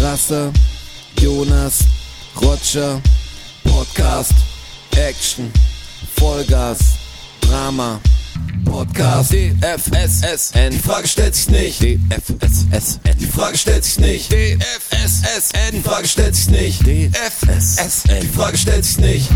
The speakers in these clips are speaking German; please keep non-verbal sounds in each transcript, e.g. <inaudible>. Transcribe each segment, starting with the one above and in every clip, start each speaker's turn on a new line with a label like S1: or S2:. S1: Rasse, Jonas, Roger, Podcast, Action, Vollgas, Drama, Podcast, DFSSN, die Frage stellt sich nicht, DFSSN, die Frage stellt sich nicht, DFSSN, die Frage stellt sich nicht, DFSSN, die Frage stellt sich nicht.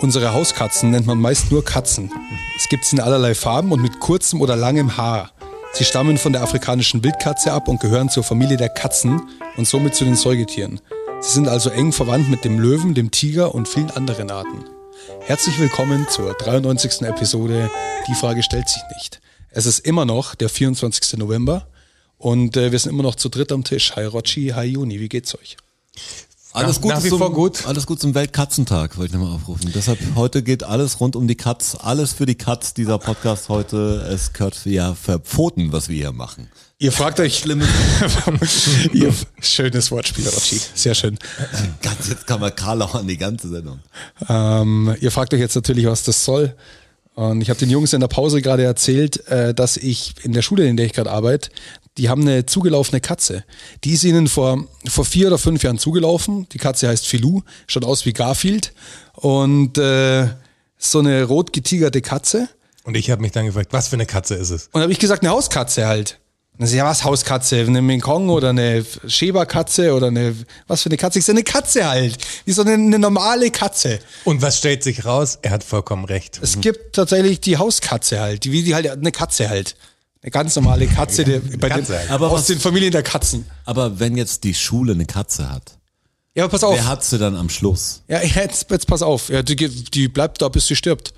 S2: Unsere Hauskatzen nennt man meist nur Katzen. Es gibt sie in allerlei Farben und mit kurzem oder langem Haar. Sie stammen von der afrikanischen Wildkatze ab und gehören zur Familie der Katzen und somit zu den Säugetieren. Sie sind also eng verwandt mit dem Löwen, dem Tiger und vielen anderen Arten. Herzlich willkommen zur 93. Episode Die Frage stellt sich nicht. Es ist immer noch der 24. November und äh, wir sind immer noch zu dritt am Tisch. Hi Rochi, hi Juni, wie geht's euch?
S3: Alles
S4: Nach-
S3: gut,
S4: nach wie
S3: zum,
S4: vor gut.
S3: alles gut zum Weltkatzentag, wollte ich nochmal aufrufen. Deshalb, heute geht alles rund um die Katz, alles für die Katz, dieser Podcast heute. Es gehört ja verpfoten, was wir hier machen.
S2: Ihr fragt euch,
S3: Schlimmes.
S2: <laughs> ihr, schönes Wortspiel, Rochi, sehr schön.
S3: Ganz, jetzt kann man Karl auch an die ganze Sendung.
S2: Ähm, ihr fragt euch jetzt natürlich, was das soll. Und ich habe den Jungs in der Pause gerade erzählt, äh, dass ich in der Schule, in der ich gerade arbeite, die haben eine zugelaufene Katze. Die ist ihnen vor, vor vier oder fünf Jahren zugelaufen. Die Katze heißt Filou, schaut aus wie Garfield. Und äh, so eine rot getigerte Katze.
S4: Und ich habe mich dann gefragt, was für eine Katze ist es?
S2: Und habe ich gesagt, eine Hauskatze halt. Und dann sie, ja, was Hauskatze? Eine Maine Coon oder eine Schäberkatze oder eine, was für eine Katze? Ich sage, eine Katze halt. Wie so eine, eine normale Katze.
S4: Und was stellt sich raus? Er hat vollkommen recht.
S3: Mhm.
S2: Es gibt tatsächlich die Hauskatze halt, die, wie die halt eine Katze halt. Eine ganz normale Katze, die, bei
S4: Katze
S2: den,
S4: halt.
S2: aber
S3: Aber
S2: aus
S3: was-
S2: den Familien der Katzen.
S3: Aber wenn jetzt die Schule eine Katze hat,
S2: Ja, aber pass auf.
S3: wer hat sie dann am Schluss?
S2: Ja, jetzt, jetzt pass auf. Ja, die, geht- die bleibt da, bis sie stirbt.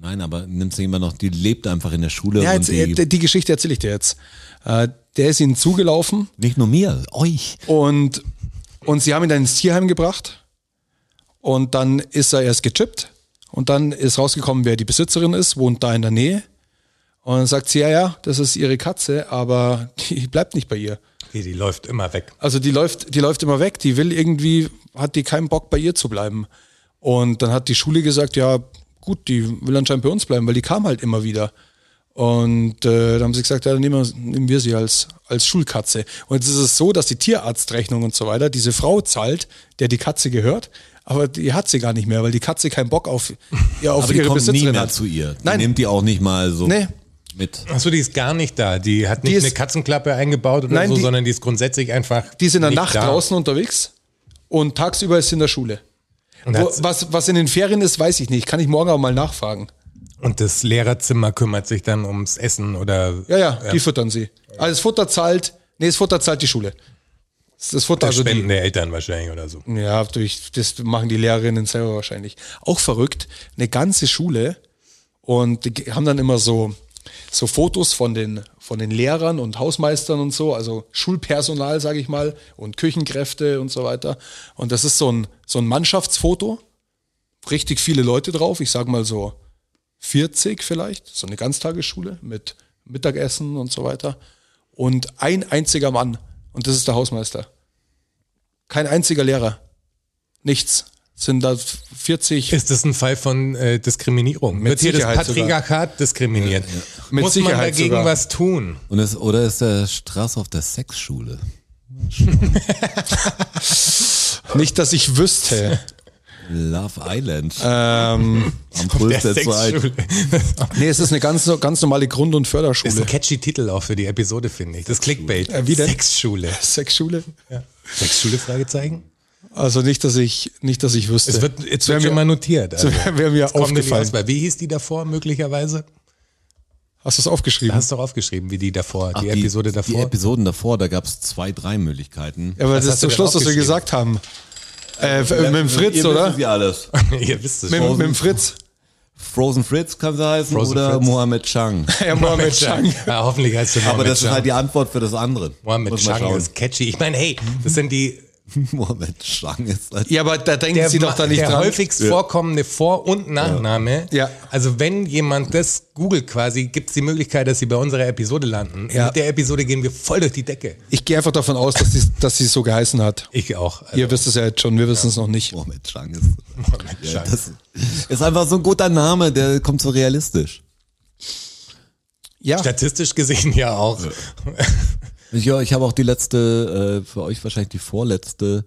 S3: Nein, aber nimmt sie jemand noch, die lebt einfach in der Schule
S2: Ja,
S3: Also und
S2: jetzt,
S3: die,
S2: die, die Geschichte erzähle ich dir jetzt. Äh, der ist ihnen zugelaufen
S3: nicht nur mir, euch.
S2: und, und sie haben ihn dann ins Tierheim gebracht. Und dann ist er erst gechippt. Und dann ist rausgekommen, wer die Besitzerin ist, wohnt da in der Nähe. Und dann sagt sie, ja, ja, das ist ihre Katze, aber <laughs> die bleibt nicht bei ihr.
S4: Die, die läuft immer weg.
S2: Also die läuft, die läuft immer weg, die will irgendwie, hat die keinen Bock bei ihr zu bleiben. Und dann hat die Schule gesagt, ja gut, die will anscheinend bei uns bleiben, weil die kam halt immer wieder. Und äh, dann haben sie gesagt, ja, dann nehmen wir, nehmen wir sie als, als Schulkatze. Und jetzt ist es so, dass die Tierarztrechnung und so weiter diese Frau zahlt, der die Katze gehört, aber die hat sie gar nicht mehr, weil die Katze keinen Bock
S3: <laughs>
S2: auf, ja, auf
S3: Aber die
S2: ihre
S3: kommt nie
S2: Besitzerin
S3: mehr
S2: hat.
S3: zu ihr. Die
S2: Nein.
S3: nimmt die auch nicht mal so
S2: Nee.
S3: mit.
S4: Achso, die ist gar nicht da. Die hat nicht
S2: Die ist-
S4: eine Katzenklappe eingebaut oder
S2: Nein,
S4: so,
S2: die-
S4: sondern die ist grundsätzlich einfach.
S2: Die ist in der
S4: nicht
S2: Nacht
S4: da.
S2: draußen unterwegs und tagsüber ist sie in der Schule.
S4: Und,
S2: Wo,
S4: hat,
S2: was, was in den Ferien ist, weiß ich nicht. Kann ich morgen auch mal nachfragen.
S4: und das Lehrerzimmer kümmert sich dann ums Essen oder.
S2: Ja, ja, die füttern sie. Also das Futter zahlt, nee, das Futter zahlt die Schule. Das- Das Futter,
S4: Das
S2: also
S4: Spenden
S2: die,
S4: der Eltern wahrscheinlich oder so.
S2: ja, durch, das machen die Lehrerinnen selber wahrscheinlich. Auch verrückt, eine ganze Schule und die ge- haben dann immer so, so Fotos von den, von den Lehrern und Hausmeistern und so, also Schulpersonal, sage ich mal, und Küchenkräfte und so weiter. Und das ist so ein, so ein Mannschaftsfoto, richtig viele Leute drauf, ich sag mal so 40 vielleicht, so eine Ganztagesschule mit Mittagessen und so weiter. Und ein einziger Mann, und das ist der Hausmeister. Kein einziger Lehrer. Nichts. Sind da 40.
S4: Ist das ein Fall von äh, Diskriminierung? Wird hier
S2: Sicherheit
S4: das Patriarchat diskriminiert?
S2: Mit
S4: Muss man
S2: Sicherheit
S4: dagegen
S2: sogar.
S4: was tun?
S3: Und es, oder ist der Straß auf der Sexschule?
S2: Nicht, dass ich wüsste.
S3: Love Island.
S2: ähm,
S3: am Puls der, Zeit.
S2: nee, es ist eine ganz, ganz normale Grund- und
S4: <laughs> Das ist
S2: Förderschule.
S4: ein catchy Titel auch für die Episode, finde ich. Das Clickbait.
S2: Äh, wie denn?
S4: Sexschule.
S2: Sexschule?
S4: Sexschule? Fragezeichen?
S2: Also nicht, dass ich, nicht, dass ich wüsste.
S4: Es wird, jetzt wird schon mal notiert. Also.
S2: wär- wär mir
S4: Jetzt kommt mir die
S2: aufgefallen.
S4: Auswahl. Wie hieß die davor möglicherweise?
S2: Hast du es
S4: Da
S2: aufgeschrieben?
S4: hast du doch aufgeschrieben, wie die davor,
S3: Ach,
S4: die, Episode davor.
S3: Die Episoden davor, da gab es zwei, drei Möglichkeiten.
S2: Ja, aber das
S4: hast
S2: ist zum
S4: du denn
S2: Schluss, was wir
S4: aufgeschrieben?
S2: gesagt haben. Äh, f- mit dem Fritz,
S3: Ihr
S2: oder?
S3: wisst es ja alles.
S4: <laughs> Ihr wisst es
S2: Mit,
S4: schon.
S2: mit dem Fritz.
S3: Frozen Fritz kann sie heißen
S4: Frozen
S3: oder
S4: Fritz.
S3: Mohammed
S4: <laughs>
S3: Chang.
S2: Ja, Mohammed Chang.
S4: Ja, hoffentlich heißt du Mohammed
S3: Aber das ist
S4: Chang.
S3: halt die Antwort für das andere.
S4: Mohammed
S3: Muss man
S4: Chang
S3: schauen.
S4: ist catchy. Ich meine, hey,
S2: Mhm.
S4: das sind die
S3: <laughs> Mohammed Chang ist halt.
S2: Ja, aber da denken sie doch da
S4: ma-
S2: nicht
S4: der
S2: dran.
S4: häufigst vorkommende Vor- und Nachname.
S2: Ja.
S4: Also wenn jemand das googelt quasi, gibt es die Möglichkeit, dass sie bei unserer Episode landen.
S2: Ja.
S4: Mit der Episode gehen wir voll durch die Decke.
S2: Ich gehe einfach davon aus, dass sie dass sie so geheißen hat.
S4: Ich auch. Also,
S2: Ihr wisst es ja jetzt schon, wir wissen es noch nicht.
S3: Mohammed Chang ist.
S4: Mohammed
S3: Ja,
S4: Chang.
S3: das ist einfach so ein guter Name, der kommt so realistisch.
S2: Ja,
S4: Statistisch gesehen ja auch.
S3: Ich, ja, ich habe auch die letzte, äh, für euch wahrscheinlich die vorletzte,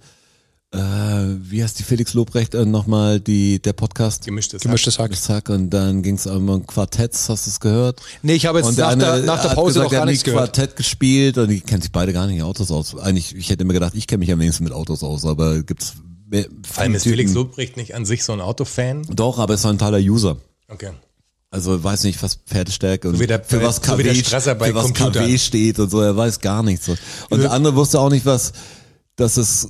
S3: äh, wie heißt die Felix Lobrecht, äh, nochmal die, der Podcast?
S4: Gemischtes.
S2: Gemischtes Hack.
S3: Zack, und dann ging es um Quartetts, hast du es gehört?
S2: Nee, ich habe jetzt
S3: und der
S2: nach
S3: eine
S2: der- nach der
S3: hat
S2: Pause
S3: gesagt,
S2: noch
S3: er
S2: gar
S3: hat nie
S2: nichts gehört.
S3: Quartett gespielt und die kennen sich beide gar nicht in Autos aus. Eigentlich, ich hätte immer gedacht, ich kenne mich am wenigsten mit Autos aus, aber gibt's mehr,
S4: Vor allem ist
S3: Typen-
S4: Felix Lobrecht nicht an sich so ein Autofan.
S3: Doch, aber ist so ein totaler User.
S4: Okay.
S3: Also weiß nicht, was Pferdestärke und
S4: wie der-
S3: für was
S4: so wie der
S3: KW,
S4: Strasser bei
S3: für was
S4: Computern.
S3: KW steht und so, er weiß gar nichts. So. Und der andere wusste auch nicht, was das ist,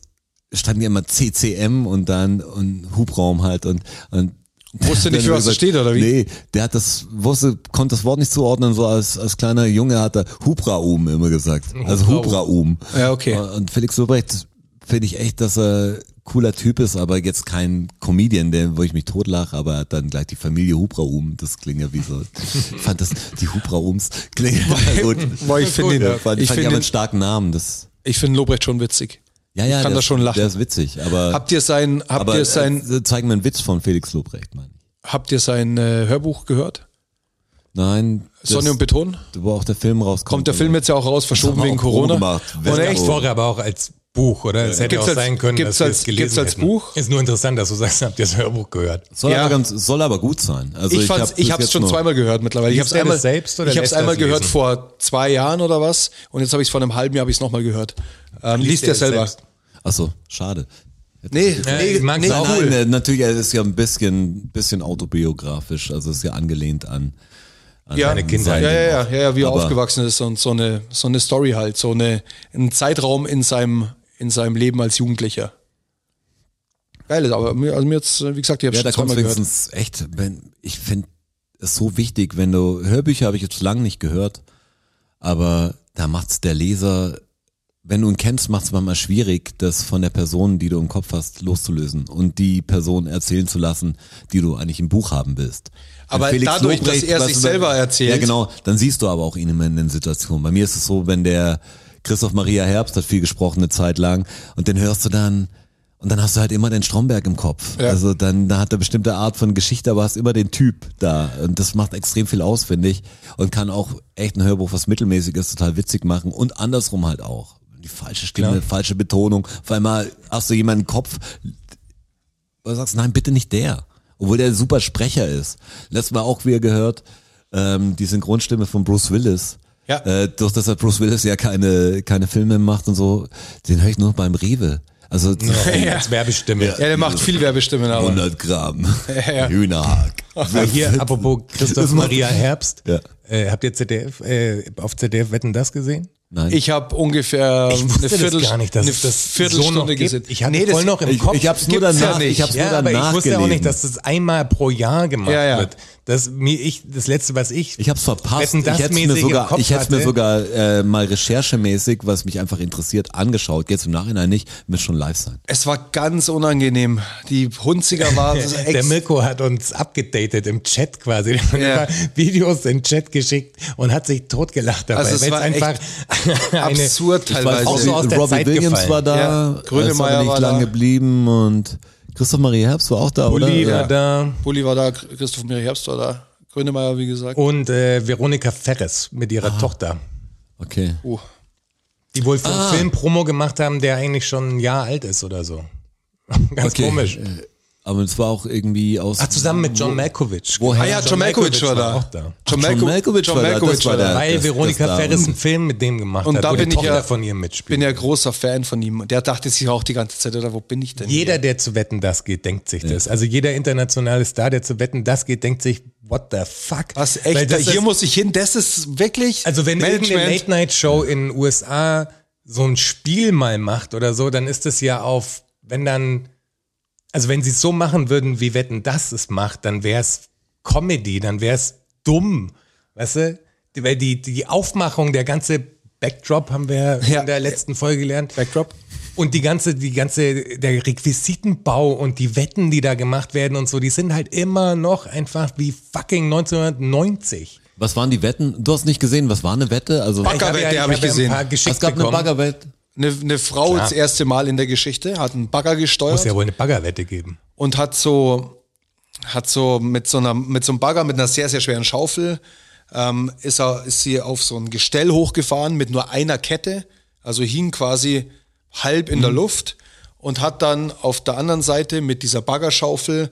S3: stand ja immer CCM und dann und Hubraum halt und, und <laughs>
S2: Wusste nicht,
S3: dann
S2: für was es
S3: gesagt,
S2: steht, oder wie?
S3: Nee, der hat das, wusste, konnte das Wort nicht zuordnen, so als, als kleiner Junge hat er Hubraum immer gesagt. Also Hubraum.
S2: Ja, okay.
S3: Und Felix Lobrecht finde ich echt, dass er cooler Typ ist, aber jetzt kein Comedian, der, wo ich mich totlache, aber er hat dann gleich die Familie Hubraum, das klingt ja wie so. Ich fand das, die Hubraums klingt
S2: <laughs>
S3: ja gut.
S2: Boah, ich finde
S3: Ja,
S2: den,
S3: fand,
S2: ich
S3: fand ich
S2: finde
S3: aber einen
S2: den,
S3: starken Namen. Das,
S2: ich finde Lobrecht schon witzig.
S3: ja, ja,
S2: ich kann
S3: der
S2: da schon
S3: ist-
S2: lachen.
S3: Der ist witzig, aber,
S2: habt ihr sein, habt
S3: aber
S2: ihr sein,
S3: äh, zeig mir einen Witz von Felix Lobrecht, meine ich.
S2: habt ihr sein äh, Hörbuch gehört?
S3: Nein, das,
S2: Sonne und Beton?
S3: wo auch der Film rauskommt.
S2: Kommt der Film jetzt ja auch raus, verschoben
S3: haben wir
S2: wegen
S3: auch
S2: Corona.
S3: Corona gemacht. Also
S2: Und
S3: Wenn-
S2: echt,
S4: Echt vorher aber auch als Buch, oder? Es hätte
S2: Gibt's
S4: auch
S2: als-
S4: sein können,
S2: gibt's
S4: dass wir
S2: als-
S4: es gelesen
S2: gibt's als
S4: hätten.
S2: Buch?
S4: Ist nur interessant, dass du sagst, habt ihr das Hörbuch gehört.
S3: soll,
S2: Ja.
S3: aber ganz, soll aber gut sein. Also
S2: ich,
S3: ich,
S2: fand's,
S3: hab
S2: ich
S3: bis
S2: habe es
S3: jetzt
S2: schon
S3: nur-
S2: zweimal gehört mittlerweile. Ich habe
S4: Liest
S2: es
S4: er das
S2: einmal,
S4: selbst oder
S2: ich hab's
S4: lässt er
S2: einmal
S4: es
S2: gehört
S4: lesen?
S2: vor zwei Jahren oder was und jetzt habe ich es vor einem halben Jahr habe ich es nochmal gehört. Ähm, liest
S4: er
S2: er
S4: es
S2: selber?
S4: selbst?
S3: Ach so, schade.
S2: Nee,
S4: Ja,
S2: nee,
S4: ich mag's
S2: nee,
S4: auch.
S2: cool.
S3: Nein, äh, natürlich, er ist ja ein bisschen, bisschen autobiografisch, also ist ja angelehnt an, an
S2: Ja,
S3: seine Kindheit.
S2: ja, ja, ja, ja, ja, wie er
S3: Aber-
S2: aufgewachsen ist und so eine, so eine Story halt, so eine, ein Zeitraum in seinem, in seinem Leben als Jugendlicher. Geil, ist aber mir, also mir jetzt, wie gesagt, ich habe ja,
S3: Ja, da
S2: schon
S3: kommt
S2: zweimal gehört.
S3: wenigstens echt, wenn, ich finde es so wichtig, wenn du, Hörbücher habe ich jetzt lange nicht gehört, aber da macht's der Leser, wenn du ihn kennst, macht's manchmal schwierig, das von der Person, die du im Kopf hast, loszulösen und die Person erzählen zu lassen, die du eigentlich im Buch haben willst. Wenn
S2: Aber dadurch, dass er
S3: was
S2: sich
S3: du-
S2: selber erzählt.
S3: Ja, genau, dann siehst du aber auch ihn immer in den Situationen. Bei mir ist es so, wenn der Christoph Maria Herbst hat viel gesprochen eine Zeit lang und den hörst du dann und dann hast du halt immer den Stromberg im Kopf.
S2: Ja.
S3: Also dann da hat er bestimmte Art von Geschichte, aber hast immer den Typ da und das macht extrem viel aus, finde ich und kann auch echt ein Hörbuch, was mittelmäßig ist, total witzig machen und andersrum halt auch. Die falsche Stimme, falsche Betonung. Auf einmal hast du jemanden im Kopf, weil du sagst, nein, bitte nicht der. Obwohl der ein super Sprecher ist. Letztes Mal auch wieder gehört, ähm, die Synchronstimme von Bruce Willis.
S2: Ja.
S3: Äh, durch das dass Bruce Willis ja keine, keine Filme macht und so, den höre ich nur noch beim Rewe. Also
S4: <laughs> Ja. Als Werbestimme.
S2: Ja, der macht viel Werbestimmen, aber.
S3: 100 Gramm
S2: ja.
S3: Hühnerhack.
S4: <laughs> Hier, apropos Christoph
S3: Das macht-
S4: Maria Herbst.
S3: Ja.
S4: Äh, habt ihr ZDF, äh, auf ZDF Wetten das gesehen?
S3: Nein.
S2: Ich habe ungefähr
S3: Ähm,
S4: Ich wusste
S2: eine,
S4: das
S2: Viertel,
S4: gar nicht, dass
S2: eine
S4: es das so
S2: Viertelstunde
S4: noch gibt.
S2: gesehen.
S4: Ich hatte voll noch im
S3: Ich-
S4: Kopf,
S3: ich hab's nur
S2: gibt's ja
S3: danach,
S2: nicht.
S3: ich hab's nur
S4: Ja, aber ich
S3: danach
S4: wusste auch
S3: gelesen.
S4: nicht, dass das einmal pro Jahr gemacht
S2: Ja, ja.
S4: wird. Das, mir, ich, das letzte, was ich,
S3: Ich hab's verpasst.
S4: Wetten, das
S3: Ich hätte mir
S4: mäßig im
S3: sogar,
S4: Kopf
S3: ich hätt's mir
S4: hatte.
S3: sogar äh, mal recherchemäßig, was mich einfach interessiert, angeschaut. Jetzt im Nachhinein nicht, müsste schon live sein.
S2: Es war ganz unangenehm. Die Hunziger war
S4: <laughs> der Mirko hat uns abgedatet im Chat quasi. Der hat
S2: Ja.
S4: einfach Videos in den Chat geschickt und hat sich totgelacht dabei.
S2: Also es
S4: weil's
S2: war echt
S4: <laughs> eine-
S2: absurd teilweise.
S4: auch so aus der
S3: Robbie
S4: Zeit
S3: Williams
S4: gefallen.
S3: war da,
S2: Ja,
S3: ja,
S2: Grönemeyer
S3: ist aber
S2: war
S3: nicht lang
S2: da.
S3: geblieben und Christoph Maria Herbst war auch da,
S4: Bulli
S3: oder?
S4: war da
S2: Bulli war da, Christoph Miri Herbst war da, Grönemeyer, wie gesagt.
S4: und äh, Veronika Ferres mit ihrer
S3: Ah.
S4: Tochter.
S3: Okay.
S2: Uh.
S4: Die wohl für
S3: Ah.
S4: einen Film Promo gemacht haben, der eigentlich schon ein Jahr alt ist oder so. <laughs> Ganz
S3: Okay. Äh,
S4: komisch.
S3: Aber es war auch irgendwie aus.
S4: Ach, zusammen mit John Malkovich.
S3: woher?
S4: Genau,
S2: Ah ja, John Malkovich war da.
S4: auch da.
S3: John Malkovich war da, das war der-
S4: Weil
S3: das-
S4: Veronica
S3: das da
S4: Ferris
S3: unten.
S4: einen Film mit dem gemacht
S2: Und
S4: hat,
S2: da
S4: wo
S2: bin
S4: die
S2: ich
S4: Tochter
S2: ja-
S4: von ihr
S2: Ich bin
S4: mitspielt.
S2: ja großer Fan von ihm. Der dachte sich auch die ganze Zeit, oder wo bin ich denn?
S4: Jeder, der zu Wetten das geht, denkt sich das. Also jeder internationale Star, der zu Wetten das geht, denkt sich, what the fuck?
S2: Was
S4: Weil
S2: echt, da,
S4: das
S2: hier
S4: ist,
S2: muss ich hin. Das ist wirklich.
S4: Also wenn irgendeine
S2: Management.
S4: Late-Night-Show in den USA so ein Spiel mal macht oder so, dann ist es ja auf, wenn dann, also wenn sie es so machen würden, wie Wetten, dass es macht, dann wäre es Comedy, dann wäre es dumm, weißt du? Die- Weil die, die Aufmachung, der ganze Backdrop haben wir
S2: Ja.
S4: in der letzten Folge gelernt.
S2: Backdrop.
S4: Und die ganze, die ganze, der Requisitenbau und die Wetten, die da gemacht werden und so, die sind halt immer noch einfach wie fucking 1990.
S3: Was waren die Wetten? Du hast nicht gesehen, was war eine Wette? Also
S2: Bagger-
S4: hab
S2: Baggerwette hab ich
S4: hab ja
S2: gesehen.
S4: Ein paar geschickt
S3: es gab eine
S4: bekommen.
S3: Baggerwette.
S2: Eine, eine Frau
S4: Klar.
S2: das erste Mal in der Geschichte hat einen Bagger gesteuert
S4: Muss ja wohl eine Baggerwette geben.
S2: und hat so, hat so mit so einer, mit so einem Bagger, mit einer sehr, sehr schweren Schaufel ähm, ist, er, ist sie auf so ein Gestell hochgefahren mit nur einer Kette, also hing quasi halb in der
S3: Mhm.
S2: Luft und hat dann auf der anderen Seite mit dieser Baggerschaufel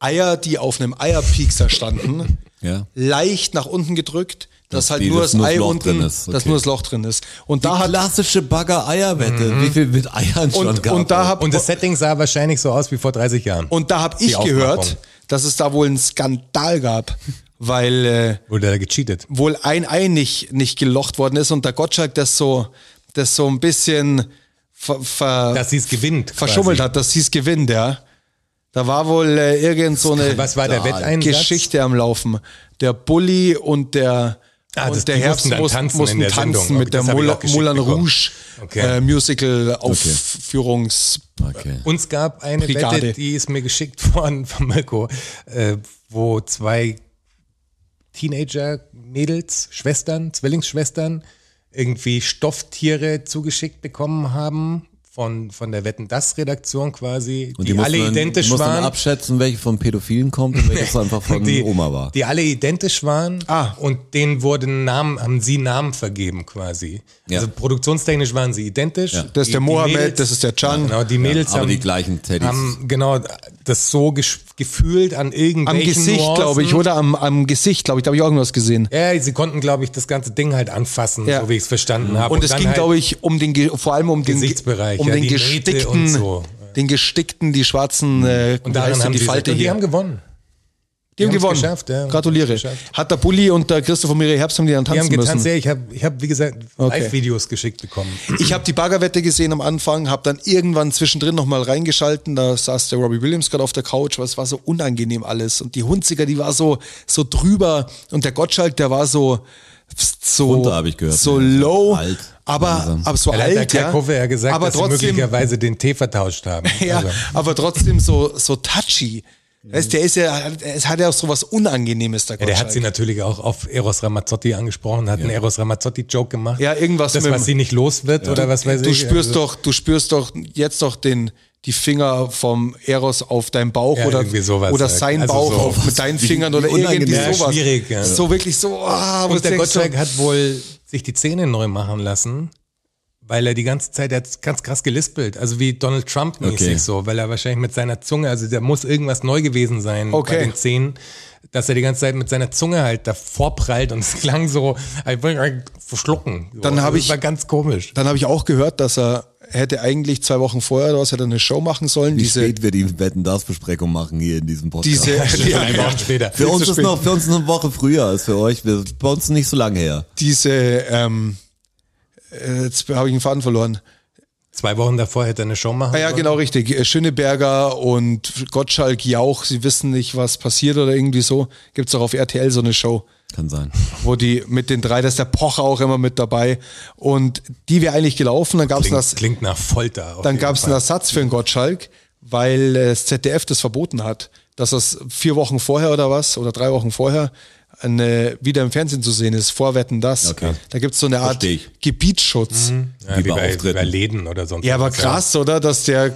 S2: Eier, die auf einem Eierpiekser standen,
S3: <laughs> Ja.
S2: leicht nach unten gedrückt, dass,
S3: Dass
S2: halt
S3: die-
S2: nur
S3: dass
S2: das,
S3: nur das
S2: Ei
S3: Loch
S2: unten,
S3: drin ist,
S2: dass
S3: okay.
S2: nur das Loch drin ist. Und da hat
S3: Klassische Bagger-Eierwette. Wie viel mit Eiern schon oh.
S2: und,
S3: gab.
S2: und da hab,
S4: Mhm. Und das Setting sah wahrscheinlich so aus wie vor 30 Jahren.
S2: Und da habe ich
S4: Aufmachung.
S2: gehört, dass es da wohl einen Skandal gab, weil äh,
S4: Wurde da gecheatet.
S2: wohl ein Ei nicht, nicht gelocht worden ist und der Gottschalk das so, das so ein bisschen ver, ver,
S4: Dass sie es gewinnt. quasi.
S2: verschummelt hat, dass sie es gewinnt, ja. Da war wohl äh, irgend so eine
S4: Was war der Wetteinsatz?
S2: Geschichte am Laufen. Der Bulli und der,
S4: Ah, das-
S2: und der
S4: die
S2: Herbst
S4: mussten dann
S2: mussten,
S4: tanzen in
S2: mussten
S4: der
S2: tanzen
S4: Sendung.
S2: mit
S4: Okay, das
S2: der
S4: hab ich
S2: Moulin,
S4: auch geschickt
S2: Moulin
S4: bekommen.
S2: Rouge
S4: Okay.
S2: äh, Musical Aufführungs.
S3: okay.
S4: Uns gab eine
S2: Brigade.
S4: Wette, die ist mir geschickt <laughs> worden von Mirko, äh, wo zwei Teenager-Mädels, Schwestern, Zwillingsschwestern, irgendwie Stofftiere zugeschickt bekommen haben von, von der Wetten das Redaktion quasi,
S3: Und
S4: die, alle
S3: mussten dann,
S4: identisch
S3: die mussten dann
S4: waren.
S3: abschätzen, welche von Pädophilen kommt und
S4: <laughs>
S3: welche einfach von
S4: die,
S3: Oma war.
S4: die alle identisch waren
S2: Ah.
S4: und denen wurden Namen, haben sie Namen vergeben quasi.
S3: Ja.
S4: Also produktionstechnisch waren sie identisch.
S2: Das ist der
S4: Die- die Mädels-
S2: Mohammed, das ist der Can.
S4: Genau, die Mädels
S3: aber
S4: haben,
S3: die gleichen Teddys.
S4: haben genau das so gesch- gefühlt an
S2: Am
S4: irgendwelchen
S2: Gesicht,
S4: Nuancen.
S2: glaube ich, oder? Am, am Gesicht, glaube ich, da habe ich auch irgendwas gesehen.
S4: Ja, sie konnten, glaube ich, das ganze Ding halt anfassen,
S2: Ja.
S4: so wie ich es verstanden habe.
S2: Und es
S4: dann
S2: ging,
S4: halt,
S2: glaube ich, um den, Ge- vor allem um den, Ge-
S4: Gesichtsbereich,
S2: um
S4: ja,
S2: den
S4: die Nähte
S2: gestickten,
S4: und so. Mhm.
S2: den gestickten, die schwarzen, äh,
S4: und
S2: wie heißt
S4: daran
S2: denn
S4: haben
S2: die
S4: sie
S2: Falte
S4: und die
S2: hier.
S4: haben gewonnen.
S2: die haben
S4: haben's
S2: gewonnen.
S4: geschafft, ja,
S2: Gratuliere.
S4: haben's geschafft.
S2: Hat der Bulli und der Christoph von Mire Herbst haben die dann
S4: Die haben
S2: tanzen
S4: getanzt,
S2: müssen.
S4: ja, ich habe, ich hab, wie gesagt,
S2: Okay.
S4: Live-Videos geschickt bekommen.
S2: Ich habe die Baggerwette gesehen am Anfang, habe dann irgendwann zwischendrin nochmal reingeschalten. Da saß der Robbie Williams gerade auf der Couch, was war so unangenehm alles. Und die Hunziger, die war so, so drüber. Und der Gottschalk, der war so, so,
S3: Runter, hab ich gehört.
S2: so
S3: Ja,
S2: low,
S3: alt,
S2: aber,
S3: langsam.
S2: aber so
S4: Er hat der
S2: alt, ja.
S4: Kalkofe ja gesagt,
S2: aber
S4: dass sie
S2: trotzdem,
S4: möglicherweise den Tee vertauscht haben.
S2: <laughs> ja,
S4: Also,
S2: aber trotzdem so, so touchy. Weißt, der ist ja, es hat ja auch so was Unangenehmes, der
S4: ja,
S2: Gottschalk.
S4: der hat sie natürlich auch auf Eros Ramazzotti angesprochen, hat einen Eros Ramazzotti-Joke gemacht.
S2: Ja, irgendwas
S4: Das,
S2: mit dem-
S4: was sie nicht los wird oder was weiß
S2: du
S4: ich.
S2: spürst
S4: Also-
S2: doch, du spürst doch jetzt doch den die Finger vom Eros auf deinem Bauch
S4: Ja,
S2: oder
S4: irgendwie sowas,
S2: oder
S4: ja.
S2: sein
S4: Also
S2: Bauch
S4: so.
S2: auf mit deinen
S3: Wie-
S2: Fingern
S3: wie
S2: oder irgendwie
S3: unangenehm. Ja,
S2: sowas.
S4: schwierig, ja.
S2: So wirklich so. ah, wo du
S4: Und der
S2: denkst so,
S4: Gottschalk hat wohl sich die Zähne neu machen lassen, weil er die ganze Zeit, der hat ganz krass gelispelt, also wie Donald Trump mäßig
S3: Okay.
S4: so, weil er wahrscheinlich mit seiner Zunge, also da muss irgendwas neu gewesen sein
S2: Okay.
S4: bei den Zähnen, dass er die ganze Zeit mit seiner Zunge halt davor prallt und <laughs> es klang so, ich wollte verschlucken. So.
S2: Dann hab
S4: Also es
S2: ich-
S4: war ganz komisch.
S2: Dann habe ich auch gehört, dass er hätte eigentlich zwei Wochen vorher oder was hätte er eine Show machen sollen.
S3: Wie
S2: diese
S3: spät wir die Wetten-Das-Besprechung machen hier in diesem Podcast.
S2: diese <laughs> ja,
S4: Eine Woche später.
S3: für, uns
S2: zu
S3: ist
S2: spät.
S3: noch, für uns ist eine Woche früher als für euch. Wir, bei uns nicht so lange her.
S2: diese ähm, äh, jetzt habe ich den Faden verloren.
S4: Zwei Wochen davor hätte er eine Show machen
S2: Ah ja,
S4: sollen.
S2: genau richtig. Äh, Schöneberger und Gottschalk Jauch, sie wissen nicht, was passiert oder irgendwie so. Gibt's doch auf RTL so eine Show.
S3: Kann sein.
S2: wo die mit den drei, da ist der Pocher auch immer mit dabei. Und die wäre eigentlich gelaufen, dann gab es
S4: Klingt, klingt nach Folter. auf
S2: dann
S4: jeden
S2: gab's einen
S4: Fall.
S2: Ersatz für den Gottschalk, weil äh, das ZDF das verboten hat, dass das vier Wochen vorher oder was, oder drei Wochen vorher, eine, wieder im Fernsehen zu sehen ist, vorwetten das.
S3: Okay.
S2: Da gibt's so eine Art
S3: Versteh ich.
S2: Gebietsschutz.
S4: ja, wie
S3: bei
S4: bei, wie
S3: Auftritten.
S4: bei Läden oder sonst
S2: Ja, aber
S4: was,
S2: krass, oder? Dass der,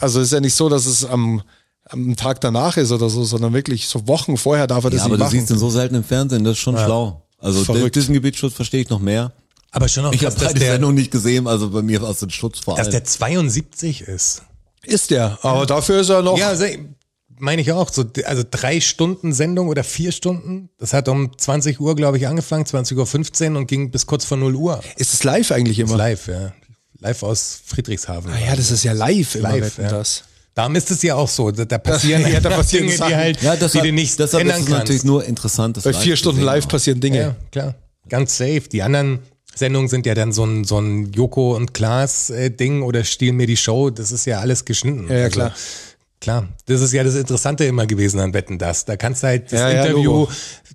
S2: also ist ja nicht so, dass es am, am Tag danach ist oder so, sondern wirklich so Wochen vorher darf er das
S3: Ja, aber
S2: nicht
S3: du
S2: machen.
S3: siehst ihn so selten im Fernsehen, das ist schon schlau. Also
S2: Verrückt.
S3: diesen Gebietsschutz verstehe ich noch mehr.
S4: Aber schon noch
S3: Ich
S4: krass,
S3: habe
S4: dass
S3: beide
S4: der,
S3: Sendung nicht gesehen, also bei mir war es ein Schutz vor
S4: dass der
S3: allem.
S4: 72 ist.
S2: ist der, aber dafür ist er noch.
S4: Ja, also, meine ich auch. So, also drei Stunden Sendung oder vier Stunden. Das hat um 20 Uhr, glaube ich, angefangen, 20.15 Uhr und ging bis kurz vor 0 Uhr.
S2: Ist es live eigentlich immer?
S4: Live, ja. Live aus Friedrichshafen.
S2: Ah, Ja, das ist ja Äh, live immer,
S4: Live,
S2: Wetten,
S4: ja.
S2: das.
S4: Darum ist es ja auch so. Da, da
S2: <laughs>
S4: passieren
S2: Ja,
S4: <laughs>
S2: da
S4: einfach
S2: passieren
S4: Dinge,
S2: Sachen.
S4: die halt,
S3: Ja,
S4: die
S3: deshalb,
S4: du nicht
S3: deshalb ist
S4: ändern
S3: es
S4: kannst.
S3: natürlich nur interessant, das
S2: Bei
S3: live
S2: vier Stunden
S3: zu sehen.
S2: live passieren Dinge.
S4: Ja, klar. Ganz safe. Die anderen Sendungen sind ja dann so ein, so ein Joko und Klaas-Ding oder Stiehl mir die Show. Das ist ja alles geschnitten. Also,
S2: Ja, ja, klar.
S4: Klar, das ist ja das Interessante immer gewesen an Wetten das. Da kannst du halt das
S2: Ja, ja,
S4: Interview,
S2: Logo.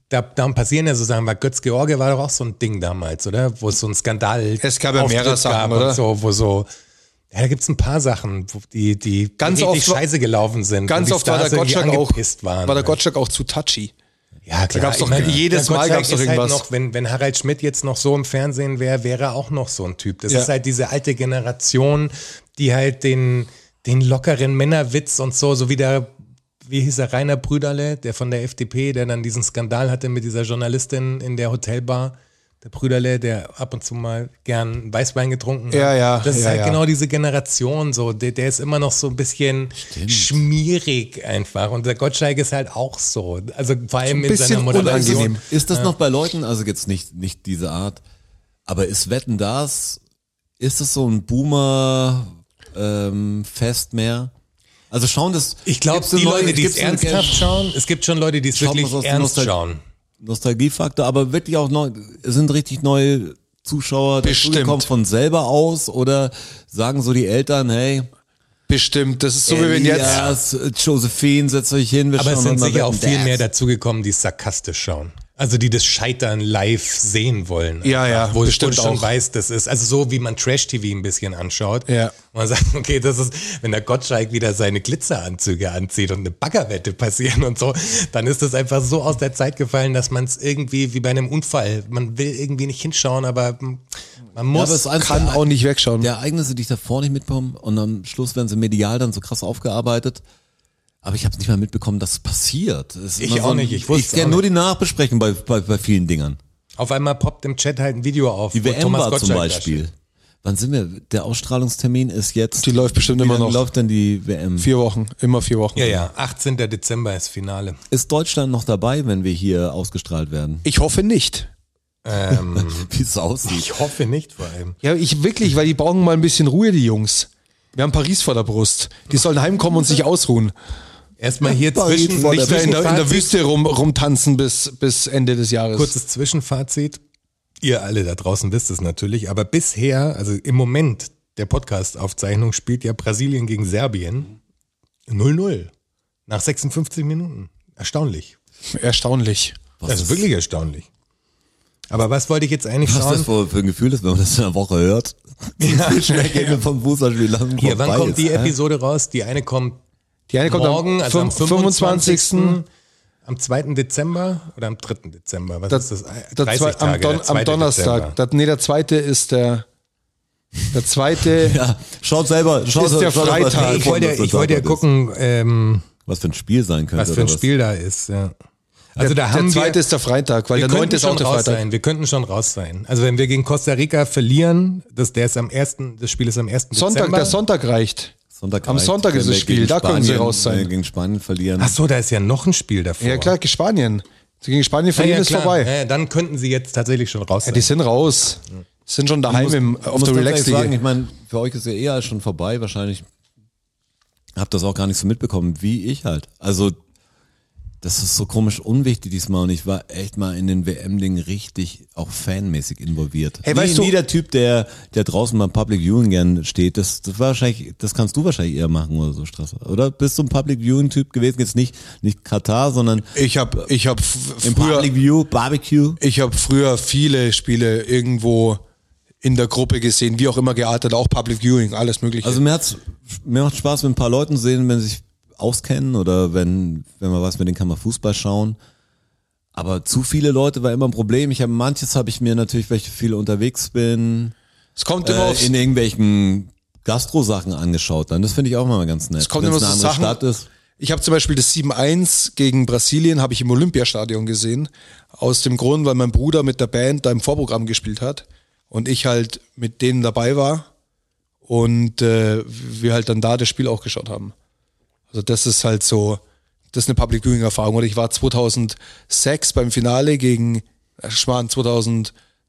S4: da, da passieren ja so Sachen, weil Götz George war doch auch so ein Ding damals, oder? Wo es so ein Skandal
S2: Es gab ja
S4: Auftritt
S2: mehrere Sachen,
S4: und
S2: oder?
S4: So, wo so, ja, da gibt's ein paar Sachen, wo die, die
S2: Ganz
S4: richtig
S2: oft war-
S4: scheiße gelaufen sind. und
S2: Ganz
S4: die
S2: oft war der
S4: Stars irgendwie
S2: Gottschalk auch,
S4: angepisst waren.
S2: war der Gottschalk auch zu touchy.
S4: Ja, klar.
S2: gab's doch
S4: Ich meine,
S2: jedes
S4: der
S2: Mal
S4: Gottschalk
S2: gab's doch
S4: ist
S2: irgendwas.
S4: Halt noch, wenn, wenn Harald Schmidt jetzt noch so im Fernsehen wäre, wäre er auch noch so ein Typ. Das
S2: Ja.
S4: ist halt diese alte Generation, die halt den, den lockeren Männerwitz und so, so wie der wie hieß er, Rainer Brüderle, der von der FDP, der dann diesen Skandal hatte mit dieser Journalistin in der Hotelbar. Der Brüderle, der ab und zu mal gern Weißwein getrunken hat.
S2: Ja, ja,
S4: Das ist
S2: ja,
S4: halt
S2: ja.
S4: genau diese Generation so. Der, der ist immer noch so ein bisschen schmierig einfach. Und der Gottschalk ist halt auch so. Also vor allem in
S2: bisschen
S4: seiner Moderation.
S2: unangenehm.
S3: Ist das noch bei Leuten, also jetzt nicht, nicht diese Art, aber ist Wetten das, ist das so ein Boomer-Fest mehr? Also schauen das.
S4: Ich glaube,
S3: gibt's denn
S4: die Leute, die
S3: gibt's
S4: es
S3: denn
S4: ernsthaft
S3: Cash-
S4: schauen, es gibt schon Leute, die es
S3: Schaut man
S4: wirklich
S3: so aus der
S4: ernst
S3: Nostal-
S4: schauen.
S3: Nostalgiefaktor, aber wirklich auch neu, sind richtig neue Zuschauer,
S2: Bestimmt.
S3: kommen von selber aus oder sagen so die Eltern, hey,
S2: Bestimmt, das ist so wie wenn jetzt.
S3: Elias, Josephine, setzt euch hin, wir
S4: Aber es
S3: schauen
S4: sind
S3: mal
S4: sicher auch
S3: Wetten,
S4: viel
S3: das.
S4: mehr dazugekommen, die es sarkastisch schauen. Also die das Scheitern live sehen wollen.
S2: Ja,
S4: Einfach,
S2: ja,
S4: Wo du
S2: bestimmt
S4: schon
S2: auch.
S4: weiß, das ist. Also so wie man Trash-TV ein bisschen anschaut.
S2: Ja.
S4: Und man sagt, <laughs> okay, das ist, wenn der Gottschalk wieder seine Glitzeranzüge anzieht und eine Baggerwette passieren und so, dann ist das einfach so aus der Zeit gefallen, dass man es irgendwie wie bei einem Unfall, man will irgendwie nicht hinschauen, aber hm, man
S3: Ja, aber es
S4: muss.
S3: ist eins
S2: Kann
S3: der-
S2: auch nicht wegschauen.
S3: der Ereignisse, die ich davor nicht mitbekommen und am Schluss werden sie medial dann so krass aufgearbeitet. Aber ich habe nicht mal mitbekommen, dass es passiert. Es ist
S4: Ich
S3: immer
S4: auch
S3: ein-
S4: nicht, ich
S3: Ich
S4: wusste's auch
S3: kenne nur die Nachbesprechung bei, bei, bei vielen Dingern.
S4: auf einmal poppt im Chat halt ein Video auf.
S3: Die
S4: wo
S3: WM war zum
S4: da
S3: Beispiel. Wann sind wir? Der Ausstrahlungstermin ist jetzt.
S2: Die läuft bestimmt
S3: Wie
S2: immer
S3: lange
S2: noch.
S3: läuft denn die WM?
S2: Vier Wochen, immer vier Wochen.
S4: Ja, ja, 18. Dezember ist Finale.
S3: Ist Deutschland noch dabei, wenn wir hier ausgestrahlt werden?
S2: Ich hoffe nicht.
S3: <laughs> Wie es <laughs> aussieht.
S4: Ich hoffe nicht vor allem.
S2: Ja, ich wirklich, weil die brauchen mal ein bisschen Ruhe, die Jungs. Wir haben Paris vor der Brust. Die sollen heimkommen und sich ausruhen.
S3: <laughs>
S4: Erstmal hier
S3: Paris
S4: zwischen,
S3: vor
S2: Nicht mehr in der, in der
S4: Zwischenfazit.
S2: Wüste rum, rumtanzen bis, bis Ende des Jahres.
S4: Kurzes Zwischenfazit. Ihr alle da draußen wisst es natürlich, aber bisher, also im Moment der Podcast-Aufzeichnung spielt ja Brasilien gegen Serbien 0-0 nach 56 Minuten. Erstaunlich.
S2: Erstaunlich.
S3: Was
S4: das ist wirklich erstaunlich. Aber was wollte ich jetzt eigentlich
S3: was das
S4: schauen?
S3: für, für ein Gefühl ist, wenn man das in einer Woche <laughs> hört. Gehen wir vom Fußballspiel lang
S4: Hier, wann
S3: vorbei
S4: kommt
S3: ist,
S4: die
S3: hä?
S4: Episode raus? Die eine kommt
S2: Die eine kommt
S4: morgen,
S2: am,
S4: also am
S2: 25.
S4: 25. Am 2. Dezember oder am 3. Dezember? Was
S2: Das,
S4: ist das?
S2: der
S4: 30
S2: zwei, am,
S4: Tage,
S2: Don,
S4: der 2.
S2: am Donnerstag.
S4: Dezember.
S2: Das, nee, der zweite ist der. Der
S4: <laughs>
S2: zweite.
S3: Ja, schaut selber. Schaut
S2: Ist der
S3: schaut selber,
S2: Freitag.
S3: was
S4: Ich wollte, ja-
S3: das
S4: ich wollte ja
S3: ist.
S4: gucken, ähm,
S3: Was für ein Spiel sein könnte.
S4: was für ein
S3: oder
S4: Spiel da ist. Ja. Also da
S2: der
S4: haben
S2: zweite
S4: wir,
S2: ist der Freitag, weil
S4: wir
S2: der
S4: könnten
S2: neunte ist auch
S4: schon
S2: der
S4: raus
S2: Freitag.
S4: sein. Wir könnten schon raus sein. Also wenn wir gegen Costa Rica verlieren, das, der ist am ersten, das Spiel ist am 1.
S2: Sonntag,
S4: Dezember.
S2: der Sonntag reicht.
S3: Sonntag
S2: Am
S3: reicht,
S2: Sonntag
S3: wenn
S2: ist das
S3: wir
S2: Spiel,
S3: gegen
S2: da können sie
S3: Spanien-
S2: raus sein.
S3: wenn wir Gegen Spanien verlieren.
S4: Ach so, da ist ja noch ein Spiel davor.
S2: Ja, klar, gegen Spanien. Gegen Spanien
S4: Ja,
S2: verlieren
S4: ja,
S2: ist
S4: klar.
S2: vorbei.
S4: Ja, ja, dann könnten sie jetzt tatsächlich schon raus sein.
S2: Die sind raus. Sind schon daheim im, auf
S3: muss
S2: der
S3: ganz ehrlich
S2: relax
S3: sagen,
S2: liga
S3: ich meine, für euch ist ja eher schon vorbei. Wahrscheinlich habt das auch gar nicht so mitbekommen, wie ich halt. Also, das ist so komisch unwichtig diesmal und ich war echt mal in den WM-Ding richtig auch fanmäßig involviert.
S2: Hey,
S3: nie,
S2: weißt du-
S3: nie der Typ, der, der draußen beim Public Viewing gern steht, das, das war wahrscheinlich, das kannst du wahrscheinlich eher machen oder so, Strasser. Oder bist du ein Public Viewing-Typ gewesen? Jetzt nicht, nicht Katar, sondern
S2: Ich habe ich hab f-
S3: im
S2: früher,
S3: Public View, Barbecue.
S2: ich hab früher viele Spiele irgendwo in der Gruppe gesehen, wie auch immer geartet, auch Public Viewing, alles mögliche.
S3: Also mir hat's, mir macht Spaß, mit ein paar Leuten zu sehen, wenn sie sich auskennen oder wenn, wenn man weiß, mit denen kann man Fußball schauen. Aber zu viele Leute war immer ein Problem. Ich habe manches habe ich mir natürlich, weil ich viel unterwegs bin,
S2: es kommt immer aufs,
S3: äh, in irgendwelchen Gastro-Sachen angeschaut dann. Das finde ich auch mal ganz nett.
S2: Es kommt
S3: Wenn's
S2: immer
S3: eine
S2: so
S3: andere
S2: Sachen-
S3: Stadt ist.
S2: Ich habe zum Beispiel das 7-1 gegen Brasilien, habe ich im Olympiastadion gesehen. Aus dem Grund, weil mein Bruder mit der Band da im Vorprogramm gespielt hat und ich halt mit denen dabei war und äh, wir halt dann da das Spiel auch geschaut haben. Also das ist halt so, das ist eine Public Viewing Erfahrung. Und ich war 2006 beim Finale gegen, äh, Schmarrn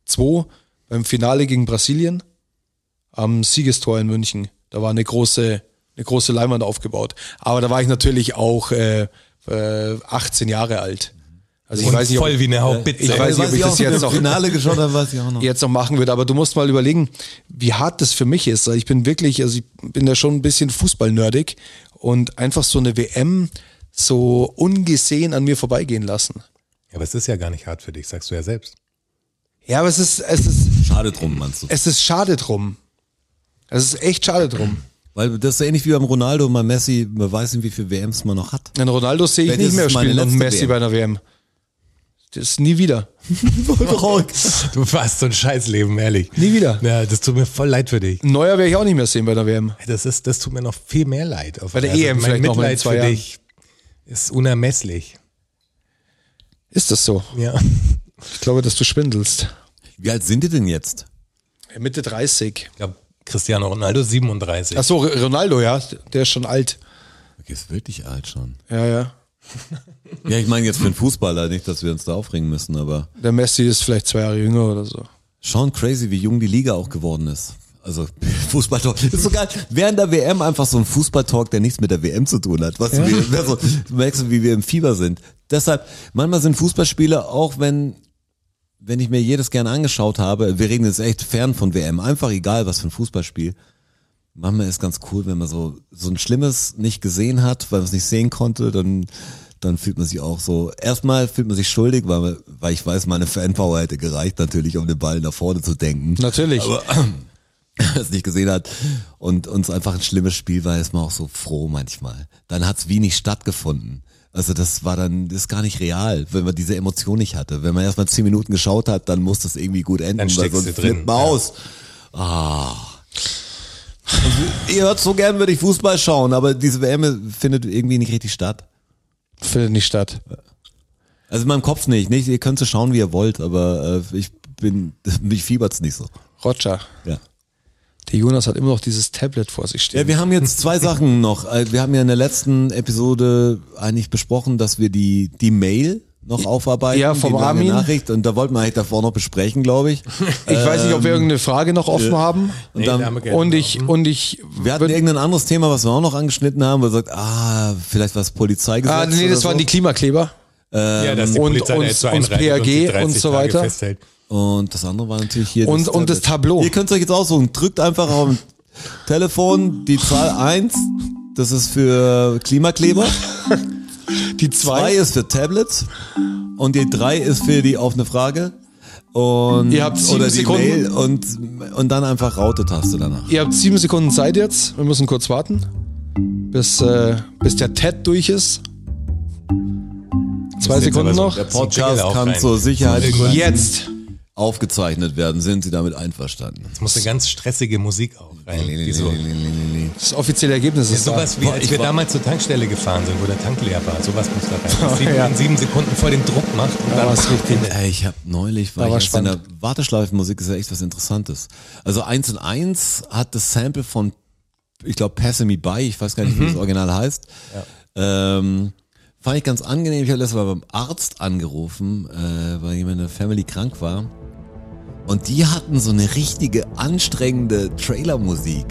S2: 2002 beim Finale gegen Brasilien am Siegestor in München. Da war eine große, eine große Leinwand aufgebaut. Aber da war ich natürlich auch äh, äh, 18 Jahre alt. Also ich
S4: Und
S2: weiß nicht,
S4: voll
S2: ob,
S4: wie eine Hauptbitze.
S2: Ich weiß nicht, ob ich
S3: auch,
S2: das jetzt noch
S3: Finale geschaut habe, weiß ich auch noch.
S2: jetzt noch machen würde. Aber du musst mal überlegen, wie hart das für mich ist. Ich bin wirklich, also ich bin da schon ein bisschen fußballnerdig und einfach so eine WM so ungesehen an mir vorbeigehen lassen.
S4: Ja, aber es ist ja gar nicht hart für dich, sagst du ja selbst.
S2: Ja, aber es ist, es ist,
S3: Schade drum, meinst du?
S2: es ist schade drum. Es ist echt schade drum.
S3: Weil das ist ja ähnlich wie beim Ronaldo und beim Messi. Man weiß nicht, wie viele WMs man noch hat.
S2: Ein Ronaldo sehe ich
S3: Wenn
S2: nicht
S3: das
S2: mehr
S3: ist meine
S2: spielen und
S3: letzte
S2: Messi
S3: WM.
S2: bei einer WM. Das ist nie wieder.
S4: <laughs> Du warst so ein Scheißleben, ehrlich.
S2: Nie wieder.
S4: Ja, das tut mir voll leid für dich.
S2: Ein Neuer werde ich auch nicht mehr sehen bei der WM.
S4: Das, ist, das tut mir noch viel mehr leid. Auf
S2: Bei der
S4: also
S2: EM
S4: mein
S2: vielleicht noch mal in
S4: Mitleid
S2: zwei
S4: für
S2: Jahren.
S4: dich ist unermesslich.
S2: Ist das so?
S4: Ja.
S2: Ich glaube, dass du schwindelst.
S3: Wie alt sind die denn jetzt?
S2: Mitte 30.
S4: Ich glaube, Cristiano Ronaldo 37.
S2: Achso, Ronaldo, ja, der ist schon alt.
S3: Okay, ist wirklich alt schon.
S2: Ja, ja.
S3: Ja, ich meine jetzt für einen Fußballer nicht, dass wir uns da aufregen müssen, aber
S2: Der Messi ist vielleicht zwei Jahre jünger oder so.
S3: schon crazy, wie jung die Liga auch geworden ist. Also <laughs> Fußballtalk. Das ist so geil. Während der WM einfach so ein Fußballtalk, der nichts mit der WM zu tun hat. Was wir, wer so, merkst du, wie wir im Fieber sind. Deshalb, manchmal sind Fußballspiele, auch wenn, wenn ich mir jedes gern angeschaut habe, wir reden jetzt echt fern von WM, einfach egal was für ein Fußballspiel. Manchmal ist ganz cool, wenn man so, so ein Schlimmes nicht gesehen hat, weil man es nicht sehen konnte, dann, dann fühlt man sich auch so, erstmal fühlt man sich schuldig, weil, man- weil ich weiß, meine Fanpower hätte gereicht natürlich, um den Ball nach vorne zu denken
S2: Natürlich.
S3: <laughs> es nicht gesehen hat und uns einfach ein schlimmes Spiel war, ist man auch so froh manchmal. Dann hat's wie nicht stattgefunden. Also das war dann, das ist gar nicht real, wenn man diese Emotion nicht hatte. Wenn man erstmal zehn Minuten geschaut hat, dann muss das irgendwie gut enden,
S4: Dann
S3: weil
S4: steckst
S3: sonst
S4: du drin,
S3: flippt man
S4: ja.
S3: aus. Ah. Ihr hört so gern, würde ich Fußball schauen, aber diese WM findet irgendwie nicht richtig statt.
S2: Findet nicht statt.
S3: Also in meinem Kopf nicht, nicht? Ihr könnt so schauen, wie ihr wollt, aber äh, ich bin, <laughs> mich fiebert's nicht so.
S2: Roger.
S3: Ja.
S2: Der Jonas hat immer noch dieses Tablet vor sich
S3: Ja,
S2: stehen.
S3: wir haben jetzt
S2: <laughs>
S3: zwei Sachen noch. Äh, Wir haben ja in der letzten Episode eigentlich besprochen, dass wir die, die Mail noch aufarbeiten.
S2: Ja, vom
S3: die lange
S2: Armin.
S3: Nachricht. Und da wollten wir eigentlich davor noch besprechen,
S2: <laughs>
S3: glaube ich.
S2: ich weiß nicht, ob wir
S3: Ähm,
S2: irgendeine Frage noch offen haben.
S3: Und dann,
S4: da haben wir gerne
S2: Und ich, und ich,
S3: wir hatten irgendein anderes Thema, was wir auch noch angeschnitten haben, wo wir gesagt, ah, vielleicht was Polizeigesetz.
S2: ah, nee,
S3: oder
S2: das waren
S3: so.
S2: die Klimakleber.
S4: ja, dass die
S2: und
S4: Polizei da
S2: uns-
S4: jetzt so
S2: uns
S4: einreitet und
S2: PRG
S4: sie 30
S2: und so
S4: Tage
S2: weiter.
S4: Festhält.
S3: Und das andere war natürlich hier
S2: Und- und das Tableau.
S3: Ihr könnt euch jetzt aussuchen. Drückt einfach auf dem Telefon die Zahl eins. Das ist für Klimakleber.
S2: Die
S3: Zwei
S2: zwei.
S3: ist für Tablets und die drei ist für die offene Frage. Und
S2: Ihr habt sieben
S3: oder die
S2: Sekunden.
S3: Mail und, und dann einfach Raute-Taste danach.
S2: Ihr habt sieben Sekunden Zeit jetzt. Wir müssen kurz warten, bis, äh, bis der Ted durch ist. Zwei
S4: Müssen jetzt aber
S2: Sekunden
S4: so-
S2: noch.
S4: der Jingle
S3: Podcast
S4: auch
S3: kann
S4: rein.
S3: zur Sicherheit
S2: Jetzt.
S3: aufgezeichnet werden. Sind Sie damit einverstanden?
S4: Es muss eine ganz stressige Musik auch rein. die so,
S2: Das offizielle Ergebnis ist da.
S4: Sowas wie, als wir damals zur Tankstelle gefahren sind, wo der Tank leer war. Sowas muss da rein. Dass die
S2: <laughs> Ja.
S4: in sieben Sekunden vor dem Druck macht und
S2: Da
S4: dann
S2: war's richtig.
S3: Ey, ich habe neulich,
S2: Da
S3: war
S2: war
S3: ich erst in der Warteschleifenmusik ist ja echt was Interessantes. Also 1 und 1 hat das Sample von, ich glaube, Pass Me By, ich weiß gar nicht, wie
S2: Mhm.
S3: das Original heißt. Ähm, fand ich ganz angenehm. Ich habe letztes Mal beim Arzt angerufen, äh, weil jemand in der Family krank war. Und die hatten so eine richtige anstrengende Trailermusik.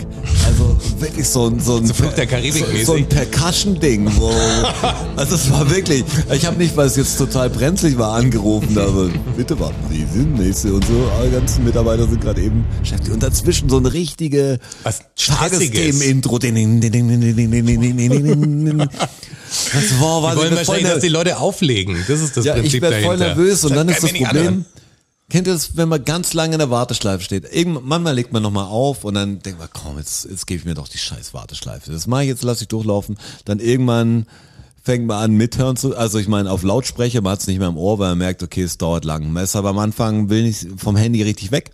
S3: Also <laughs> wirklich so ein so ein
S4: So Fluch der Karibik
S3: so, so ein Percussion Ding. Wo,
S4: <laughs>
S3: also es war wirklich. Ich habe nicht, weil es jetzt total brenzlig war, angerufen, aber bitte warten Sie, Sie sind nächste und so. Alle ganzen Mitarbeiter sind gerade eben beschäftigt. Und dazwischen so eine richtige
S4: was Stressiges.
S3: Tagesthemen-Intro. Din, din, din, din, din, din, din, din, din, din, din. Das war, war
S4: Die wollen
S3: Also ich bin voll
S4: wahrscheinlich,
S3: ner-
S4: dass die Leute auflegen. Das ist das
S3: ja,
S4: Prinzip
S3: ich werde voll
S4: dahinter.
S3: nervös und
S4: Sag,
S3: dann
S4: kann
S3: ist das
S4: mir nicht
S3: Problem.
S4: anhören.
S3: Kennt ihr das, wenn man ganz lange in der Warteschleife steht? Irgendwann, manchmal legt man nochmal auf und dann denkt man, komm, jetzt, jetzt gebe ich mir doch die scheiß Warteschleife. Das mache ich jetzt, lasse ich durchlaufen. Dann irgendwann fängt man an, mithören zu. Also ich meine, auf Lautsprecher, man hat es nicht mehr im Ohr, weil man merkt, okay, es dauert lang. Man ist aber am Anfang will nicht vom Handy richtig weg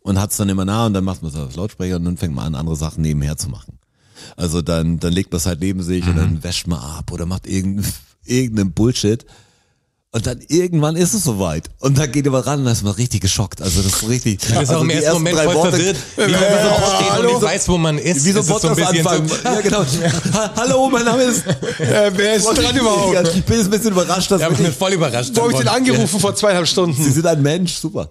S3: und hat es dann immer nah und dann macht man es auf Lautsprecher und dann fängt man an, andere Sachen nebenher zu machen. Also dann, dann legt man es halt neben sich und
S4: Mhm.
S3: dann wäscht man ab oder macht irgendeinen <laughs> irgendeinen Bullshit. Und dann irgendwann ist es soweit. Und dann geht immer ran und dann ist man richtig geschockt. Also das ist richtig.
S4: Das ist
S3: also
S4: auch im
S3: die
S4: ersten
S3: ersten
S4: Moment
S3: drei
S4: voll
S3: Worte- <laughs>
S4: verwirrt. Wie man so aufsteht und nicht weiß, wo man ist.
S3: Wie so
S4: Es
S3: ein
S4: ist so ein
S3: Podcast
S4: bisschen
S3: anfangen.
S4: so.
S3: Ja,
S4: <laughs>
S3: genau. Ha- Hallo, mein Name ist...
S2: Äh, wer ist dran überhaupt?
S3: Ich bin jetzt ein bisschen überrascht, dass
S4: Da bin ich
S3: wirklich-
S4: voll überrascht.
S2: Wo habe ich den
S4: davon.
S2: angerufen vor zweieinhalb
S3: Sie
S2: Stunden?
S3: sind ein Mensch, super.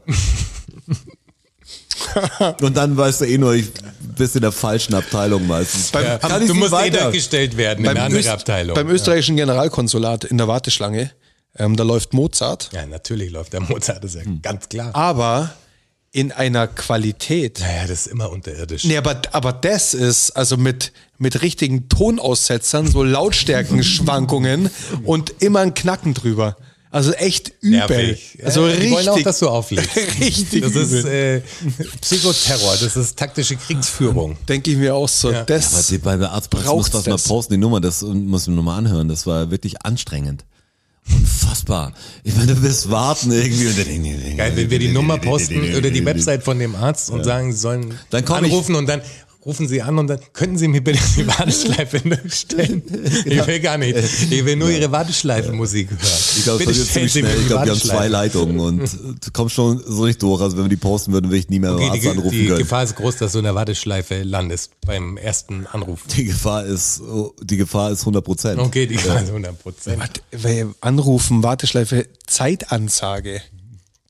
S3: Und dann weißt du eh nur, ich bist in der falschen Abteilung meistens.
S2: Beim-
S3: Kann ich
S4: Du
S3: nicht
S4: musst eh
S3: weiter?
S4: dargestellt werden in eine andere
S2: Öst-
S4: Abteilung.
S2: beim österreichischen Generalkonsulat in der Warteschlange, ähm, da läuft Mozart,
S4: Ja, natürlich läuft der Mozart, das ist ja
S3: Hm.
S4: ganz
S3: Ah.
S4: klar.
S2: aber in einer Qualität.
S4: Naja, das ist immer unterirdisch.
S2: Nee, aber, aber das ist, also mit, mit richtigen Tonaussetzern, so
S4: <laughs>
S2: Lautstärkenschwankungen und immer ein Knacken drüber. Also echt übel.
S4: Nervig. Ja,
S2: Also
S4: ja, die wollen auch,
S2: richtig.
S4: dass
S3: <laughs>
S4: du auflegst.
S2: richtig.
S4: Das ist
S2: übel.
S4: äh, Psychoterror, das ist taktische Kriegsführung.
S2: Denke ich mir auch so.
S4: Ja.
S3: Aber
S2: Das,
S3: die- bei der Arztpraxis
S2: Braucht's
S3: muss das mal
S2: das?
S3: posten, die Nummer, das muss ich mir nochmal anhören. Das war wirklich anstrengend. Unfassbar. Ich meine, du bist warten irgendwie. Und <laughs>
S4: Geil, wenn wir die Nummer posten oder die Website von dem Arzt und sagen, sie sollen
S3: Dann komm ich.
S4: anrufen und dann rufen Sie an und dann könnten Sie mir bitte die Warteschleife <laughs> stellen.
S3: <laughs>
S4: Ich will gar nicht. Ich will nur Ihre Warteschleifenmusik hören.
S3: Ich glaube, es
S4: bitte
S3: wird ziemlich schnell. Ich glaube, wir haben zwei Leitungen und du kommst schon so nicht durch. Also wenn wir die posten würden, würde ich nie mehr okay,
S4: Okay,
S3: Arzt
S4: die,
S3: anrufen
S4: die
S3: können.
S4: Gefahr ist groß, dass du in der Warteschleife landest beim ersten Anruf.
S3: die Gefahr ist, oh, die Gefahr ist 100 Prozent.
S4: Okay, die Gefahr ist 100 Prozent.
S2: Wart- weil Anrufen, Warteschleife, Zeitansage.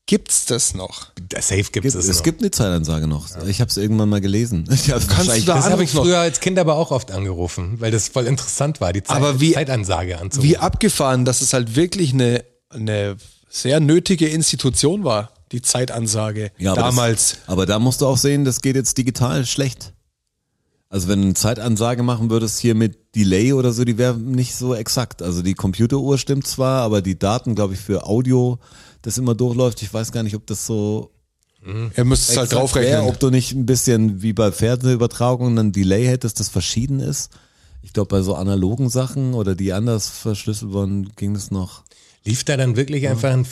S2: Gibt's das noch?
S4: Safe gibt
S3: Es,
S4: es noch.
S3: gibt eine Zeitansage noch. Ich habe es irgendwann mal gelesen. <laughs> Ich hab's wahrscheinlich-
S2: da
S4: das habe ich
S2: anrufen noch?
S4: früher als Kind aber auch oft angerufen, weil das voll interessant war, die Zeit,
S2: Aber wie-
S4: Zeitansage anzurufen.
S2: Wie abgefahren, dass es halt wirklich eine, eine sehr nötige Institution war, die Zeitansage
S3: Ja, aber
S2: damals.
S3: Das, aber da musst du auch sehen, das geht jetzt digital schlecht. Also wenn du eine Zeitansage machen würdest hier mit Delay oder so, die wäre nicht so exakt. Also die Computeruhr stimmt zwar, aber die Daten, glaube ich, für Audio, das immer durchläuft, ich weiß gar nicht, ob das so
S2: Ihr müsst es halt
S3: exakt wär,
S2: draufrechnen.
S3: ob du nicht ein bisschen wie bei Fernsehübertragungen einen Delay hättest, das verschieden ist. Ich glaube, bei so analogen Sachen oder die anders verschlüsselt wurden, ging das noch.
S4: Lief da dann wirklich einfach ein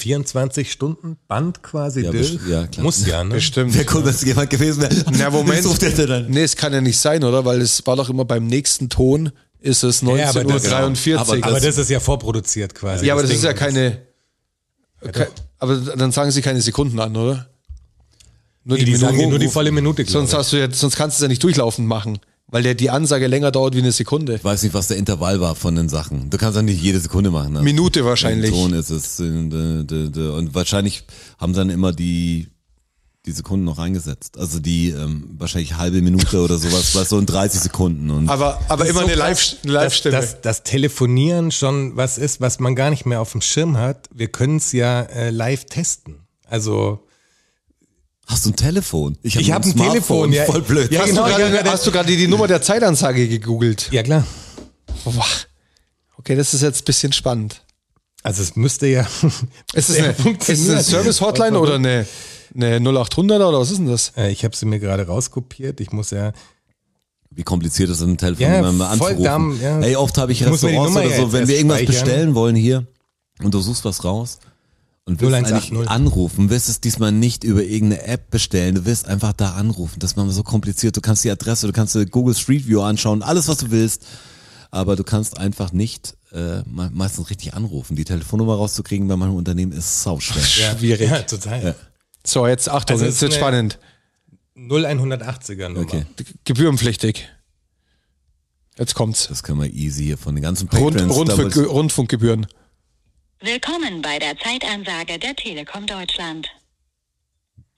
S4: 24-Stunden-Band quasi
S3: Ja,
S4: durch?
S3: best- ja, klar.
S4: Muss ja, ne?
S2: Bestimmt.
S3: Wäre cool, wenn es jemand gewesen wäre.
S2: Na, Moment.
S3: Sucht hätte dann.
S2: Nee, es kann ja nicht sein, oder? Weil es war doch immer beim nächsten Ton ist es
S4: Ja, aber
S2: 19.43 Uhr.
S4: das-
S3: aber-
S4: Aber das ist ja vorproduziert quasi.
S2: ja, aber das ist ja
S4: Ding-
S2: keine. kei- aber dann sagen sie keine Sekunden an, oder? Nur
S4: Nee, die sagen dir
S2: Minuten.
S4: nur die volle Minute, glaub
S2: Sonst,
S4: ich.
S2: hast du jetzt, sonst kannst du es ja nicht durchlaufend machen, weil der, die Ansage länger dauert wie eine Sekunde.
S3: Ich weiß nicht, was der Intervall war von den Sachen. Du kannst ja nicht jede Sekunde machen. Also
S2: Minute wahrscheinlich.
S3: Im Ton ist es. äh, d- d- d- Und wahrscheinlich haben dann immer die, die Sekunden noch reingesetzt. Also die ähm, wahrscheinlich halbe Minute oder sowas, was so in 30 Sekunden. Und
S2: Aber, aber
S4: Das ist
S2: immer
S4: so
S2: eine
S4: krass,
S2: Live- eine Live-Stimme.
S4: Dass, dass, dass Telefonieren schon was ist, was man gar nicht mehr auf dem Schirm hat. Wir können es ja äh, live testen. Also
S3: hast du ein Telefon? hab
S4: Ich
S3: nur
S4: hab ein
S3: Smartphone.
S4: Telefon, ja.
S3: Voll blöd.
S4: Ja,
S2: hast,
S4: genau,
S2: du
S4: ich hab
S2: gerade,
S4: gerade-
S2: hast du gerade die Nummer der Zeitansage gegoogelt?
S4: ja klar.
S2: Boah. Okay, das ist jetzt ein bisschen spannend.
S4: Also es müsste ja. <laughs>
S2: Ist es
S4: Ja,
S2: eine, ist
S4: funktioniert.
S2: es eine Service-Hotline oder eine, eine 0800er oder was ist denn das?
S4: Äh, ich habe sie mir gerade rauskopiert. Ich muss ja.
S3: Wie kompliziert ist das ein Telefon,
S4: Ja,
S3: wenn man
S4: voll
S3: anzurufen?
S4: dumm, ja.
S3: Hey, oft habe ich
S4: Ich muss mir die
S3: Restaurants
S4: Nummer
S3: oder
S4: ja
S3: so,
S4: jetzt
S3: wenn
S4: erst
S3: wir irgendwas
S4: speichern.
S3: bestellen wollen hier und du suchst was raus und willst eigentlich
S4: 0180.
S3: anrufen, willst es diesmal nicht über irgendeine App bestellen, du willst einfach da anrufen. Das ist manchmal so kompliziert. Du kannst die Adresse, du kannst dir Google Street View anschauen, alles was du willst, aber du kannst einfach nicht äh, me- meistens richtig anrufen. Die Telefonnummer rauszukriegen bei manchen Unternehmen ist sauschwer.
S4: ja
S2: Schwierig.
S4: Ja, total.
S2: So, jetzt Achtung,
S4: Also es
S2: jetzt
S4: ist
S2: wird
S4: eine-
S2: spannend.
S4: 0180er Nummer.
S3: Okay.
S2: Gebührenpflichtig. Jetzt kommt's.
S3: Das können wir easy hier von den ganzen
S2: Rund,
S3: Patrons
S2: Rundfunk,
S3: damals-
S2: Rundfunkgebühren.
S5: Willkommen bei der Zeitansage der Telekom Deutschland.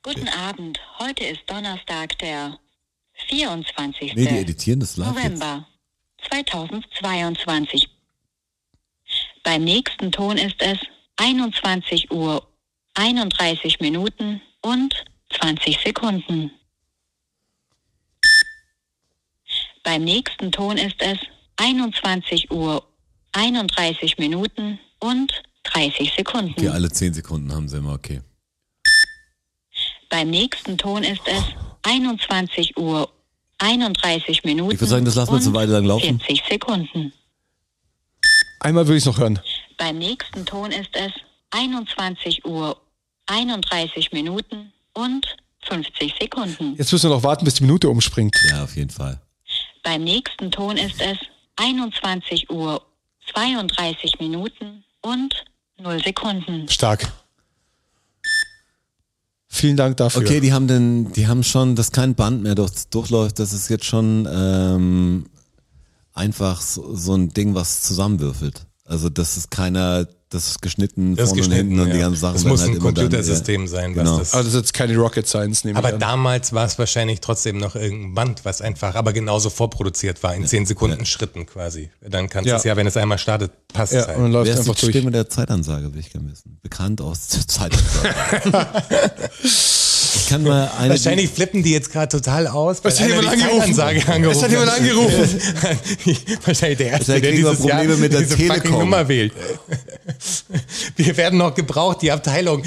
S5: Guten Abend, heute ist Donnerstag, der 24.
S3: Nee, die editieren das live jetzt.
S5: November 2022. Beim nächsten Ton ist es 21 Uhr 31 Minuten und 20 Sekunden. Beim nächsten Ton ist es 21 Uhr 31 Minuten und 30 Sekunden.
S3: Okay, also- alle 10 Sekunden haben sie immer okay.
S5: Beim nächsten Ton ist es 21 Uhr 31 Minuten.
S3: Ich würd sagen, das lassen wir jetzt eine
S5: und
S3: Weile lang laufen.
S5: 40 Sekunden.
S2: Einmal will ich noch hören.
S5: Beim nächsten Ton ist es 21 Uhr 31 Minuten und 50 Sekunden.
S2: Jetzt müssen wir noch warten, bis die Minute umspringt.
S3: Ja, auf jeden Fall.
S5: Beim nächsten Ton ist es 21 Uhr 32 Minuten und 0 Sekunden.
S2: Stark. Vielen Dank dafür.
S3: Okay, die haben den, die haben schon, dass kein Band mehr durch, durchläuft, das ist jetzt schon ähm, einfach so, so ein Ding, was zusammenwürfelt. Also das ist keiner, das ist geschnitten
S4: Das ist
S3: vorne und
S4: geschnitten.
S3: hinten und die
S4: ja.
S3: ganzen Sachen
S4: das
S3: werden
S4: muss
S3: halt
S4: ein
S3: immer dann,
S4: Computersystem sein, was
S3: genau.
S4: das.
S2: Aber Also das ist jetzt keine Rocket Science, nehme
S4: Aber
S2: ich an.
S4: damals war es wahrscheinlich trotzdem noch irgendein Band, was einfach aber genauso vorproduziert war, in zehn Sekunden Schritten quasi. Dann kannst du
S2: Ja.
S4: es ja, wenn es einmal startet, passt es
S2: ja, und dann
S4: halt.
S3: Ja.
S2: läuft
S3: Wer ist
S2: einfach
S3: die
S2: durch.
S3: Stimme der Zeitansage, will ich gerne wissen. Bekannt aus der Zeitansage.
S4: <laughs>
S3: ich kann mal eine...
S4: Wahrscheinlich flippen die jetzt gerade total aus. weil
S2: Es hat
S4: einer
S2: jemand
S4: die
S2: angerufen.
S4: Zeitansage angerufen
S2: Es hat jemand angerufen.
S4: <laughs> wahrscheinlich der Erste,
S3: Da
S4: der
S3: kriegen wir
S4: dieses
S3: Probleme
S4: Jahr
S3: mit der
S4: diese fucking
S3: Telekom.
S4: Nummer wählt. Wir werden noch gebraucht, die Abteilung.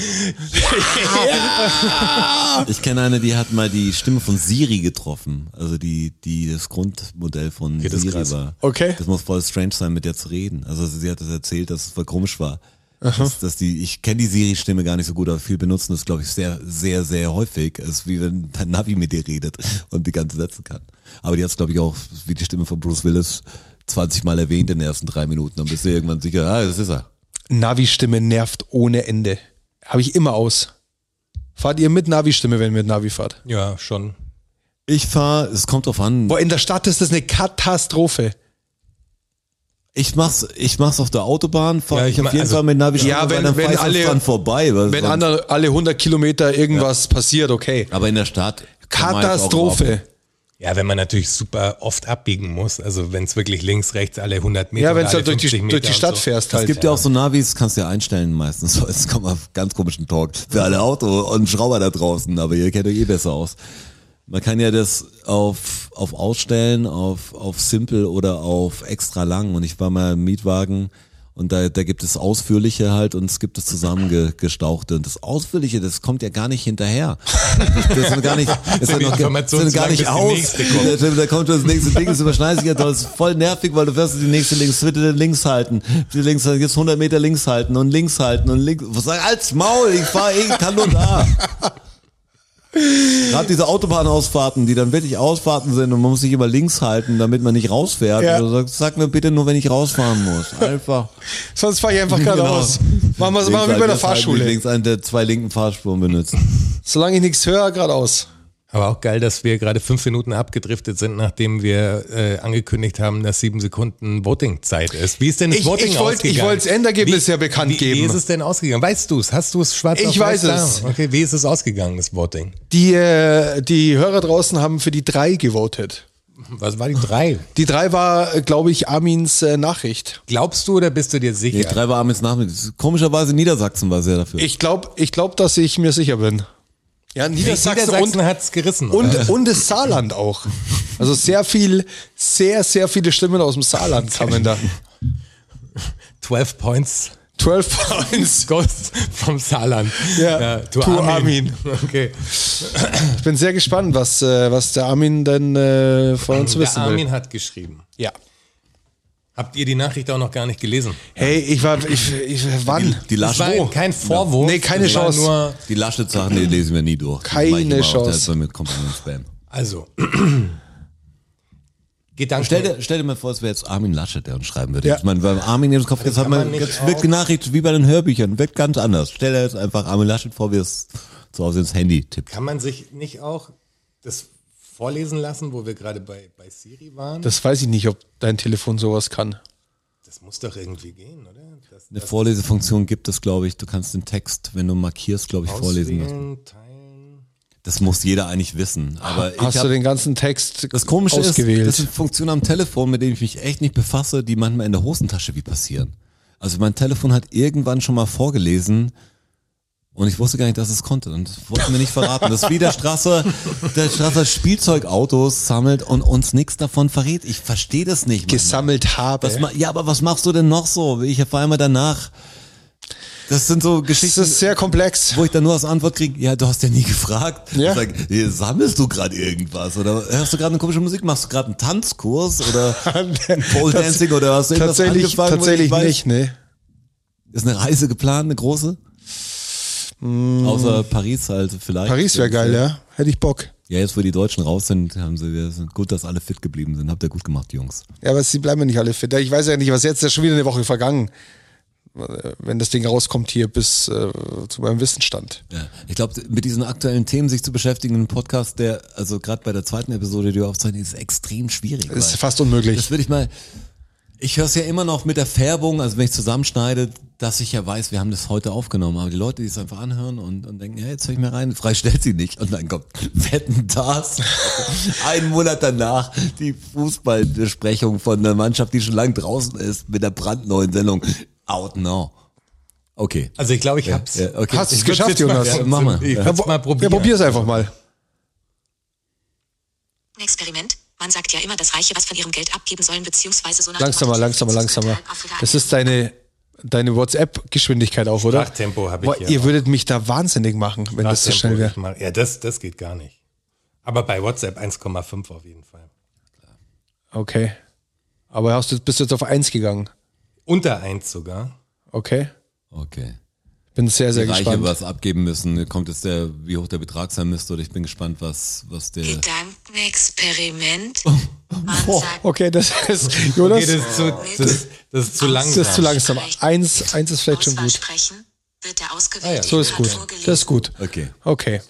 S3: Ich kenne eine, die hat mal die Stimme von Siri getroffen. Also die, die das Grundmodell von
S4: das ist
S3: Siri
S4: krass.
S3: war.
S2: Okay.
S3: Das muss voll strange sein, mit der zu reden. Also sie hat das erzählt, dass es voll komisch war. Dass, dass die, ich kenne die Siri-Stimme gar nicht so gut, aber viel benutzen das, glaube ich, sehr, sehr, sehr häufig. Es ist wie wenn dein Navi mit dir redet <laughs> und die ganzen Sätze kann. Aber die hat glaube ich, auch, wie die Stimme von Bruce Willis, 20 Mal erwähnt in den ersten drei Minuten. Dann bist du irgendwann sicher, ah, das ist er.
S2: Navi-Stimme nervt ohne Ende. Habe ich immer aus. Fahrt ihr mit Navi-Stimme, wenn ihr mit Navi fahrt?
S4: Ja, schon.
S3: Ich fahre, es kommt drauf an.
S2: Boah, in der Stadt ist das eine Katastrophe.
S3: Ich mach's, ich mach's auf der Autobahn, fahre
S4: Ja,
S3: ich,
S4: ich
S3: auf
S4: mein,
S3: jeden
S4: also-
S3: Fall mit Navi
S2: Ja,
S3: weil
S2: wenn-
S3: dann
S2: wenn
S3: fahr ich auch
S2: alle-
S3: dran vorbei. weil
S2: Wenn
S3: sonst-
S2: andere, alle 100 Kilometer irgendwas passiert, okay.
S3: aber in der Stadt. kann man jetzt auch überhaupt-
S2: Katastrophe.
S4: Ja, wenn man natürlich super oft abbiegen muss, also wenn es wirklich links, rechts alle 100 Meter
S2: Ja, wenn du
S4: oder alle
S2: halt durch
S4: 50
S2: die,
S4: Meter
S2: durch die
S4: und
S2: Stadt
S4: so.
S2: fährst
S3: Es
S2: halt.
S3: gibt ja auch so Navis, kannst du ja einstellen meistens. <laughs> So, Jetzt kommt mal ganz komischen Talk. Für alle Auto und Schrauber da draußen, aber ihr kennt euch eh besser aus. Man kann ja das auf, auf ausstellen, auf, auf simple oder auf extra lang. Und ich war mal im Mietwagen und da, da gibt es ausführliche halt und es gibt das zusammengestauchte. Und das ausführliche, das kommt ja gar nicht hinterher. Das sind gar nicht, das sind
S4: die
S3: noch, das
S4: Information
S3: sind
S4: zu
S3: gar
S4: lang,
S3: nicht
S4: bis die
S3: aus.
S4: nächste kommt.
S3: Da, da kommt das nächste Ding, das überschneidet sich ja toll. Das ist voll nervig, weil du fährst die nächste links, bitte den links halten, bitte links halten, jetzt 100 Meter links halten und links halten und links. Was sag als Maul, ich fahr, ich kann nur da. Gerade diese Autobahnausfahrten, die dann wirklich Ausfahrten sind und man muss sich immer links halten, damit man nicht rausfährt.
S2: Ja.
S3: Also sag, sag mir bitte nur, wenn ich rausfahren muss.
S2: <laughs>
S3: Einfach.
S2: Sonst fahre ich einfach geradeaus. Genau. Machen wir es
S3: Genau. Links
S2: mal wie bei der
S3: halten, jetzt halten,
S2: Fahrschule.
S3: Links einen der zwei linken Fahrspuren benutzen.
S2: Solange ich nichts höre, geradeaus.
S4: Aber auch geil, dass wir gerade fünf Minuten abgedriftet sind, nachdem wir äh, angekündigt haben, dass sieben Sekunden Voting-Zeit ist. Wie ist denn das
S2: Ich-
S4: Voting
S2: ich wollt- ich
S4: ausgegangen?
S2: wollt's Endergebnis
S4: Wie-
S2: ja bekannt
S4: wie, Wie
S2: geben.
S4: ist es denn ausgegangen? Weißt du es? Hast du es schwarz
S2: Ich
S4: auf
S2: weiß
S4: weiß da?
S2: es.
S4: Okay, wie ist es ausgegangen, das Voting?
S2: Die, äh, die Hörer draußen haben für die drei gewotet.
S4: Was war die drei?
S2: Die drei war, glaube ich, Armins äh, Nachricht.
S4: Glaubst du oder bist du dir
S3: Die
S4: sicher?
S3: drei waren abends nachmittags. Komischerweise Niedersachsen war sehr dafür.
S2: Ich glaube, ich glaub, dass ich mir sicher bin. Ja, Niedersachsen,
S4: Niedersachsen hat es gerissen.
S2: und,
S4: oder?
S2: und, und das Saarland auch. Also sehr viel, sehr, sehr viele Stimmen aus dem Saarland kamen da.
S4: 12 Points
S2: 12
S4: <laughs>
S2: Points.
S4: Ghost vom Saarland.
S2: Ja,
S4: to,
S2: to
S4: Armin. Okay.
S2: Ich bin sehr gespannt, was, äh, was der Armin denn äh, von uns
S4: Der
S2: wissen will.
S4: Armin hat geschrieben.
S2: Ja.
S4: Habt ihr die Nachricht auch noch gar nicht gelesen?
S2: Hey, ich war, ich, ich wann?
S3: Die
S4: Das
S3: Lasch,
S4: war kein Vorwurf.
S2: Nee, keine
S4: das war
S2: Chance.
S4: Nur,
S3: die Laschet-Sachen, die lesen wir nie durch. Die
S2: Keine
S3: mach ich immer auf der-
S2: Chance.
S3: Damit kommt man in den Spam.
S4: also. <clears throat> Gedanken.
S3: Stell dir, stell dir mal vor, es wäre jetzt Armin Laschet, der uns schreiben würde.
S2: Ja.
S3: Ich meine, beim Armin im Kopf, jetzt, hat
S4: kann
S3: man,
S4: man nicht
S3: jetzt wird die Nachricht wie bei den Hörbüchern, wird ganz anders. Stell dir jetzt einfach Armin Laschet vor, wie er es zu Hause ins Handy tippt.
S4: Kann man sich nicht auch das vorlesen lassen, wo wir gerade bei, bei Siri waren? Das,
S2: Das weiß ich nicht, ob dein Telefon sowas kann.
S4: muss doch irgendwie gehen, oder? Das,
S3: Eine Vorlesefunktion gibt es, glaube ich. Du kannst den Text, wenn du markierst, glaube ich, vorlesen lassen.
S4: auswählen, teilen.
S3: Das muss jeder eigentlich wissen. Aber ich
S2: Hast
S3: hab-
S2: du den ganzen Text
S3: Das Komische
S2: ausgewählt?
S3: ist, das sind Funktionen am Telefon, mit denen ich mich echt nicht befasse, die manchmal in der Hosentasche wie passieren. Also mein Telefon hat irgendwann schon mal vorgelesen und ich wusste gar nicht, dass es konnte. Und das wollten wir nicht verraten. Das ist wie der Straße, der Straße Spielzeugautos sammelt und uns nichts davon verrät. Ich verstehe das nicht. manchmal.
S2: gesammelt habe.
S3: Was ma ja, aber was machst du denn noch so? Ich erfahre immer danach. Das sind so
S2: Das
S3: Geschichten
S2: ist sehr komplex.
S3: wo ich dann nur als Antwort kriege, ja, du hast ja nie gefragt.
S2: Ja.
S3: Ich Sag, hier, sammelst du gerade irgendwas oder hörst du gerade eine komische Musik, machst du gerade einen Tanzkurs oder <laughs> Pole Dancing oder hast du irgendwas
S2: Tatsächlich,
S3: angefangen? wo du
S2: tatsächlich
S3: weißt?
S2: nicht, ne?
S3: Ist eine Reise geplant, eine große? Außer Mm. Paris halt vielleicht.
S2: Paris wäre geil, ja. Hätte ich Bock.
S3: Ja, jetzt wo die Deutschen raus sind, haben sie wir sind gut, dass alle fit geblieben sind. Habt ihr gut gemacht, Jungs.
S2: Ja, aber sie bleiben ja nicht alle fit. Ich weiß ja nicht, was jetzt ist ja schon wieder eine Woche vergangen. Äh, Wenn das Ding rauskommt hier bis äh, zu meinem Wissenstand.
S3: Ja. Ich glaube, mit diesen aktuellen Themen sich zu beschäftigen, ein Podcast, der, also gerade bei der zweiten Episode, die wir aufzeichnen, ist extrem schwierig.
S2: Ist
S3: weil-
S2: fast unmöglich.
S3: Das würde ich mal. Ich höre es ja immer noch mit der Färbung, also wenn ich zusammenschneide, dass ich ja weiß, wir haben das heute aufgenommen. Aber die Leute, die es einfach anhören und, und denken, ja, jetzt höre ich mir rein, frei stellt sie nicht. Und dann kommt <laughs> Wetten das. <laughs> Einen Monat danach die Fußballbesprechung von einer Mannschaft, die schon lang draußen ist, mit der brandneuen Sendung. Out now. Okay.
S4: Also ich glaube, ich hab's.
S3: Ja, okay.
S2: Hast du es
S3: Ich würd's
S2: geschafft,
S3: jetzt mal-
S2: Jonas?
S3: Ja, mach mal.
S4: Ich
S2: Ja,
S4: würd's mal probieren.
S2: Ja, probier's einfach mal.
S6: Experiment. Man sagt ja immer, dass Reiche was von ihrem Geld abgeben sollen, beziehungsweise so nach
S2: Langsamer, langsamer, langsamer. Das ist deine, deine WhatsApp-Geschwindigkeit auch, oder?
S4: Sprachtempo hab ich
S2: Boah,
S4: hier
S2: Ihr
S4: auch.
S2: würdet mich da wahnsinnig machen, wenn das so
S4: Tempo,
S2: schnell wäre.
S4: ich mach- Ja, das, das geht gar nicht. Aber bei WhatsApp 1,5 auf jeden Fall.
S2: Okay. Aber hast du, bist du jetzt auf 1 gegangen?
S4: Unter 1 sogar.
S2: Okay.
S3: Okay.
S2: Bin sehr, sehr
S3: Die Reiche
S2: gespannt.
S3: was abgeben müssen. Kommt jetzt der, wie hoch der Betrag sein müsste oder ich bin gespannt, was, was der.
S6: Gedankenexperiment.
S2: Oh, okay, das ist, Jonas,
S4: Okay, das, ist zu, das, das ist zu langsam.
S2: das ist zu langsam. Eins, eins ist vielleicht schon
S6: Auswahl
S2: gut. Ah
S6: sprechen. Wird der ausgewählte
S2: So ist
S6: Inhalt
S2: gut.
S6: vorgelesen.
S2: Das ist gut.
S3: Okay.
S2: Okay.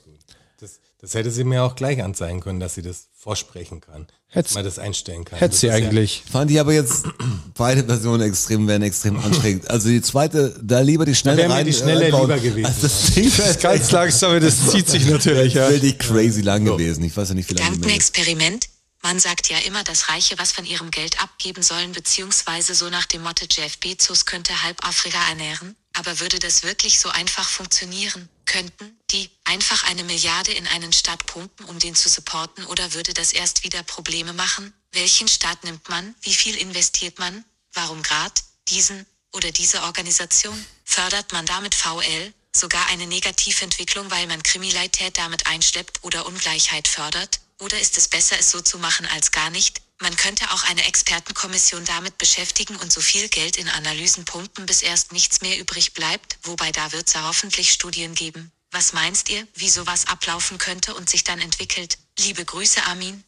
S4: Das, das hätte sie mir auch gleich anzeigen können, dass sie das vorsprechen kann.
S2: Hätt's-
S4: Dass man das einstellen kann.
S2: Hätte
S4: Das
S2: sie
S4: ist ja-
S2: eigentlich.
S3: Fand ich aber jetzt <clears throat> beide Versionen extrem, wären extrem anstrengend. Also die zweite, da lieber die schnelle
S4: Wäre mir
S3: rein.
S4: die schnelle
S3: reinbauen.
S4: lieber gewesen.
S3: Also das
S2: <laughs>
S3: Ding wäre
S2: Ganz langsam, aber das zieht sich natürlich. Ja.
S3: wirklich crazy lang gewesen. Ich weiß ja nicht, wie lange die ist.
S6: Gedankenexperiment. Man sagt ja immer, dass Reiche was von ihrem Geld abgeben sollen, beziehungsweise so nach dem Motto Jeff Bezos könnte halb Afrika ernähren. Aber würde das wirklich so einfach funktionieren? Könnten die einfach eine Milliarde in einen Staat pumpen, um den zu supporten, oder würde das erst wieder Probleme machen? Welchen Staat nimmt man? Wie viel investiert man? Warum grad diesen oder diese Organisation? Fördert man damit VL? sogar eine Negativentwicklung, weil man Kriminalität damit einschleppt oder Ungleichheit fördert? Oder ist es besser, es so zu machen als gar nicht? Man könnte auch eine Expertenkommission damit beschäftigen und so viel Geld in Analysen pumpen, bis erst nichts mehr übrig bleibt, wobei da wird's ja hoffentlich Studien geben. Was meinst ihr, wie sowas ablaufen könnte und sich dann entwickelt? Liebe Grüße, Armin.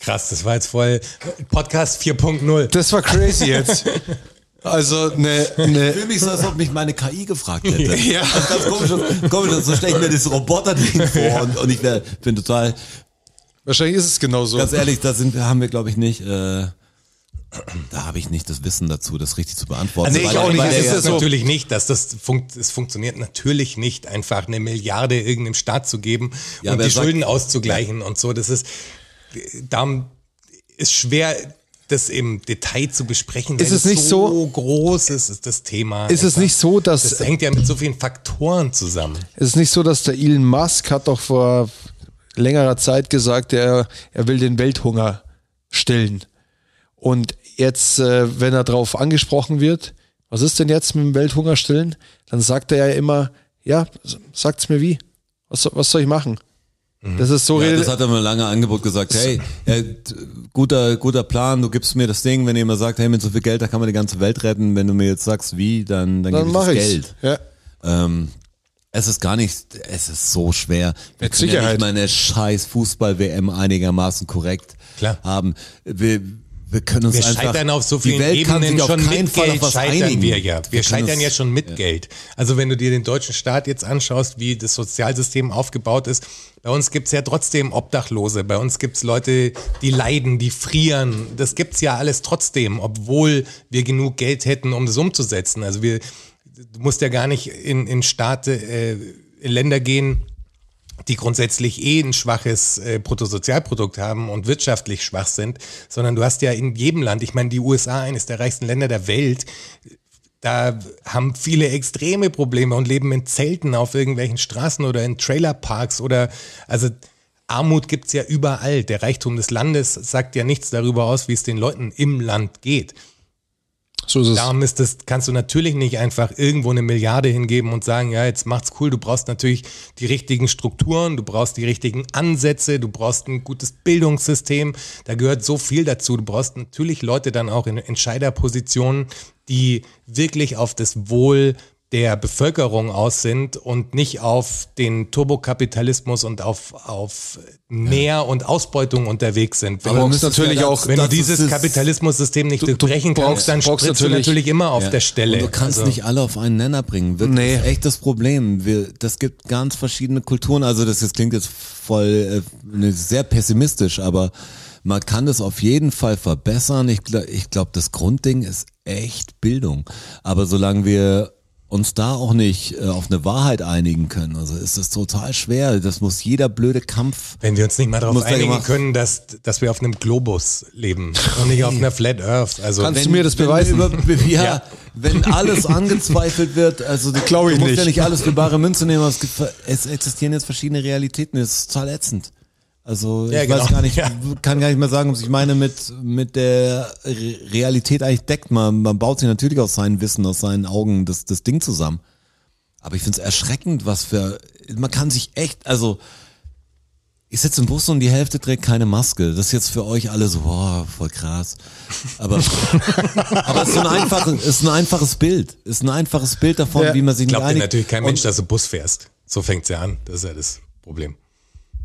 S4: Krass, das war jetzt voll Podcast 4.0.
S2: Das war crazy jetzt. Also eine, eine
S3: Für mich so, als ob mich meine KI gefragt
S2: <laughs>
S3: hätte.
S2: Ja.
S3: Das ist ganz komisch, das- komisch das- so stelle ich mir
S2: <laughs>
S3: das Roboterding vor und, und ich wär, bin total,
S2: wahrscheinlich ist es genauso.
S3: ganz ehrlich, da sind, haben wir glaube ich nicht, äh, <clears throat> da habe ich nicht das Wissen dazu, das richtig zu beantworten.
S4: Also
S2: Nee, ich
S3: Weil-
S2: auch nicht.
S3: weil
S2: Es
S3: der
S4: Das
S2: ist
S4: ist
S3: ja-
S2: ja so-
S4: natürlich nicht, dass das funkt, es funktioniert natürlich nicht, einfach eine Milliarde irgendeinem Staat zu geben
S3: Ja,
S4: und
S3: wer
S4: die
S3: sagt-
S4: Schulden auszugleichen und so. Das ist, darum ist schwer, das im Detail zu besprechen.
S2: Ist
S4: weil
S2: es
S4: das
S2: nicht so-
S4: groß ist, ist das Thema.
S2: Ist es
S4: einfach.
S2: nicht so, dass
S4: Das hängt ja mit so vielen Faktoren zusammen.
S2: Es ist nicht so, dass der Elon Musk hat doch vor längerer Zeit gesagt, er, er will den Welthunger stillen. Und jetzt, äh, wenn er darauf angesprochen wird, was ist denn jetzt mit dem Welthunger stillen? Dann sagt er ja immer, ja, s- sagt's mir wie. Was, so- was soll ich machen? Das ist so
S3: Mhm. Ja,
S2: redet-
S3: das hat er mal lange Angebot gesagt, hey, äh, t- guter, guter Plan, du gibst mir das Ding, wenn jemand sagt, hey, mit so viel Geld, da kann man die ganze Welt retten, wenn du mir jetzt sagst, wie, dann, dann,
S2: dann
S3: gebe ich
S2: mache
S3: das
S2: ich's.
S3: Geld.
S2: Ja.
S3: Ähm, es ist gar nicht, es ist so schwer. Wir
S2: Mit
S3: können ja
S2: Sicherheit.
S3: nicht meine scheiß Fußball-WM einigermaßen korrekt
S4: Klar.
S3: haben. Wir, wir können uns
S4: Wir
S3: einfach,
S4: scheitern auf so vielen
S3: die Welt kann
S4: Ebenen
S3: sich auf
S4: schon
S3: keinen
S4: mit
S3: Fall
S4: Geld
S3: auf was
S4: scheitern
S3: einigen.
S4: wir ja. Wir,
S3: können
S4: scheitern
S3: uns-
S4: ja schon mit Geld. Also wenn du dir den deutschen Staat jetzt anschaust, wie das Sozialsystem aufgebaut ist, bei uns gibt's ja trotzdem Obdachlose, bei uns gibt's Leute, die leiden, die frieren. Das gibt's ja alles trotzdem, obwohl wir genug Geld hätten, um das umzusetzen. Also wir, du musst ja gar nicht in, in Staate, äh, in Länder gehen, die grundsätzlich eh ein schwaches äh, Bruttosozialprodukt haben und wirtschaftlich schwach sind, sondern du hast ja in jedem Land, ich meine, die USA, eines der reichsten Länder der Welt, da haben viele extreme Probleme und leben in Zelten auf irgendwelchen Straßen oder in Trailerparks oder also Armut gibt's ja überall. Der Reichtum des Landes sagt ja nichts darüber aus, wie es den Leuten im Land geht.
S2: So ist es.
S4: Darum ist das, kannst du natürlich nicht einfach irgendwo eine Milliarde hingeben und sagen, ja, jetzt macht's cool. Du brauchst natürlich die richtigen Strukturen, du brauchst die richtigen Ansätze, du brauchst ein gutes Bildungssystem. Da gehört so viel dazu. Du brauchst natürlich Leute dann auch in Entscheiderpositionen, die wirklich auf das Wohl der Bevölkerung aus sind und nicht auf den Turbokapitalismus und auf, auf Mehr und Ausbeutung unterwegs sind. Wenn
S2: Aber
S4: du-
S2: man muss natürlich
S3: ja
S2: auch,
S4: wenn du
S3: Das ist
S4: dieses
S3: das-
S4: Kapitalismussystem nicht
S2: Du- du
S4: durchbrechen
S2: brauchst-
S4: kannst, dann
S2: brauchst
S4: spritzt du
S2: natürlich-
S4: natürlich immer auf
S3: Ja.
S4: der Stelle.
S3: Und du kannst
S4: Also,
S3: nicht alle auf einen Nenner bringen. Wirklich,
S2: Nee.
S3: Das ist echt das Problem. Wir, das gibt ganz verschiedene Kulturen. Also das, das klingt jetzt voll äh, ne, sehr pessimistisch, aber man kann das auf jeden Fall verbessern. Ich, gl- ich glaube, das Grundding ist echt Bildung. Aber solange wir uns da auch nicht äh, auf eine Wahrheit einigen können, also ist das total schwer. Das muss jeder blöde Kampf.
S4: wenn wir uns nicht mal darauf
S3: Muss da
S4: einigen
S3: gemacht-
S4: können, dass, dass wir auf einem Globus leben und nicht auf einer Flat Earth. Also
S2: Kannst du mir das beweisen?
S3: Wenn, über, ja,
S4: Ja.
S3: wenn alles angezweifelt wird, also du,
S2: Glaub ich
S3: du musst ja
S2: nicht.
S3: nicht alles für bare Münze nehmen, aber es, gibt, es existieren jetzt verschiedene Realitäten, das ist total ätzend. Also
S4: Ja,
S3: ich
S4: genau.
S3: weiß gar nicht,
S4: Ja.
S3: kann gar nicht mehr sagen, was ich meine mit, mit der Re- Realität eigentlich deckt. Man, man baut sich natürlich aus seinem Wissen, aus seinen Augen das, das Ding zusammen. Aber ich finde es erschreckend, was für. Man kann sich echt, also Ich sitze im Bus und die Hälfte trägt keine Maske. Das ist jetzt für euch alle so, boah, voll krass. Aber, aber es ist, so ein einfaches, ist ein einfaches Bild. Ist ein einfaches Bild davon,
S2: Ja.
S3: wie man sich nicht
S4: Glaubt dir
S3: einigt.
S4: natürlich kein
S3: Und
S4: Mensch, dass du Bus fährst. So fängt's ja an. Das ist ja das Problem.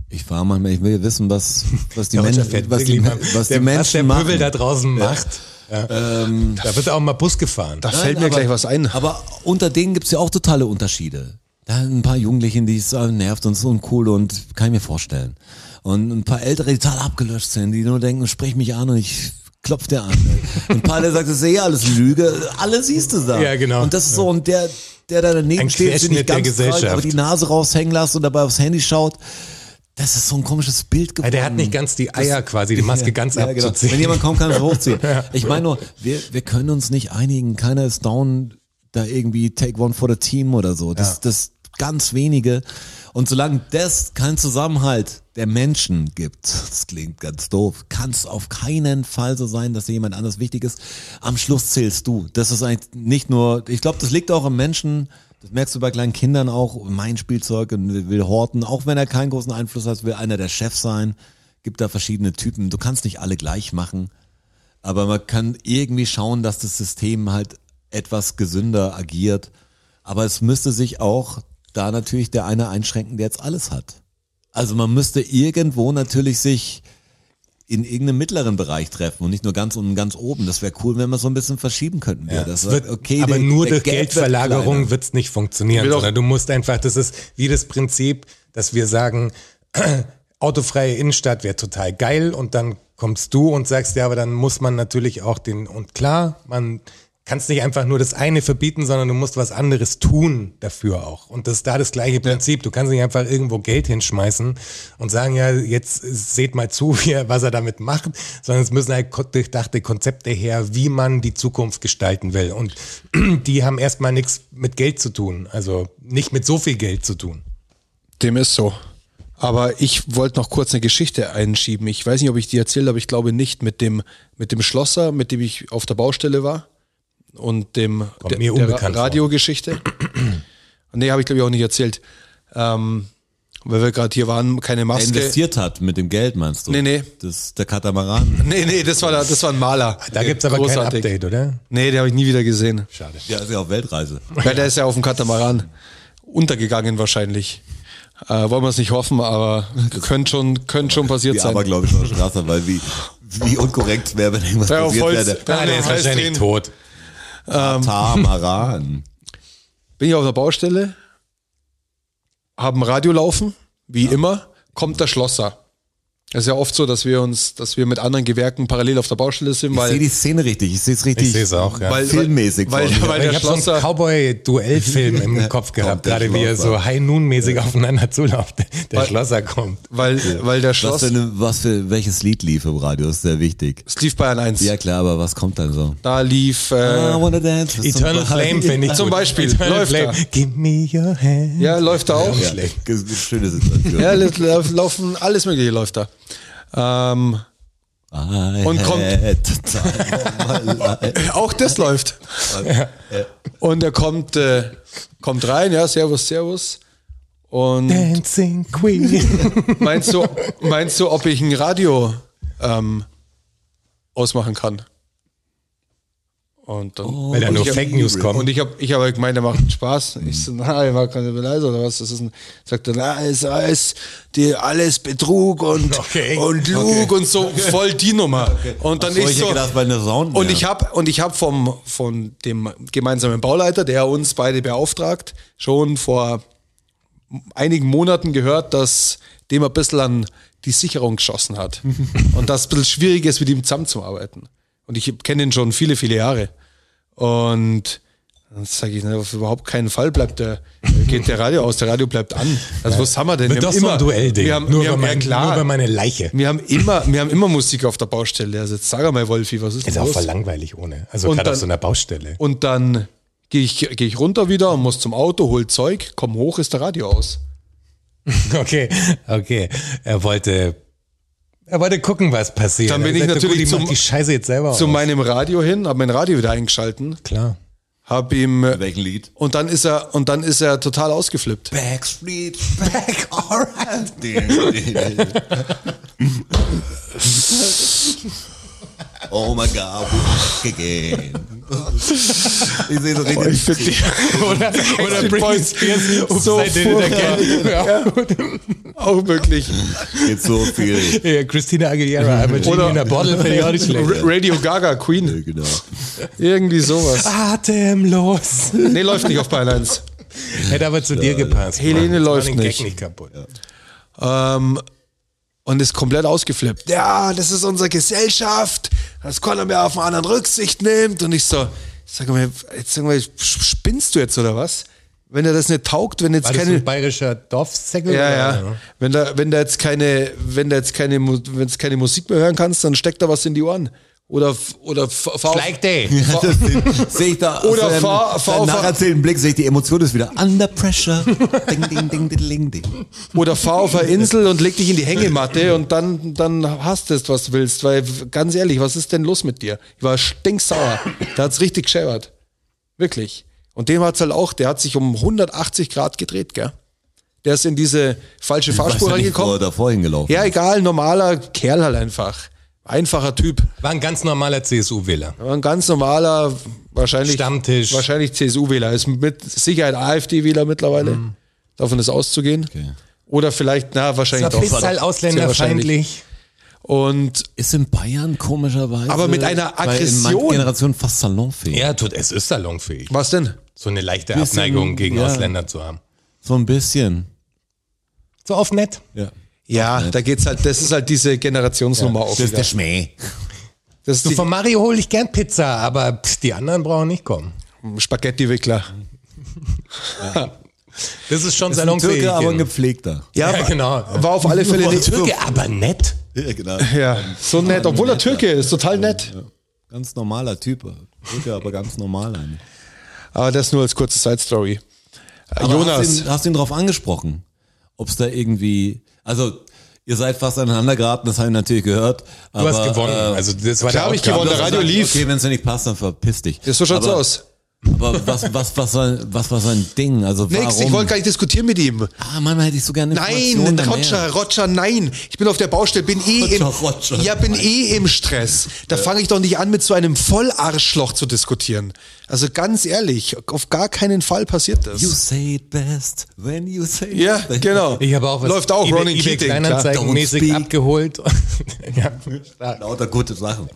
S3: Ich fahre manchmal, ich will ja wissen, was, was die,
S4: Der
S3: Menschen,
S4: Roger fährt
S3: was die,
S4: wirklich mal-
S3: Men- was die
S4: der,
S3: Menschen
S4: was der
S3: machen. Ähm,
S4: Pöbel da draußen macht. Ja. da wird auch mal Bus gefahren.
S2: Da fällt mir
S3: aber-
S2: gleich was ein.
S3: Aber unter denen gibt's ja auch totale Unterschiede. Da sind ein paar Jugendlichen, die es äh, nervt und so und cool und kann ich mir vorstellen. Und ein paar Ältere, die total abgelöscht sind, die nur denken, sprich mich an und ich klopf dir
S4: <laughs>
S3: an. ein paar, der sagt, das ist eh alles Lüge, alles siehst du da.
S4: Ja, genau.
S3: Und das ist so, und der, der da daneben
S4: Ein
S3: steht, den
S4: Querschnitt
S3: nicht
S4: der
S3: ganz
S4: Gesellschaft.
S3: Treu, aber die Nase raushängen lässt und dabei aufs Handy schaut, das ist so ein komisches Bild
S4: Ja,
S3: geworden.
S4: der hat nicht ganz die Eier quasi, die Maske
S3: <laughs>
S4: ganz
S3: Ja, genau.
S4: abzuziehen.
S3: Wenn jemand kommt, kann es hochziehen. Ich meine nur, wir, wir können uns nicht einigen. Keiner ist down, da irgendwie take one for the team oder so. Das,
S4: Ja.
S3: das ganz wenige. Und solange das keinen Zusammenhalt der Menschen gibt, das klingt ganz doof, kann es auf keinen Fall so sein, dass dir jemand anders wichtig ist. Am Schluss zählst du. Das ist eigentlich nicht nur, ich glaube, das liegt auch im Menschen, das merkst du bei kleinen Kindern auch, mein Spielzeug und will horten, auch wenn er keinen großen Einfluss hat, will einer der Chef sein gibt da verschiedene Typen. Du kannst nicht alle gleich machen, aber man kann irgendwie schauen, dass das System halt etwas gesünder agiert. Aber es müsste sich auch da natürlich der eine einschränken, der jetzt alles hat. Also man müsste irgendwo natürlich sich in irgendeinem mittleren Bereich treffen und nicht nur ganz unten, ganz oben. Das wäre cool, wenn wir so ein bisschen verschieben könnten.
S4: Ja,
S3: wieder. das
S4: es wird,
S3: okay,
S4: aber
S3: der-
S4: nur
S3: der
S4: durch
S3: Geld wird
S4: Geldverlagerung
S3: kleiner.
S4: wird's nicht funktionieren,
S2: Will doch-
S4: sondern du musst einfach, das ist wie das Prinzip, dass wir sagen, autofreie Innenstadt wäre total geil und dann kommst du und sagst, ja, aber dann muss man natürlich auch den, und klar, man kannst nicht einfach nur das eine verbieten, sondern du musst was anderes tun dafür auch. Und das ist da das gleiche Prinzip. Du kannst nicht einfach irgendwo Geld hinschmeißen und sagen, ja, jetzt seht mal zu, <laughs> wie er- was er damit macht, sondern es müssen halt ko- durchdachte Konzepte her, wie man die Zukunft gestalten will. Und <clears throat> die haben erstmal nichts mit Geld zu tun, also nicht mit so viel Geld zu tun.
S2: Dem ist so. Aber ich wollte noch kurz eine Geschichte einschieben. Ich weiß nicht, ob ich die erzählt habe, ich glaube nicht. Mit dem, mit dem Schlosser, mit dem ich auf der Baustelle war und dem
S4: Kommt
S2: der,
S4: mir unbekannt
S2: der
S4: vor.
S2: Radiogeschichte. <clears throat> nee, habe ich glaube ich auch nicht erzählt. Ähm, weil wir gerade hier waren, keine
S3: Der
S2: Maske.
S3: investiert hat mit dem Geld, meinst du?
S2: Nee, nee.
S3: Das, der Katamaran.
S2: <laughs> Nee, nee, das war, der- das war ein Maler.
S4: Da gibt's aber kein Update, oder?
S2: Nee, den habe ich nie wieder gesehen.
S4: Schade.
S3: Ja, ist ja auf Weltreise.
S2: Weil der ist ja auf dem Katamaran untergegangen wahrscheinlich. Äh, wollen wir es nicht hoffen, aber <laughs> könnte schon, könnte schon passiert
S3: Wie
S2: sein.
S3: aber, glaube ich, auf der Straße, weil wie, wie unkorrekt es wäre, wenn irgendwas
S2: Ja, auf
S3: passiert
S2: Holz.
S3: wäre.
S2: Ja,
S4: Ah, der ist
S2: heißt
S4: wahrscheinlich
S2: den-
S4: tot.
S3: Tamaran.
S2: bin ich auf der Baustelle, haben Radio laufen, wie immer, kommt der Schlosser. Es ist ja oft so, dass wir uns, dass wir mit anderen Gewerken parallel auf der Baustelle sind,
S3: Ich
S2: weil,
S3: sehe die Szene richtig, ich sehe es richtig.
S4: Ich seh's auch, ja.
S2: weil
S3: filmmäßig
S2: weil,
S3: vor mir.
S2: weil, weil
S4: ich
S2: der
S4: habe so
S2: Schlosser
S4: einen Cowboy-Duellfilm
S2: <laughs>
S4: im Kopf gehabt,
S3: Kommt der
S4: gerade wie er
S3: Schlosser.
S4: so High Noon-mäßig aufeinander zulauft. Der
S2: Weil-
S4: Schlosser kommt.
S2: weil, weil der
S3: Was,
S2: Schloss,
S3: für eine, was für, welches Lied lief im Radio, ist sehr wichtig.
S2: es lief Bayern 1.
S3: Ja Ah, klar, aber was kommt dann so?
S2: Da lief,
S3: I
S2: äh,
S3: wanna dance with
S4: Eternal
S3: somebody.
S4: Flame finde ich
S2: Zum
S4: gut.
S2: Beispiel,
S4: Eternal
S2: läuft
S4: Flame.
S2: da.
S4: Give me your hand.
S2: ja, läuft da auch.
S3: Ja, das ist eine schöne Situation.
S2: Ja, la- laufen, alles mögliche läuft da. Ähm,
S3: I
S2: Und kommt-
S3: had the time of my life.
S2: Auch das läuft. Und er kommt, äh, kommt rein, ja, Servus, Servus. Und
S4: Dancing Queen. <laughs>
S2: meinst du, meinst du, ob ich ein Radio ähm, ausmachen kann? Und dann.
S3: Oh.
S4: Weil da
S2: und
S4: nur
S2: ich hab-
S4: Fake News kommen.
S2: Und ich habe ich hab halt gemeint, der macht Spaß. Ich so, na, er macht keine Beleidigung oder was. Das ist ein, sagt er, na, ist alles, die, alles Betrug und,
S4: <laughs> Okay.
S2: und Lug und so, voll die Nummer. Und dann
S3: Ach so,
S2: ich
S3: ich hätte
S2: so,
S3: gedacht, weil eine Sound-
S2: und
S3: ja.
S2: ich habe und ich habe vom von dem gemeinsamen Bauleiter, der uns beide beauftragt, schon vor einigen Monaten gehört, dass dem ein bisschen an die Sicherung geschossen
S4: <laughs>
S2: hat. und dass es ein bisschen schwierig ist, mit ihm zusammenzuarbeiten. Und ich kenne ihn schon viele, viele Jahre. Und dann sage ich, ne, auf überhaupt keinen Fall bleibt der, geht der Radio aus, der Radio bleibt an. Also was haben wir denn?
S4: Wird
S2: wir
S4: doch
S2: haben
S4: so ein Duell-Ding.
S2: Wir haben,
S4: Nur,
S2: wir
S4: über
S2: haben, ja,
S4: mein, nur über
S2: klar,
S4: meine Leiche.
S2: wir haben immer, wir haben immer Musik auf der Baustelle. Also jetzt sag mal, Wolfi, was ist
S4: Ist
S2: denn
S4: auch voll
S2: los?
S4: langweilig ohne. Also
S2: Und
S4: gerade auf
S2: dann-
S4: so einer Baustelle. <laughs>
S2: Und dann gehe ich, geh ich runter wieder und muss zum Auto, hol Zeug, komm hoch, ist der Radio aus.
S4: Okay, okay. Er wollte, er wollte gucken, was passiert.
S2: Dann bin
S4: Er
S2: ich
S4: sagte,
S2: natürlich
S4: gut, ich mach
S2: zum-
S4: die Scheiße jetzt selber
S2: Zu
S4: aus.
S2: meinem Radio hin, habe mein Radio wieder eingeschalten,
S4: Klar.
S2: Hab ihm. äh,
S3: Welchen Lied?
S2: Und dann ist er, und dann ist er total ausgeflippt.
S3: Backstreet, back, alright. oh my God, we're back again. Ich sehe so richtig.
S4: Oder, oder Britney Spears. Ups,
S2: so
S4: I did it again. Ja.
S2: Auch möglich.
S3: Jetzt so viel.
S4: Ja, Christina Aguilera, I'm a genie in a bottle, finde ich auch nicht schlecht.
S2: Ra- Radio Gaga, Queen.
S3: Genau.
S2: Irgendwie sowas.
S4: Atemlos.
S2: Nee, läuft nicht auf Bayern 1.
S4: Hätte aber zu dir gepasst.
S2: Helene
S4: Mann,
S2: läuft
S4: den Gag
S2: nicht.
S4: nicht kaputt.
S2: Ähm, und ist komplett ausgeflippt. Ja, das ist unsere Gesellschaft, dass keiner mehr auf den anderen Rücksicht nimmt. Und ich so, ich sag mal, jetzt sag mal, spinnst du jetzt oder was? Wenn dir das nicht taugt, wenn jetzt
S4: War das
S2: keine.
S4: ein bayerischer Dorfsäckel?
S2: Ja,
S4: oder?
S2: ja. Wenn da, wenn da jetzt keine, wenn da jetzt keine, Mu- wenn's keine Musik mehr hören kannst, dann steckt da was in die Ohren. Oder, f- oder f- fahr,
S4: Like day.
S3: Sehe ich da.
S2: Oder
S3: aus deinem-
S2: fahr-
S3: deinem
S2: fahr-
S3: nacherzählten Blick sehe ich die Emotion ist wieder under pressure. Ding, ding, ding, ding, ding, ding.
S2: oder fahr auf eine Insel und leg dich in die Hängematte und dann, dann hast du es, was du willst. Weil, ganz ehrlich, was ist denn los mit dir? Ich war stinksauer. Da hat's richtig gescheppert. Wirklich. Und dem hat's halt auch, der hat sich um 180 Grad gedreht, gell? Der ist in diese falsche Fahrspur
S3: wo er
S2: reingekommen.
S3: da vorhin gelaufen
S2: Ja, egal, normaler Kerl halt einfach. Einfacher Typ.
S4: War ein ganz normaler CSU-Wähler.
S2: Aber Ein ganz normaler, wahrscheinlich,
S4: Stammtisch.
S2: wahrscheinlich CSU-Wähler. Ist mit Sicherheit AfD-Wähler mittlerweile.
S3: Mhm.
S2: Davon ist auszugehen. Oder vielleicht, na, wahrscheinlich doch.
S4: Bist halt ausländerfeindlich.
S2: Und
S3: Ist in Bayern komischerweise.
S2: Aber mit einer
S3: bei- In
S2: Aggression.
S3: manchen Generationen fast salonfähig.
S4: Ja, tut, es ist salonfähig.
S2: was denn?
S4: So eine leichte
S3: Bisschen,
S4: Abneigung gegen
S3: ja.
S4: Ausländer zu haben.
S3: So ein bisschen.
S4: So auf nett.
S3: Ja.
S2: Ja, da geht's halt, das ist halt diese Generationsnummer auch.
S3: Das ist
S2: wieder.
S3: der Schmäh.
S2: Das ist
S4: Du,
S2: die
S4: von Mario hole ich gern Pizza, aber pff, die anderen brauchen nicht kommen.
S2: Spaghetti-Wickler.
S4: Das ist schon
S3: Ist ein
S4: salonfähig.
S3: Türke, aber ein gepflegter.
S2: genau. Ja,
S4: ja, genau.
S2: war auf alle Fälle nicht.
S4: Türke, aber nett.
S3: Ja, genau.
S2: <laughs> Ja, so nett, obwohl er Türke ist, total nett.
S3: Ganz normaler Typ. Türke, aber ganz normal. eigentlich.
S2: Aber das nur als kurze Side-Story. Äh,
S3: Aber Hast
S2: Jonas,
S3: du ihn, hast du ihn drauf angesprochen? Ob es da irgendwie. Also, ihr seid fast aneinander geraten, das habe ich natürlich gehört.
S4: Du
S3: aber,
S4: hast gewonnen.
S3: äh,
S4: also das war
S2: klar
S4: der
S2: hab ich
S4: Aufgabe.
S2: gewonnen, der Radio lief.
S3: Okay, wenn es dir nicht passt, dann verpiss dich.
S2: das so schaut's
S3: aber,
S2: aus.
S3: Aber was, was, was, war, was war sein Ding? Also,
S2: Nix,
S3: warum?
S2: ich wollte gar nicht diskutieren mit ihm.
S3: ah, Mann, hätte ich so gerne Informationen
S2: Nein,
S3: da mehr.
S2: Roger, Roger, nein. Ich bin auf der Baustelle, bin eh
S3: Roger,
S2: im,
S3: Roger.
S2: ja, bin eh im Stress. Da fange ich doch nicht an, mit so einem Vollarschloch zu diskutieren. Also ganz ehrlich, auf gar keinen Fall passiert das.
S3: You say it best when you say
S2: ja,
S3: it best.
S2: genau.
S4: Ich habe auch was
S2: Läuft auch, Ronin Keating. klar.
S3: klar. Don't
S4: Kleinanzeigenmäßig
S3: speak.
S4: abgeholt. <laughs> ja, stark.
S3: Lauter gute Sachen.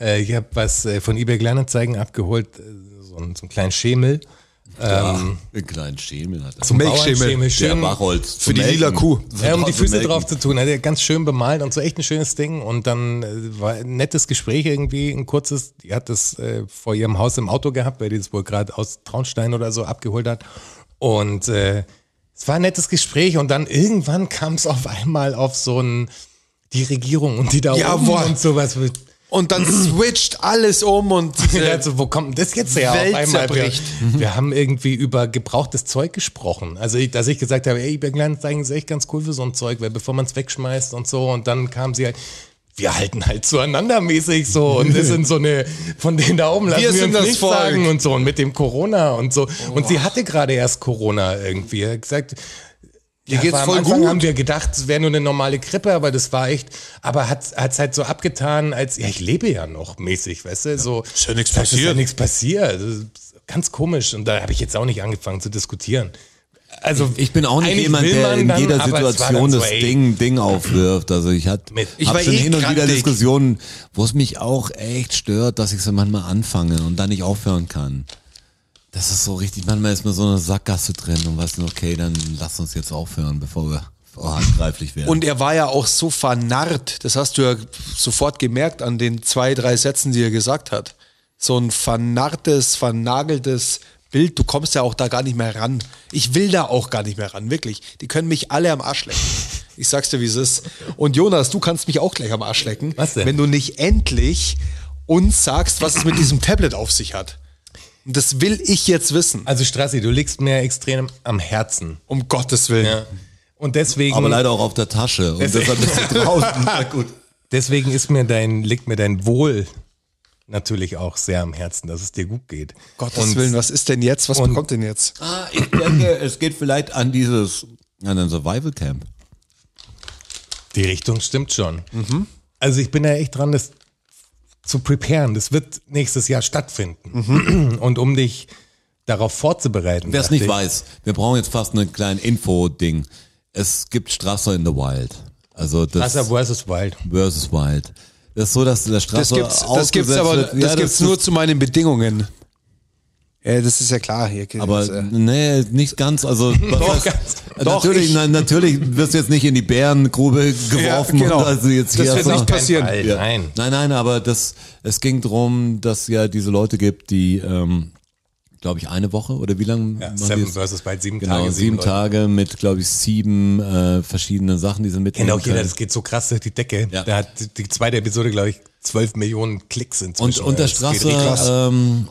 S4: Äh, ich habe was äh, von eBay Kleinanzeigen abgeholt, äh, so, einen- so einen kleinen Schemel.
S3: Ähm, einen kleinen Schemel hat er.
S4: So
S2: Milchschemel.
S4: Bauernschemel,
S3: der
S4: schön,
S3: Wachholz.
S2: Für die lila Kuh.
S4: Ja, um die Füße drauf zu tun. Hat er ganz schön bemalt und so echt ein schönes Ding. Und dann äh, war ein nettes Gespräch irgendwie, ein kurzes. Die hat das äh, vor ihrem Haus im Auto gehabt, weil die das wohl gerade aus Traunstein oder so abgeholt hat. Und äh, es war ein nettes Gespräch und dann irgendwann kam es auf einmal auf so ein die Regierung und die da
S2: Jawohl.
S4: oben und sowas.
S2: Und dann switcht alles um
S4: <laughs>
S2: und
S4: Ja,
S2: äh,
S4: also, wo kommt denn das jetzt her?
S2: Welt
S4: auf einmal
S2: zerbricht.
S4: Wir, wir haben irgendwie über gebrauchtes Zeug gesprochen. Also, ich, dass ich gesagt habe, ey, Berglandsteigen ist echt ganz cool für so ein Zeug, weil bevor man es wegschmeißt und so. Und dann kam sie halt, wir halten halt zueinander mäßig so. Und das sind so eine, von denen da oben lassen
S2: Wir
S4: wir,
S2: sind
S4: uns
S2: das
S4: nichts
S2: Volk.
S4: sagen und so. Und mit dem Corona und so. Und sie hatte gerade erst Corona irgendwie. Er hat gesagt,
S2: dir geht's
S4: aber Also am
S2: voll
S4: Anfang
S2: gut.
S4: haben wir gedacht, es wäre nur eine normale Grippe, aber das war echt, aber hat es halt so abgetan, als, ja, ich lebe ja noch mäßig, weißt du, so. Ist
S2: ja nichts
S4: Ist ja
S2: passiert.
S4: nichts passiert. Das ist Ganz komisch und da habe ich jetzt auch nicht angefangen zu diskutieren. Also
S3: Ich bin auch nicht
S4: eigentlich
S3: jemand,
S4: will
S3: der
S4: man
S3: in
S4: dann,
S3: jeder
S4: aber es war
S3: Situation
S4: dann so,
S3: das
S4: ey,
S3: Ding, Ding aufwirft. Also ich hatte
S4: Mit-
S3: ich
S4: Ich
S3: hab
S2: war
S3: schon
S2: eh
S3: hin und wieder
S2: grantig.
S3: Diskussionen, wo es mich auch echt stört, dass ich so manchmal anfange und dann nicht aufhören kann. Das ist so richtig, manchmal ist mir so eine Sackgasse drin und weißt du, okay, dann lass uns jetzt aufhören, bevor wir oh, handgreiflich werden.
S2: Und er war ja auch so vernarrt, das hast du ja sofort gemerkt an den zwei, drei Sätzen, die er gesagt hat. So ein vernarrtes, vernageltes Bild, du kommst ja auch da gar nicht mehr ran. Ich will da auch gar nicht mehr ran, wirklich. Die können mich alle am Arsch lecken. Ich sag's dir, wie es ist. Und Jonas, du kannst mich auch gleich am Arsch lecken,
S4: Was denn?
S2: wenn du nicht endlich uns sagst, was es mit diesem Tablet auf sich hat. Und das will ich jetzt wissen.
S4: Also Strassi, du liegst mir extrem am Herzen.
S2: Um Gottes Willen.
S4: Ja. Und deswegen,
S3: aber leider auch auf der Tasche und deshalb bist du draußen. Na gut.
S4: deswegen ist mir dein, liegt mir dein Wohl natürlich auch sehr am Herzen, dass es dir gut geht.
S2: Gottes
S4: Und-
S2: Willen, was ist denn jetzt? Was
S4: und-
S2: bekommt denn jetzt?
S3: Ah, ich denke, es geht vielleicht an dieses, an ein Survival Camp.
S4: Die Richtung stimmt schon. Also ich bin da echt dran, das zu preparen. Das wird nächstes Jahr stattfinden. <clears throat> Und um dich darauf vorzubereiten.
S3: Wer es
S4: dachte
S3: nicht
S4: ich-
S3: weiß, wir brauchen jetzt fast einen kleinen Info-Ding. Es gibt Strasser in the Wild. Also das
S4: Wasser versus Wild.
S3: versus Wild. Das ist so, dass der
S2: Das
S3: Strasser
S2: gibt's, das gibt's
S3: Also ausgesetzt
S2: aber,
S3: wird.
S2: das, gibt's nur zu meinen Bedingungen. Ja, das ist ja klar hier.
S3: Aber
S2: äh,
S3: nee, nicht
S2: <laughs>
S3: ganz. Also was heißt-
S4: ganz.
S2: Doch,
S3: natürlich,
S2: ich-
S3: na, natürlich wirst du jetzt nicht in die Bärengrube geworfen.
S2: genau.
S3: und also jetzt
S2: Das
S3: hier
S2: wird
S3: so-
S2: nicht passieren.
S4: Kein Wald,
S3: Ja.
S4: Nein.
S3: Nein, nein, aber das, es ging drum, dass ja diese Leute gibt, die, ähm, glaube ich, eine Woche oder wie lange?
S4: Ja,
S3: machen die
S4: Seven
S3: es?
S4: versus Wild, sieben
S3: Genau,
S4: Tage.
S3: sieben
S4: Leute.
S3: Tage mit, glaube ich, sieben äh, verschiedenen Sachen, die sie mitnehmen
S4: Kennt auch
S3: können.
S4: jeder, Genau, das geht so krass durch die Decke.
S3: Ja.
S4: Da hat die- die zweite Episode, glaube ich, 12 Millionen Klicks
S3: Und,
S4: inzwischen.
S3: und der
S4: Das geht richtig krass.
S3: Strasser ähm,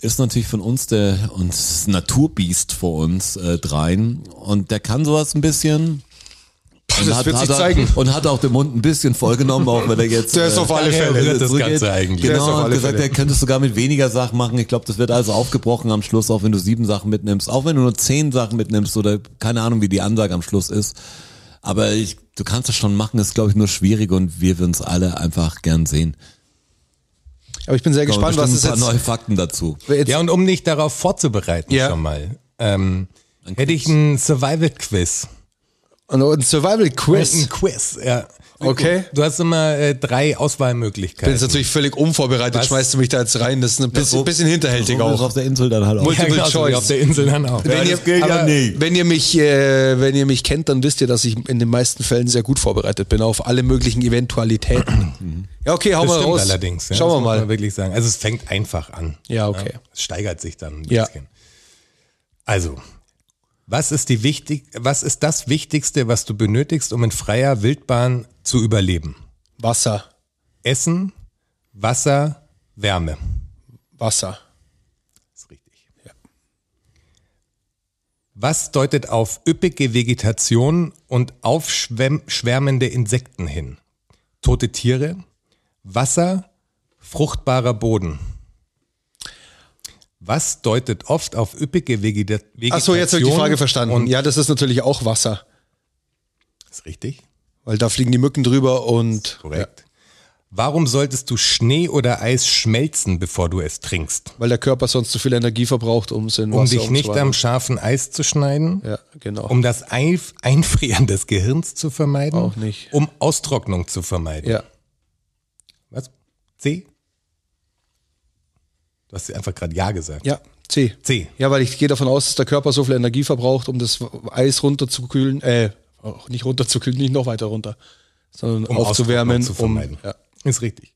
S3: ist natürlich von uns der und das Naturbiest vor uns äh, dreien. Und der kann sowas ein bisschen. Und
S2: das wird sich
S3: hat,
S2: zeigen.
S3: Und hat auch den Mund ein bisschen vollgenommen, auch wenn er jetzt. äh,
S2: Der ist auf alle
S4: daher
S2: Fälle.
S4: rührt das
S3: zurückgeht.
S4: Ganze eigentlich. Der
S2: ist auf
S3: Genau, und
S2: alle
S3: gesagt,
S2: Fälle.
S3: er könnte es sogar mit weniger Sachen machen. Ich glaube, das wird also aufgebrochen am Schluss, auch wenn du sieben Sachen mitnimmst, auch wenn du nur zehn Sachen mitnimmst oder keine Ahnung, wie die Ansage am Schluss ist. Aber ich, du kannst es schon machen, ist glaube ich nur schwierig und wir würden es alle einfach gern sehen.
S2: Aber ich bin sehr
S3: Kommen
S2: gespannt, was
S3: bestimmt
S2: ist
S3: ein paar
S2: jetzt.
S3: neue Fakten dazu.
S2: jetzt
S4: Ja, und um dich darauf vorzubereiten
S2: Ja.
S4: schon mal, ähm, hätte ich ein Survival-Quiz.
S2: und ein Survival Quiz.
S4: Ein Quiz, ja.
S2: Okay.
S4: Du hast immer äh,
S2: Ich
S4: drei
S2: bin jetzt
S4: Auswahlmöglichkeiten.
S2: natürlich völlig unvorbereitet,
S4: Was?
S2: schmeißt du mich da jetzt rein. Das ist ein bisschen, bisschen hinterhältig
S3: So ist
S2: auch.
S3: auf der Insel dann halt auch.
S2: Multi-
S4: ja, genau, so wie
S2: Choice.
S4: auf der Insel dann auch.
S2: Wenn ihr,
S3: das geht ja
S2: aber
S3: nicht.
S2: wenn ihr mich, äh, wenn ihr mich kennt, dann wisst ihr, dass ich in den meisten Fällen sehr gut vorbereitet bin auf alle möglichen Eventualitäten. ja, okay, hau
S4: das
S2: mal
S4: stimmt
S2: raus.
S4: allerdings. Ja,
S2: Schauen
S4: das
S2: wir
S4: muss man
S2: mal.
S4: wirklich sagen. Also es fängt einfach an.
S2: Ja, okay.
S4: Es steigert sich dann ein
S2: Ja.
S4: bisschen. Also, was ist die wichtig, was ist das Wichtigste, was du benötigst, um in freier Wildbahn zu überleben?
S2: Wasser,
S4: Essen, Wasser, Wärme.
S2: Wasser.
S4: Ist richtig. Was deutet auf üppige Vegetation und aufschwärmende Insekten hin? Tote Tiere, Wasser, fruchtbarer Boden. Was deutet oft auf üppige Vegeta- Vegetation?
S2: Ach so, jetzt habe ich die Frage verstanden.
S4: Und,
S2: ja, das ist natürlich auch Wasser,
S4: Ist richtig,
S2: weil da fliegen die Mücken drüber und
S4: korrekt. Warum solltest du Schnee oder Eis schmelzen, bevor du es trinkst?
S2: weil der Körper sonst zu viel Energie verbraucht, um es in
S4: Um
S2: Wasser
S4: dich nicht
S2: umzuwandeln.
S4: am scharfen Eis zu schneiden?
S2: Ja, genau.
S4: Um das Einf- Einfrieren des Gehirns zu vermeiden.
S2: Auch nicht.
S4: Um Austrocknung zu vermeiden.
S2: ja.
S4: Was? C? Du hast einfach gerade Ja gesagt.
S2: Ja, C.
S4: C.
S2: Ja, weil ich gehe davon aus, dass der Körper so viel Energie verbraucht, um das Eis runterzukühlen, äh, auch nicht runterzukühlen, nicht noch weiter runter, sondern
S4: Um
S2: aufzuwärmen.
S4: Austrocknung zu vermeiden.
S2: Um, ja.
S4: Ist richtig.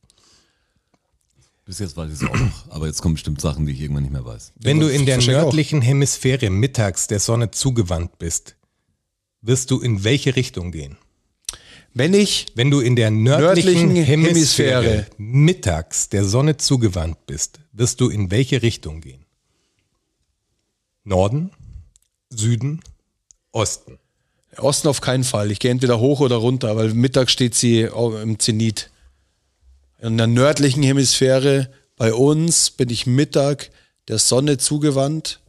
S3: Bis jetzt weiß ich es auch noch, aber jetzt kommen bestimmt Sachen, die ich irgendwann nicht mehr weiß.
S4: Wenn du in der
S2: verstehe ich auch.
S4: nördlichen Hemisphäre mittags der Sonne zugewandt bist, wirst du in welche Richtung gehen?
S2: Wenn ich,
S4: Wenn du in der nördlichen,
S2: Nördlichen
S4: Hemisphäre,
S2: Hemisphäre.
S4: mittags der Sonne zugewandt bist, wirst du in welche Richtung gehen? Norden, Süden, Osten.
S2: Osten auf keinen Fall, ich gehe entweder hoch oder runter, weil Mittag steht sie au- im Zenit. In der nördlichen Hemisphäre bei uns bin ich Mittag der Sonne zugewandt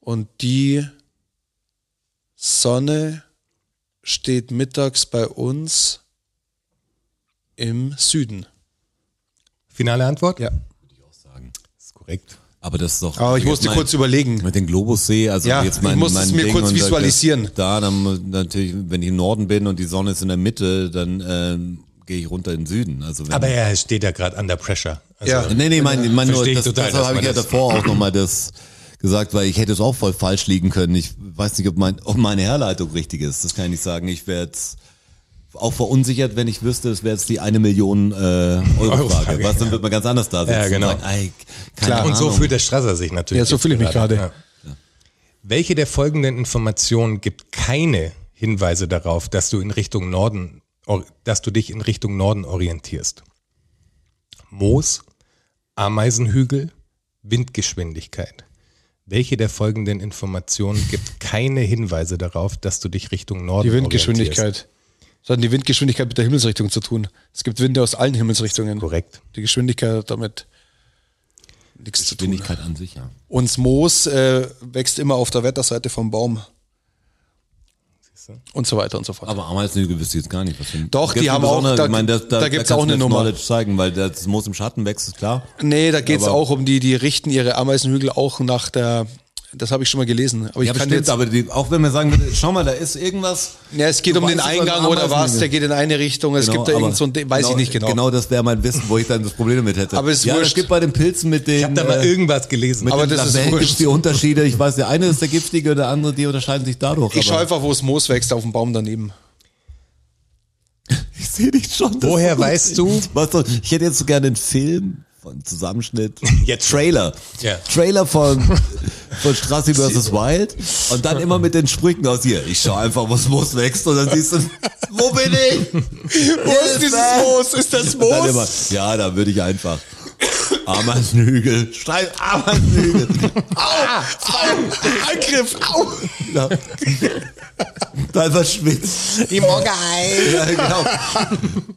S2: und die Sonne steht mittags bei uns im Süden.
S4: Finale Antwort?
S2: Ja.
S4: Ist korrekt.
S3: Aber das ist doch.
S2: Aber ich
S3: jetzt
S2: musste
S3: mein-
S2: kurz überlegen.
S3: Mit dem Globussee, also
S2: Ja,
S3: jetzt mein,
S2: ich muss
S3: mein
S2: es mir
S3: Ding
S2: kurz
S3: und da-
S2: visualisieren.
S3: Da, dann mu- natürlich, wenn ich im Norden bin und die Sonne ist in der Mitte, dann ähm, gehe ich runter in den Süden. Also wenn,
S4: Aber er steht ja gerade under pressure. Also
S2: Ja.
S3: nee, nee, mein, mein nur,
S4: Verstehe ich
S3: das,
S4: total,
S3: deshalb
S4: dass
S3: habe ich
S4: man
S3: ja
S4: das-
S3: davor auch nochmal das gesagt, weil ich hätte es auch voll falsch liegen können. Ich weiß nicht, ob, mein, ob meine Herleitung richtig ist. Das kann ich nicht sagen. Ich wäre jetzt auch verunsichert, wenn ich wüsste, es wäre jetzt die eine Million äh, Euro,
S4: Euro
S3: Frage.
S4: Frage,
S3: Was, dann wird man ganz anders da sitzen
S4: Ja, genau.
S3: und sagen, ey, keine
S4: Klar, und so
S3: Ahnung.
S4: fühlt der Strasser sich natürlich.
S2: Ja, so fühle ich mich gerade.
S4: Ja. Welche der folgenden Informationen gibt keine Hinweise darauf, dass du in Richtung Norden, or- dass du dich in Richtung Norden orientierst? Moos, Ameisenhügel, Windgeschwindigkeit. Welche der folgenden Informationen gibt keine Hinweise darauf, dass du dich Richtung Norden
S2: Die Windgeschwindigkeit. Das hat die Windgeschwindigkeit mit der Himmelsrichtung zu tun. Es gibt Winde aus allen Himmelsrichtungen.
S4: Korrekt.
S2: Die Geschwindigkeit hat damit nichts zu tun.
S3: Geschwindigkeit an sich, ja.
S2: Und das Moos äh, wächst immer auf der Wetterseite vom Baum. Und so weiter und so fort.
S3: Aber Ameisenhügel wüsste ich jetzt gar nicht, was sind.
S2: Doch, die
S3: Gibt's
S2: haben
S3: eine
S2: auch-
S3: besondere-
S2: da-
S3: ich meine, das-
S2: da gibt's
S3: kannst du
S2: auch eine
S3: das
S2: Nummer. Hm,
S3: Knowledge zeigen, weil das Moos im Schatten wächst, ist klar.
S2: nee, da geht es
S3: Aber-
S2: auch um die, die richten ihre Ameisenhügel auch nach der. Das habe ich schon mal gelesen. Aber ich
S3: Ja,
S2: kann
S3: bestimmt,
S2: jetzt.
S3: aber die, auch wenn wir sagen würde, schau mal, da ist irgendwas.
S2: ja, es geht
S3: Du
S2: um den
S3: weißt, es war ein
S2: Eingang oder was,
S3: Ameisenhügel.
S2: der geht in eine Richtung. Es
S3: Genau,
S2: gibt da
S3: aber
S2: irgend so ein. Ding, Weiß
S3: genau,
S2: ich nicht genau.
S3: Genau, das wäre mein Wissen, wo ich dann das Problem damit hätte.
S2: Aber es ist
S3: ja,
S2: wurscht.
S3: es gibt bei den Pilzen mit den.
S4: Ich habe da mal
S3: äh,
S4: irgendwas gelesen.
S3: mit
S2: Aber
S3: den
S2: das ist
S3: Labellen
S2: wurscht.
S3: gibt's die Unterschiede. Ich weiß, der eine ist der giftige, der andere, die unterscheiden sich dadurch.
S2: Ich schaue
S3: aber-
S2: einfach, wo das Moos wächst, auf dem Baum daneben.
S3: Ich sehe dich schon. das
S4: Woher
S3: ist lustig.
S4: weißt du?
S3: Weißt du, ich hätte jetzt so gerne einen Film von Zusammenschnitt.
S4: Jetzt.
S3: Trailer.
S4: Ja.
S3: Trailer <laughs> von, von Straße vs. Wild. Und dann immer mit den Sprüchen aus hier. Ich schau einfach, was Moos wächst. Und dann siehst du, wo bin ich? Wo ist dieses Moos? Ist das Moos? Immer, ja, da würde ich einfach. Ameisenhügel. Schreib <laughs> Ameisenhügel. Au! Au! Angriff! Au! Ja. Dann Genau. verschwitzt.
S4: Die Morgehai.
S2: <laughs>
S3: Ja, genau.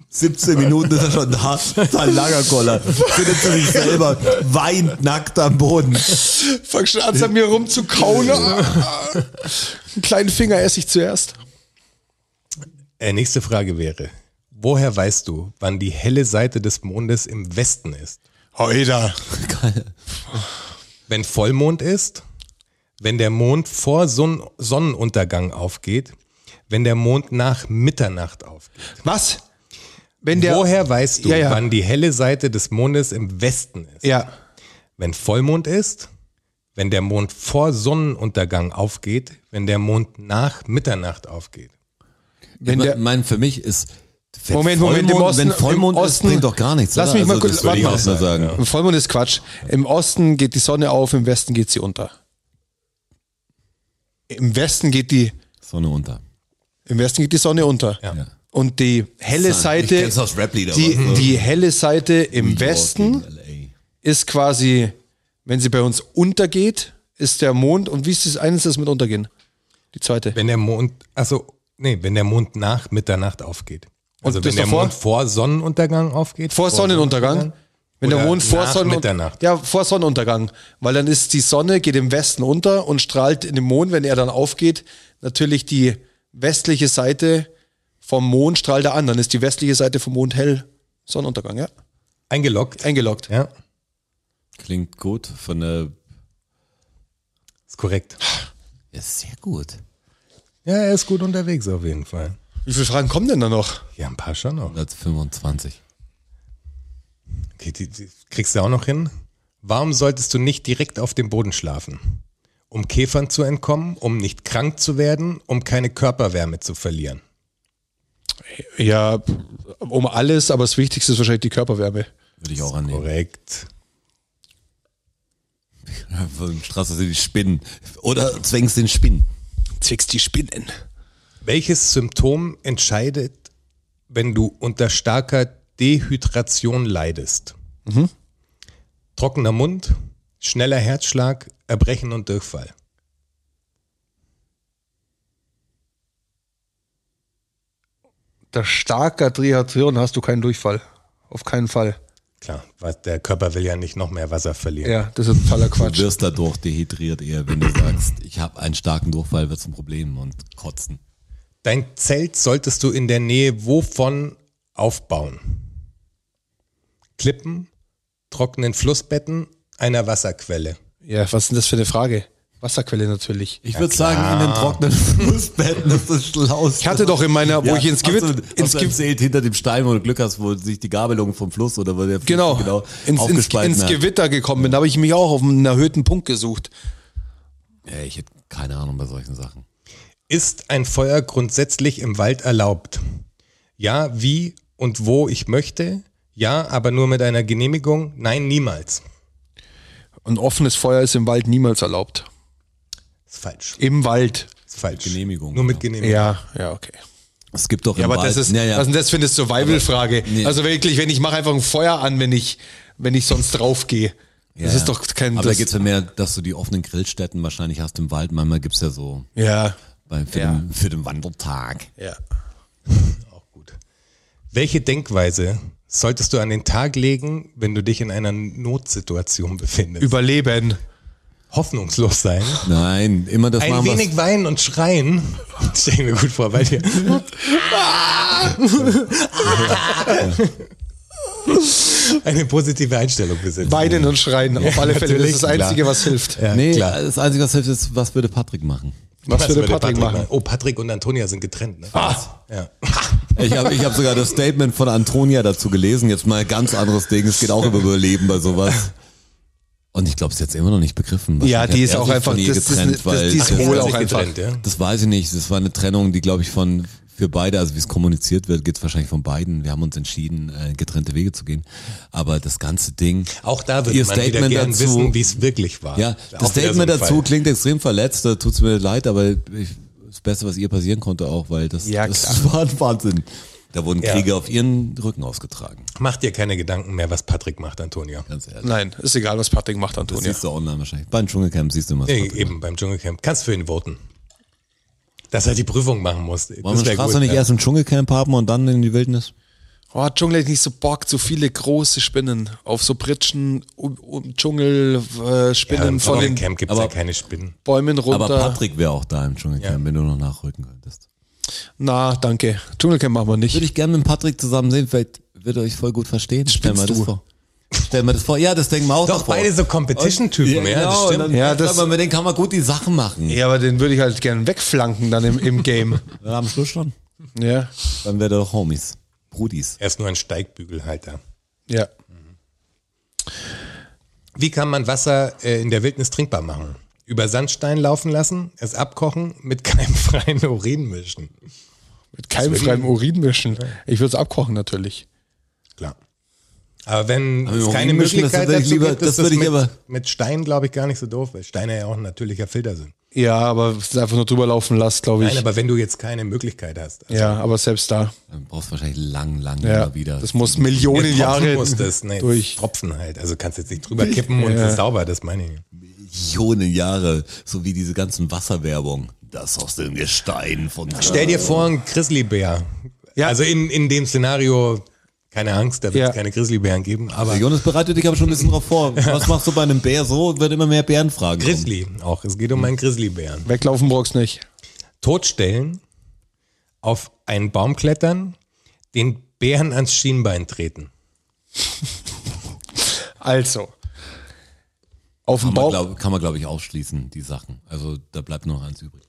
S3: 17 Minuten ist er schon da. Sein Lagerkoller. Findet zu sich selber. Weint nackt am Boden.
S2: Fang schon an, an mir rumzukauen. Einen kleinen Finger esse ich zuerst.
S4: Äh, nächste Frage wäre, woher weißt du, wann die helle Seite des Mondes im Westen ist?
S2: Heida.
S4: Wenn Vollmond ist, wenn der Mond vor Sonn Sonnenuntergang aufgeht, wenn der Mond nach Mitternacht aufgeht.
S2: Was? Wenn der.
S4: woher weißt du,
S2: Ja, ja.
S4: wann die helle Seite des Mondes im Westen ist?
S2: Ja.
S4: Wenn Vollmond ist, wenn der Mond vor Sonnenuntergang aufgeht, wenn der Mond nach Mitternacht aufgeht.
S2: Wenn der,
S3: mein, für mich ist. wenn
S2: Moment, Moment, im Osten-
S3: wenn Vollmond
S2: im
S3: ist,
S2: Osten-
S3: bringt doch gar nichts.
S2: Lass
S3: oder?
S2: mich
S3: Also,
S2: mal kurz-
S3: das würde ich
S2: warte
S3: auch
S2: mal.
S3: mal sagen.
S2: Ein Vollmond ist Quatsch. Im Osten geht die Sonne auf, im Westen geht sie unter. Im Westen geht die,
S3: Sonne unter.
S2: im Westen geht die Sonne unter.
S3: Ja.
S2: Und die helle Seite,
S3: kenn's aus Rap-Lieder,
S2: die,
S3: aber-
S2: die helle Seite im Westen ist quasi, wenn sie bei uns untergeht, ist der Mond. Und wie ist das eines das mit untergehen? Die zweite.
S4: Wenn der Mond, also nee, wenn der Mond nach Mitternacht aufgeht. Also
S2: Und das
S4: wenn der
S2: davor?
S4: Mond vor Sonnenuntergang aufgeht.
S2: Vor Sonnenuntergang. Wenn der
S4: Oder
S2: Mond vor,
S4: nach
S2: Sonnen
S4: Mitternacht.
S2: ja, vor Sonnenuntergang. Weil dann ist die Sonne, geht im Westen unter und strahlt in den Mond, wenn er dann aufgeht, natürlich die westliche Seite vom Mond strahlt er an. Dann ist die westliche Seite vom Mond hell. Sonnenuntergang, ja.
S4: Eingeloggt.
S2: Eingeloggt.
S4: Ja,
S3: Klingt gut. Von der.
S4: ist korrekt.
S3: Ja, sehr gut.
S4: Ja, er ist gut unterwegs auf jeden Fall.
S2: Wie viele Fragen kommen denn da noch?
S4: Ja, ein paar schon noch.
S3: 125.
S4: Okay, die, die kriegst du auch noch hin. Warum solltest du nicht direkt auf dem Boden schlafen? Um Käfern zu entkommen, um nicht krank zu werden, um keine Körperwärme zu verlieren.
S2: Ja, um alles, aber das Wichtigste ist wahrscheinlich die Körperwärme.
S3: Würde ich auch annehmen.
S4: Korrekt.
S3: Von Straße sind die Spinnen. Oder zwängst den Spinnen.
S2: Zwickst die Spinnen.
S4: Welches Symptom entscheidet, wenn du unter starker Dehydration leidest? Trockener Mund, schneller Herzschlag, Erbrechen und Durchfall.
S2: Der starker Dehydration hast du keinen Durchfall. Auf keinen Fall.
S4: Klar, was- der Körper will ja nicht noch mehr Wasser verlieren.
S2: Ja, das ist totaler
S3: Du
S2: Quatsch.
S3: wirst dadurch dehydriert eher, wenn du sagst, ich habe einen starken Durchfall, wird zum Problem und kotzen.
S4: Dein Zelt solltest du in der Nähe wovon aufbauen? Klippen, trockenen Flussbetten, einer Wasserquelle.
S2: Ja, was ist denn das für eine Frage? Wasserquelle natürlich.
S3: Ich würde sagen, in den trockenen <laughs> Flussbetten ist das schlauste.
S2: Ich hatte doch in meiner, wo ich ins
S3: hast
S2: Gewitter,
S3: du,
S2: ins
S3: hast du
S2: Ge-
S3: erzählt, hinter dem Stein, wo du Glück hast, wo sich die Gabelung vom Fluss oder wo der Fluss
S2: genau,
S3: genau
S2: ins, ins,
S3: aufgespalten
S2: ins
S3: hat.
S2: Gewitter gekommen bin, da habe ich mich auch auf einen erhöhten Punkt gesucht.
S3: Ey, ich hätte keine Ahnung bei solchen Sachen.
S4: Ist ein Feuer grundsätzlich im Wald erlaubt? Ja, wie und wo ich möchte? Ja, aber nur mit einer Genehmigung? Nein, niemals.
S2: Und offenes Feuer ist im Wald niemals erlaubt.
S4: Ist falsch.
S2: Im Wald.
S4: Ist falsch.
S3: Genehmigung,
S4: Nur mit
S3: ja.
S4: Genehmigung.
S2: Ja, ja, okay.
S3: Es gibt doch
S2: Ja,
S3: im
S2: aber
S3: Wald,
S2: das ist,
S3: ja, ja.
S2: was ist denn das für eine Survival-Frage?
S3: nee.
S2: Also wirklich, wenn ich mache einfach ein Feuer an, wenn ich, wenn ich sonst draufgehe. Das
S3: ja.
S2: ist doch kein,
S3: Aber da
S2: das,
S3: geht's ja mehr, dass du die offenen Grillstätten wahrscheinlich hast im Wald. Manchmal gibt's ja so
S2: ja,
S3: bei, für,
S2: Ja.
S3: den, für den Wandertag.
S2: ja.
S4: Welche Denkweise solltest du an den Tag legen, wenn du dich in einer Notsituation befindest?
S2: Überleben.
S4: Hoffnungslos sein,
S3: Nein, immer das
S4: ein
S3: machen, was-
S4: wenig weinen und schreien. Stell ich mir gut vor bei dir. <laughs> Eine positive Einstellung besitzen.
S2: Weinen und schreien, auf alle Fälle. Das
S4: natürlich,
S2: ist das Einzige,
S4: klar.
S2: was hilft.
S4: Ja,
S3: Nee,
S4: klar.
S3: das Einzige, was hilft, ist, was würde Patrick machen?
S2: Was, würde
S4: würde
S2: Patrick, machen?
S4: Oh, Patrick und Antonia sind getrennt. Ne?
S3: Ah.
S2: Ah.
S3: <laughs>
S4: Ja.
S3: Ich habe ich hab sogar das Statement von Antonia dazu gelesen. Jetzt mal ein ganz anderes Ding. Es geht auch über Überleben bei sowas. Und ich glaube, es ist jetzt immer noch nicht begriffen.
S2: Ja, die
S3: Wahrscheinlich
S2: ist
S3: hat er
S2: auch
S3: sich
S2: einfach-
S3: von ihr
S2: das- das-
S3: getrennt,
S2: das-
S3: weil
S2: die ist
S3: das-
S2: wohl
S4: Sind
S2: auch
S4: sich
S2: einfach.
S4: getrennt, ja?
S3: Das weiß ich nicht. Das war eine Trennung, die, glaube ich, von für beide, also wie es kommuniziert wird, geht es wahrscheinlich von beiden. Wir haben uns entschieden, äh, getrennte Wege zu gehen. Aber das ganze Ding.
S4: Auch da würde
S3: Ihr
S4: man wieder
S3: Statement
S4: gern
S3: dazu-
S4: wissen, wie es wirklich war.
S3: Ja,
S4: Auch
S3: das
S4: wieder so ein
S3: Statement dazu
S4: Fall.
S3: klingt extrem verletzt, da tut's mir leid, aber ich, das Beste, was ihr passieren konnte auch, weil das,
S2: Ja,
S3: das war ein Wahnsinn. Da wurden
S4: Ja.
S3: Kriege auf ihren Rücken ausgetragen,
S4: Mach dir keine Gedanken mehr, was Patrick macht, Antonia.
S3: ganz ehrlich.
S2: Nein, ist egal, was Patrick macht,
S3: das
S2: Antonia.
S3: siehst du online wahrscheinlich. Beim Dschungelcamp siehst du immer.
S4: Nee, eben beim Dschungelcamp. Kannst für ihn voten. Dass er die Prüfung machen muss.
S3: Wollen wir
S4: wär
S3: Straße
S4: gut,
S3: nicht
S4: ja.
S3: erst im Dschungelcamp haben und dann in die Wildnis?
S2: Oh, Dschungel hätte ich nicht so Bock, so viele große Spinnen auf so Pritschen, um, um Dschungel, äh,
S4: ja,
S2: Spinnen
S4: Im
S2: von den
S4: Dschungelcamp gibt es ja keine Spinnen.
S2: Bäumen runter.
S3: Aber Patrick wäre auch da im Dschungelcamp,
S4: Ja.
S3: wenn du noch nachrücken könntest.
S2: Na, danke. Dschungelcamp machen wir
S3: Würde
S2: nicht.
S3: ich gerne mit Patrick zusammen sehen, vielleicht wird er euch voll gut verstehen. Stell mal
S2: Spinnst
S3: das
S2: du?
S3: vor. Stell mal das vor. Ja, das denken wir auch
S4: Doch,
S3: noch vor.
S4: beide so Competition-Typen, ja, das stimmt.
S3: Dann,
S2: Ja,
S3: ja,
S2: das-
S3: aber mit denen kann man gut die Sachen machen.
S2: Ja, aber den würde ich halt gern wegflanken dann im, im Game.
S3: Dann am Schluss schon.
S2: <laughs> ja.
S3: Dann wäre doch Homies. Brudis.
S4: Er ist nur ein Steigbügelhalter.
S2: Ja.
S4: Wie kann man Wasser äh, in der Wildnis trinkbar machen? Über Sandstein laufen lassen, es abkochen, mit <laughs> keimfreien Urin mischen.
S2: Mit keimfreiem Urin mischen. Ich würde es abkochen natürlich.
S4: Klar. Aber wenn
S3: Aber
S4: es
S3: Urin
S4: keine
S3: mischen, das
S4: Möglichkeit
S3: hätte ich
S4: dazu
S3: lieber-
S4: gibt,
S3: das
S4: ist
S3: würde ich
S4: mit,
S3: aber-
S4: mit Stein, glaube ich, gar nicht so doof, weil Steine ja auch ein natürlicher Filter sind.
S2: Ja, aber es einfach nur drüber laufen lässt, glaube ich.
S4: Nein, aber wenn du jetzt keine Möglichkeit hast. also
S2: ja, aber selbst da.
S3: Dann brauchst du wahrscheinlich lang, lang
S2: Ja,
S3: immer wieder.
S2: das muss Millionen
S4: tropfen
S2: Jahre
S4: muss das, nee,
S2: durch.
S4: Tropfen halt. Also kannst jetzt nicht drüber kippen und
S2: Ja.
S4: es ist sauber, das meine ich.
S3: Millionen Jahre. So wie diese ganzen Wasserwerbung. Das aus dem Gestein von...
S4: Stell dir vor, ein Grizzlybär.
S2: Ja.
S4: Also in, in dem Szenario, keine Angst, da wird es
S2: Ja.
S4: keine Grizzlybären geben, aber
S3: Jonas, bereite dich aber schon ein bisschen drauf vor. Was machst du bei einem Bär so? Wird immer mehr Bärenfragen kommen.
S4: Grizzly auch. Es geht um einen Grizzlybären.
S2: Weglaufen brauchst nicht.
S4: Totstellen, auf einen Baum klettern, den Bären ans Schienbein treten.
S2: Also. Auf dem
S3: Kann man,
S2: Baum.
S3: glaub, kann man, glaube ich, ausschließen, die Sachen. Also da bleibt nur noch eins übrig.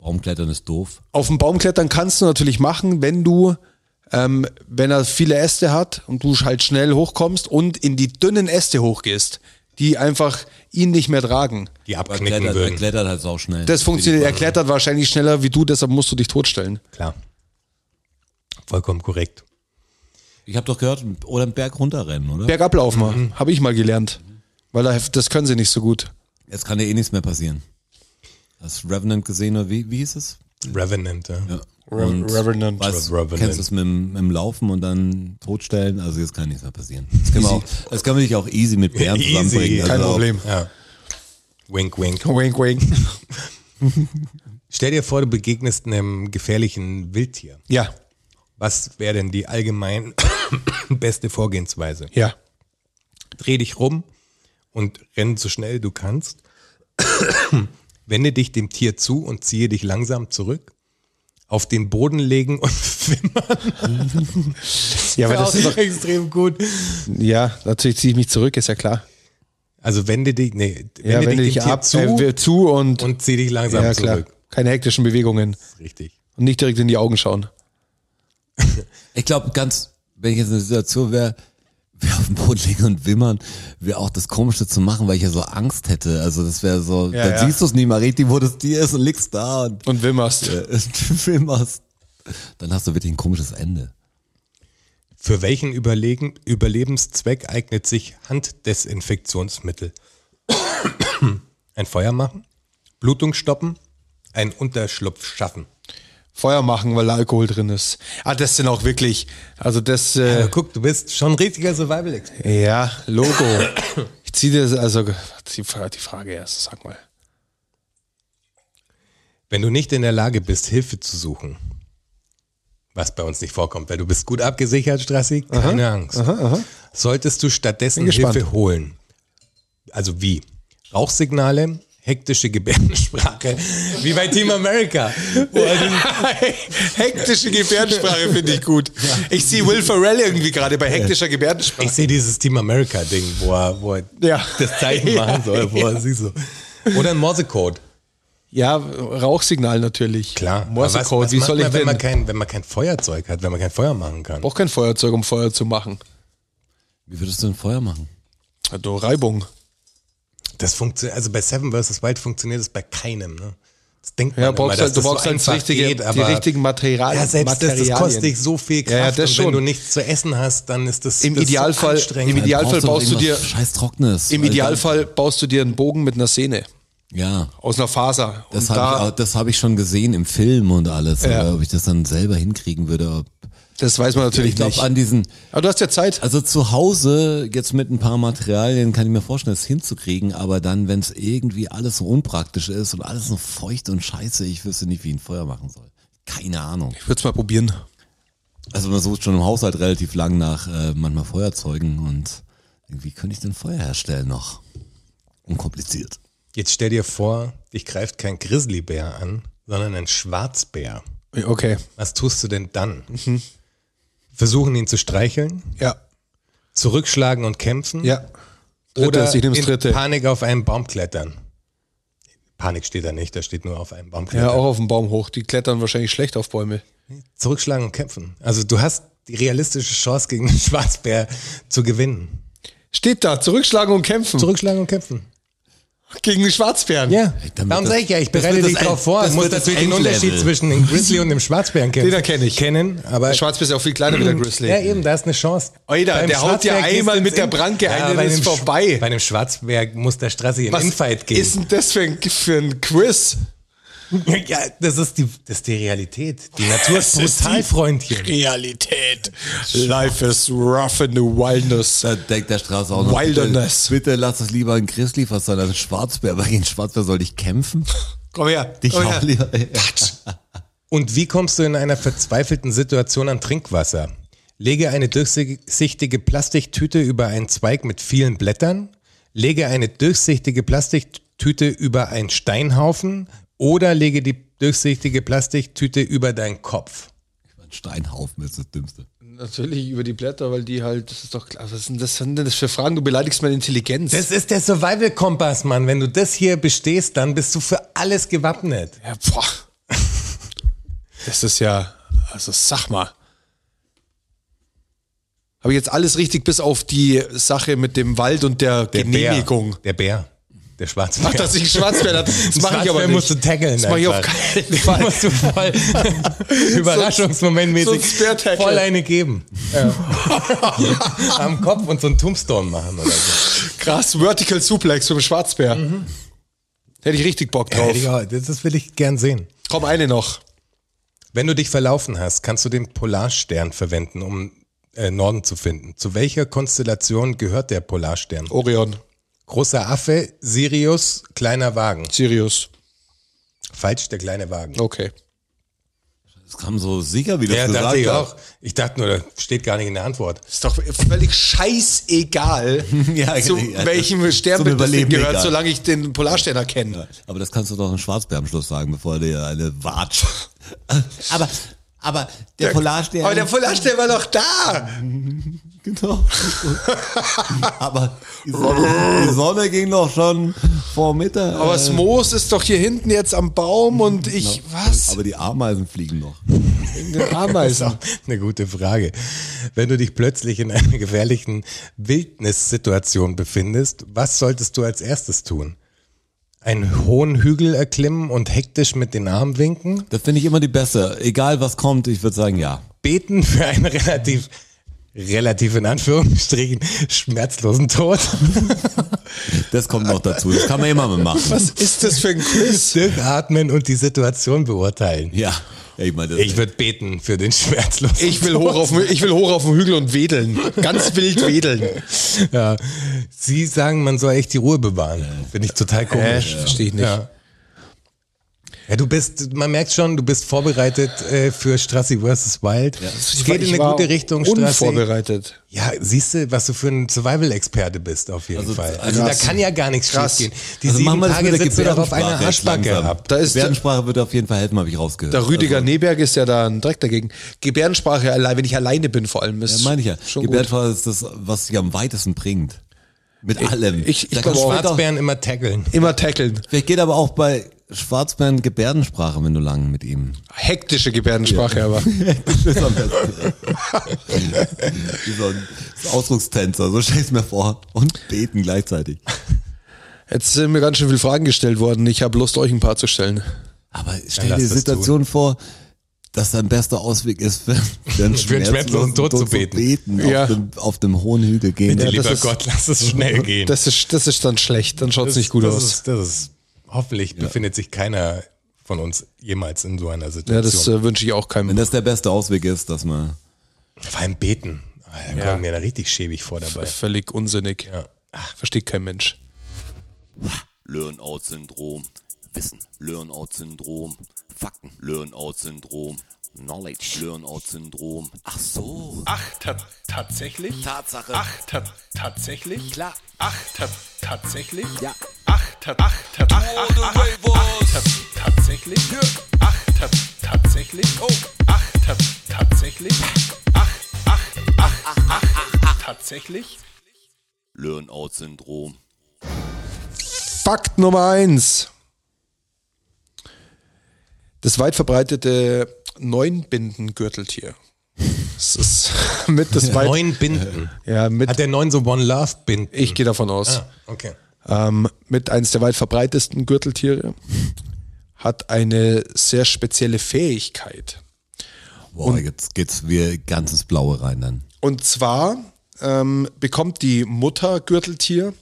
S3: Baumklettern ist doof.
S2: auf den Baum klettern kannst du natürlich machen, wenn du, ähm, wenn er viele Äste hat und du halt schnell hochkommst und in die dünnen Äste hochgehst, die einfach ihn nicht mehr tragen.
S4: Die
S3: Er
S4: abknicken
S3: klettert, er
S4: würden.
S3: klettert halt auch schnell.
S2: Das funktioniert, er klettert wahrscheinlich schneller wie du, deshalb musst du dich totstellen.
S4: Klar. Vollkommen korrekt.
S3: Ich habe doch gehört, oder einen Berg runterrennen, oder?
S2: Bergab laufen, habe ich mal gelernt. Weil da- das können sie nicht so gut.
S3: Jetzt kann dir eh nichts mehr passieren. Hast du Revenant gesehen oder wie, wie hieß es?
S4: Revenant, ja.
S3: Und
S2: Revenant.
S3: Weißt,
S4: Revenant.
S3: Kennst du es mit, dem- mit dem Laufen und dann totstellen? Also jetzt kann nichts mehr passieren. Das können, wir auch, das können wir dich auch easy mit Bären zusammenbringen.
S4: kein
S3: also,
S4: Problem. Ja. Wink, wink.
S2: Wink, wink.
S4: Stell dir vor, du begegnest einem gefährlichen Wildtier.
S2: Ja,
S4: Was wäre denn die allgemein <coughs> beste Vorgehensweise?
S2: ja.
S4: Dreh dich rum und renn so schnell du kannst. <coughs> Wende dich dem Tier zu und ziehe dich langsam zurück. Auf den Boden legen und <laughs> wimmern.
S2: Ja, aber das ist doch,
S4: extrem gut.
S2: ja, natürlich ziehe ich mich zurück, ist ja klar.
S4: Also wende dich, nee, wende
S2: Ja, wenn
S4: dich
S2: du
S4: dem
S2: dich
S4: Tier
S2: ab,
S4: zu
S2: zu, äh, zu und,
S4: und zieh dich langsam
S2: ja, klar.
S4: zurück.
S2: Keine hektischen Bewegungen.
S4: Richtig.
S2: Und nicht direkt in die Augen schauen.
S3: Ich glaube, ganz, wenn ich jetzt in einer Situation wäre, wäre auf dem Boden liegen und wimmern, wäre auch das Komische zu machen, weil ich ja so Angst hätte. Also das wäre so,
S2: Ja,
S3: dann
S2: ja.
S3: siehst du es nicht mal richtig, wo das Tier ist und liegst da und,
S2: Und wimmerst.
S3: äh, <laughs> und wimmerst. Dann hast du wirklich ein komisches Ende.
S4: Für welchen Überlegen, Überlebenszweck eignet sich Handdesinfektionsmittel? <coughs> Ein Feuer machen, Blutung stoppen, einen Unterschlupf schaffen.
S2: Feuer machen, weil da Alkohol drin ist. Ah, das sind auch wirklich, also das,
S4: Ja,
S2: äh,
S4: guck, du bist schon ein richtiger survival expert
S2: ja, Logo. Ich ziehe dir das, also die, Fra- die Frage erst, sag mal.
S4: Wenn du nicht in der Lage bist, Hilfe zu suchen, was bei uns nicht vorkommt, weil du bist gut abgesichert, Strassi, keine Angst. Solltest du stattdessen
S2: Bin gespannt.
S4: Hilfe holen? Also wie? Rauchsignale, hektische Gebärdensprache, <laughs> wie bei Team America.
S2: <laughs>
S4: Wo also-
S2: Hektische Gebärdensprache finde ich gut. Ich sehe Will Ferrell irgendwie gerade bei hektischer
S4: <laughs> Ich
S2: Gebärdensprache.
S4: sehe dieses Team America-Ding, wo er, wo er
S2: Ja.
S4: das Zeichen machen soll,
S2: <laughs>
S4: wo er sich so. Oder ein Morsecode.
S2: Ja, Rauchsignal natürlich.
S4: Klar. Aber
S2: Morsecode, wie
S4: macht
S2: soll
S4: man,
S2: ich
S4: wenn
S2: denn?
S4: man,
S2: Ich
S4: kein, wenn man kein Feuerzeug hat, wenn man kein Feuer machen kann?
S2: brauche kein Feuerzeug, um Feuer zu machen.
S3: Wie würdest du ein Feuer machen?
S2: Also Reibung.
S4: Das funktioniert, also bei Seven vs. Wild funktioniert das bei keinem, ne? Das denkt man
S2: Ja,
S4: immer,
S2: brauchst
S4: dass
S2: halt, du
S4: das so
S2: brauchst halt das
S4: einfach
S2: richtige,
S4: geht,
S2: die
S4: aber
S2: richtigen Materialien.
S4: ja, selbst das, das
S2: Materialien.
S4: kostet dich so viel Kraft.
S2: Ja, ja, das
S4: und wenn
S2: schon.
S4: du nichts zu essen hast, dann ist das
S2: Im
S4: das
S2: Idealfall-
S4: so anstrengend.
S2: im Ideal- Idealfall
S3: Brauchst
S2: baust du
S3: doch irgendwas
S2: dir-
S3: Scheiß Trockenes.
S2: Im
S3: Weil
S2: Idealfall baust du dir einen Bogen mit einer Sehne
S3: dann- Ja.
S2: aus einer Faser. Und
S3: Das
S2: da-
S3: habe ich, auch- das hab ich schon gesehen im Film und alles.
S2: Ja.
S3: Aber ob ich das dann selber hinkriegen würde. Ob,
S2: das weiß man natürlich
S3: ich glaube
S2: nicht.
S3: an diesen,
S2: Aber du hast ja Zeit.
S3: also zu Hause jetzt mit ein paar Materialien kann ich mir vorstellen, es hinzukriegen. Aber dann, wenn es irgendwie alles so unpraktisch ist und alles so feucht und scheiße, ich wüsste nicht, wie ich ein Feuer machen soll. Keine Ahnung.
S2: Ich würde es mal probieren.
S3: Also man sucht schon im Haushalt relativ lang nach äh, manchmal Feuerzeugen und irgendwie könnte ich denn Feuer herstellen noch? Unkompliziert.
S4: Jetzt stell dir vor, dich greift kein Grizzlybär an, sondern ein Schwarzbär.
S2: Okay.
S4: Was tust du denn dann?
S2: Mhm.
S4: Versuchen ihn zu streicheln,
S2: Ja.
S4: zurückschlagen und kämpfen
S2: Ja.
S4: oder
S2: Drittes, ich nehme das
S4: in
S2: dritte.
S4: Panik auf einen Baum klettern. Panik steht da nicht, da steht nur auf einen Baum klettern.
S2: Ja, auch auf den Baum hoch. Die klettern wahrscheinlich schlecht auf Bäume.
S4: zurückschlagen und kämpfen. Also du hast die realistische Chance gegen <laughs> den Schwarzbär zu gewinnen.
S2: Steht da, zurückschlagen und kämpfen.
S4: Zurückschlagen und kämpfen.
S2: Gegen den Schwarzbären.
S4: Ja,
S3: dann wird
S4: darum
S3: das-
S4: sage ich ja, ich
S3: das
S4: bereite
S3: wird
S4: dich
S3: das
S4: drauf
S3: ein-
S4: vor.
S3: das
S4: Du musst
S3: wird das
S4: natürlich den
S3: Endlevel.
S4: Unterschied zwischen dem Grizzly und dem Schwarzbären
S2: <laughs>
S4: kennen.
S2: Den erkenne ich.
S4: Kennen, aber
S2: Der Schwarzbär ist ja auch viel kleiner wie der Grizzly.
S4: ja eben, da ist eine Chance.
S2: Alter,
S4: Beim
S2: der haut ja
S4: Schwarzbär gehst
S2: einmal
S4: du
S2: mit
S4: ins
S2: der
S4: In-
S2: Branke ein und
S4: bei
S2: ist
S4: dem Sch-
S2: vorbei.
S4: Bei dem Schwarzbär muss der Strassi in
S2: Was
S4: Infight gehen.
S2: ist denn das für ein, für ein Quiz?
S4: <laughs> ja, das ist, die, das ist die Realität. Die Natur ist brutal, Freundchen.
S2: Realität. Life is rough in the wildness.
S3: Da denkt der Straße auch noch.
S2: Wilderness.
S3: Bitte, bitte lass es lieber ein Grizzly fast sein als ein Schwarzbär. Aber gegen einen Schwarzbär soll ich kämpfen?
S2: Komm her.
S3: Dich
S2: komm
S3: auch
S2: her.
S3: lieber.
S4: Und wie kommst du in einer verzweifelten Situation an Trinkwasser? Lege eine durchsichtige Plastiktüte über einen Zweig mit vielen Blättern, lege eine durchsichtige Plastiktüte über einen Steinhaufen oder lege die durchsichtige Plastiktüte über deinen Kopf.
S3: Ein Steinhaufen ist das Dümmste.
S2: Natürlich über die Blätter, weil die halt, das ist doch klar. Was sind das, sind denn das für Fragen? Du beleidigst meine Intelligenz.
S4: Das ist der Survival-Kompass, Mann. Wenn du das hier bestehst, dann bist du für alles gewappnet.
S2: ja, boah. Das ist ja, also sag mal. Habe ich jetzt alles richtig bis auf die Sache mit dem Wald und der, Genehmigung.
S4: Bär, der Bär. Der Schwarzbär.
S2: Ach, dass ich einen Schwarzbär hatte. Das mache ich aber
S4: Schwarzbär
S2: nicht.
S4: musst du tackeln
S2: Das mache ich auf
S4: einfach. <laughs>
S2: keinen Fall.
S4: musst
S2: <laughs>
S4: du voll Überraschungsmomentmäßig
S2: so ein Spear-Tackle.
S4: voll eine geben. <laughs> Am Kopf und so einen Tombstone machen oder so.
S2: Krass, Vertical Suplex vom Schwarzbär. Hätte ich richtig Bock drauf.
S4: Mhm. Hätte ich auch- Das das will ich gern sehen.
S2: Komm, eine noch.
S4: Wenn du dich verlaufen hast, kannst du den Polarstern verwenden, um äh, Norden zu finden. Zu welcher Konstellation gehört der Polarstern?
S2: Orion,
S4: Großer Affe, Sirius, kleiner Wagen.
S2: Sirius.
S4: Falsch, der kleine Wagen.
S2: Okay.
S3: Das kam so sicher, wie du
S4: Ja,
S3: das gesagt
S4: dachte ich
S3: hast.
S4: auch. Ich dachte nur, da steht gar nicht in der Antwort.
S2: Ist doch völlig
S4: <laughs>
S2: scheißegal,
S3: Ja,
S2: zu
S3: ja, das-
S2: welchem
S3: zum
S2: Sternbild das Ding
S3: Überleben
S2: gehört,
S3: egal.
S2: solange ich den Polarstern erkenne.
S3: Aber das kannst du doch einem Schwarzbär am Schluss sagen, bevor dir eine
S2: <laughs>
S3: watscht. aber, aber der Polarstern.
S2: Aber der Polarstern war doch da.
S3: Genau. <laughs> Aber die Sonne, die Sonne ging doch schon vor Mittag.
S2: Aber das Moos ist doch hier hinten jetzt am Baum und ich, was?
S3: Aber die Ameisen fliegen noch.
S2: Irgendeine Ameisen.
S4: Eine gute Frage. Wenn du dich plötzlich in einer gefährlichen Wildnissituation befindest, was solltest du als erstes tun? Einen hohen Hügel erklimmen und hektisch mit den Armen winken?
S3: Das finde ich immer die beste. Egal was kommt, ich würde sagen ja.
S4: Beten für einen relativ, relativ in Anführungsstrichen, schmerzlosen Tod?
S3: Das kommt noch dazu. Das kann man immer mal machen.
S2: Was ist das für ein Quiz?
S4: Durchatmen und die Situation beurteilen.
S3: Ja. ja ich meine, das-
S4: Ich würde beten für den schmerzlosen
S2: Ich will, hoch auf, ich will hoch auf den Hügel und wedeln. Ganz wild wedeln.
S4: Ja. Sie sagen, man soll echt die Ruhe bewahren. Finde ich total komisch.
S2: Verstehe ich nicht.
S4: Ja. Ja, du bist, man merkt schon, du bist vorbereitet äh, für Strassi vs. Wild. es geht in
S2: Ich
S4: eine
S2: war
S4: gute Richtung, Strassi.
S2: Unvorbereitet.
S4: Ja, siehst du, was du für ein Survival-Experte bist, auf jeden Fall. Also
S2: krass.
S4: da kann ja gar nichts
S2: Krass.
S4: schiefgehen. Die
S3: Also machen
S4: sieben
S3: wir das
S4: Tage
S3: mit der
S4: sitzt du doch auf einer
S3: Gebärdensprache jetzt
S4: Arschbacke
S3: langsam.
S4: ab.
S2: Da ist der,
S3: Gebärdensprache wird auf jeden Fall helfen, habe ich rausgehört. Also,
S2: der Rüdiger Neberg ist ja da ein direkt dagegen. Gebärdensprache, allein, wenn ich alleine bin vor allem, ist
S3: Ja, meine ich ja.
S2: schon gut.
S3: Gebärdensprache ist das, was dich am weitesten bringt. Mit allem.
S2: ich- ich
S3: Da
S2: glaub
S3: kannst du
S2: auch.
S3: später-
S4: Schwarzbären immer tackeln.
S2: Immer tackeln.
S3: Vielleicht geht aber auch bei Schwarzbären Gebärdensprache, wenn du lang mit ihm. <laughs>
S2: Hektische Gebärdensprache aber.
S3: Das ist am besten.
S2: <laughs>
S3: Wie so ein Ausdruckstänzer, so stell ich mir vor. Und beten gleichzeitig.
S2: Jetzt sind mir ganz schön viele Fragen gestellt worden. Ich habe Lust, euch ein paar zu stellen.
S3: Aber stell dir
S4: lass
S3: die
S4: das
S3: Situation vor, dass dein bester Ausweg ist, <laughs> für, für einen
S4: Für einen schmerzlosen Tod zu beten.
S2: Ja.
S3: auf, dem, auf dem hohen Hügel gehen.
S4: Bitte,
S2: das
S4: lieber
S2: ist-
S4: Gott, lass es schnell gehen.
S2: Das ist, das ist dann schlecht, dann schaut es nicht gut
S4: das
S2: aus.
S4: Ist, das ist, hoffentlich befindet sich keiner von uns jemals in so einer Situation.
S2: ja, das äh, wünsche ich auch
S3: Wenn
S2: keinem.
S3: das der beste Ausweg ist, dass man
S4: Vor allem beten. Ah, Da äh, ja. kommen mir da richtig schäbig vor dabei.
S2: Völlig unsinnig.
S4: Ja.
S2: Versteht kein Mensch.
S7: Learn-out-Syndrom, Wissen, Learn-out-Syndrom, Fakten, Learn-out-Syndrom, Knowledge, Learn-out-Syndrom. Ach so.
S8: Ach, ta tatsächlich?
S7: Tatsache.
S8: Ach, ta tatsächlich?
S7: Klar.
S8: Ach, ta tatsächlich?
S7: Ja.
S8: Ach, ta ach, ta ach, ach, ach, ach, ta tatsächlich? Ach, ta tatsächlich? Oh. Ach, ta tatsächlich? Ach, ach, ach, ach, ach, tatsächlich?
S7: Learn-out-Syndrom.
S2: Fakt Nummer eins. Das weit verbreitete Neunbindengürteltier. Das ist <laughs> mit das weit.
S4: Neun Binden.
S2: Ja, mit,
S4: Hat der neun so One Love Binden?
S2: ich gehe davon aus.
S4: Ah, okay.
S2: Ähm, mit eines der weit verbreitesten Gürteltiere. Hat eine sehr spezielle Fähigkeit.
S3: Boah, jetzt geht's wir ganz ins Blaue rein dann.
S2: Und zwar ähm, bekommt die Mutter Gürteltier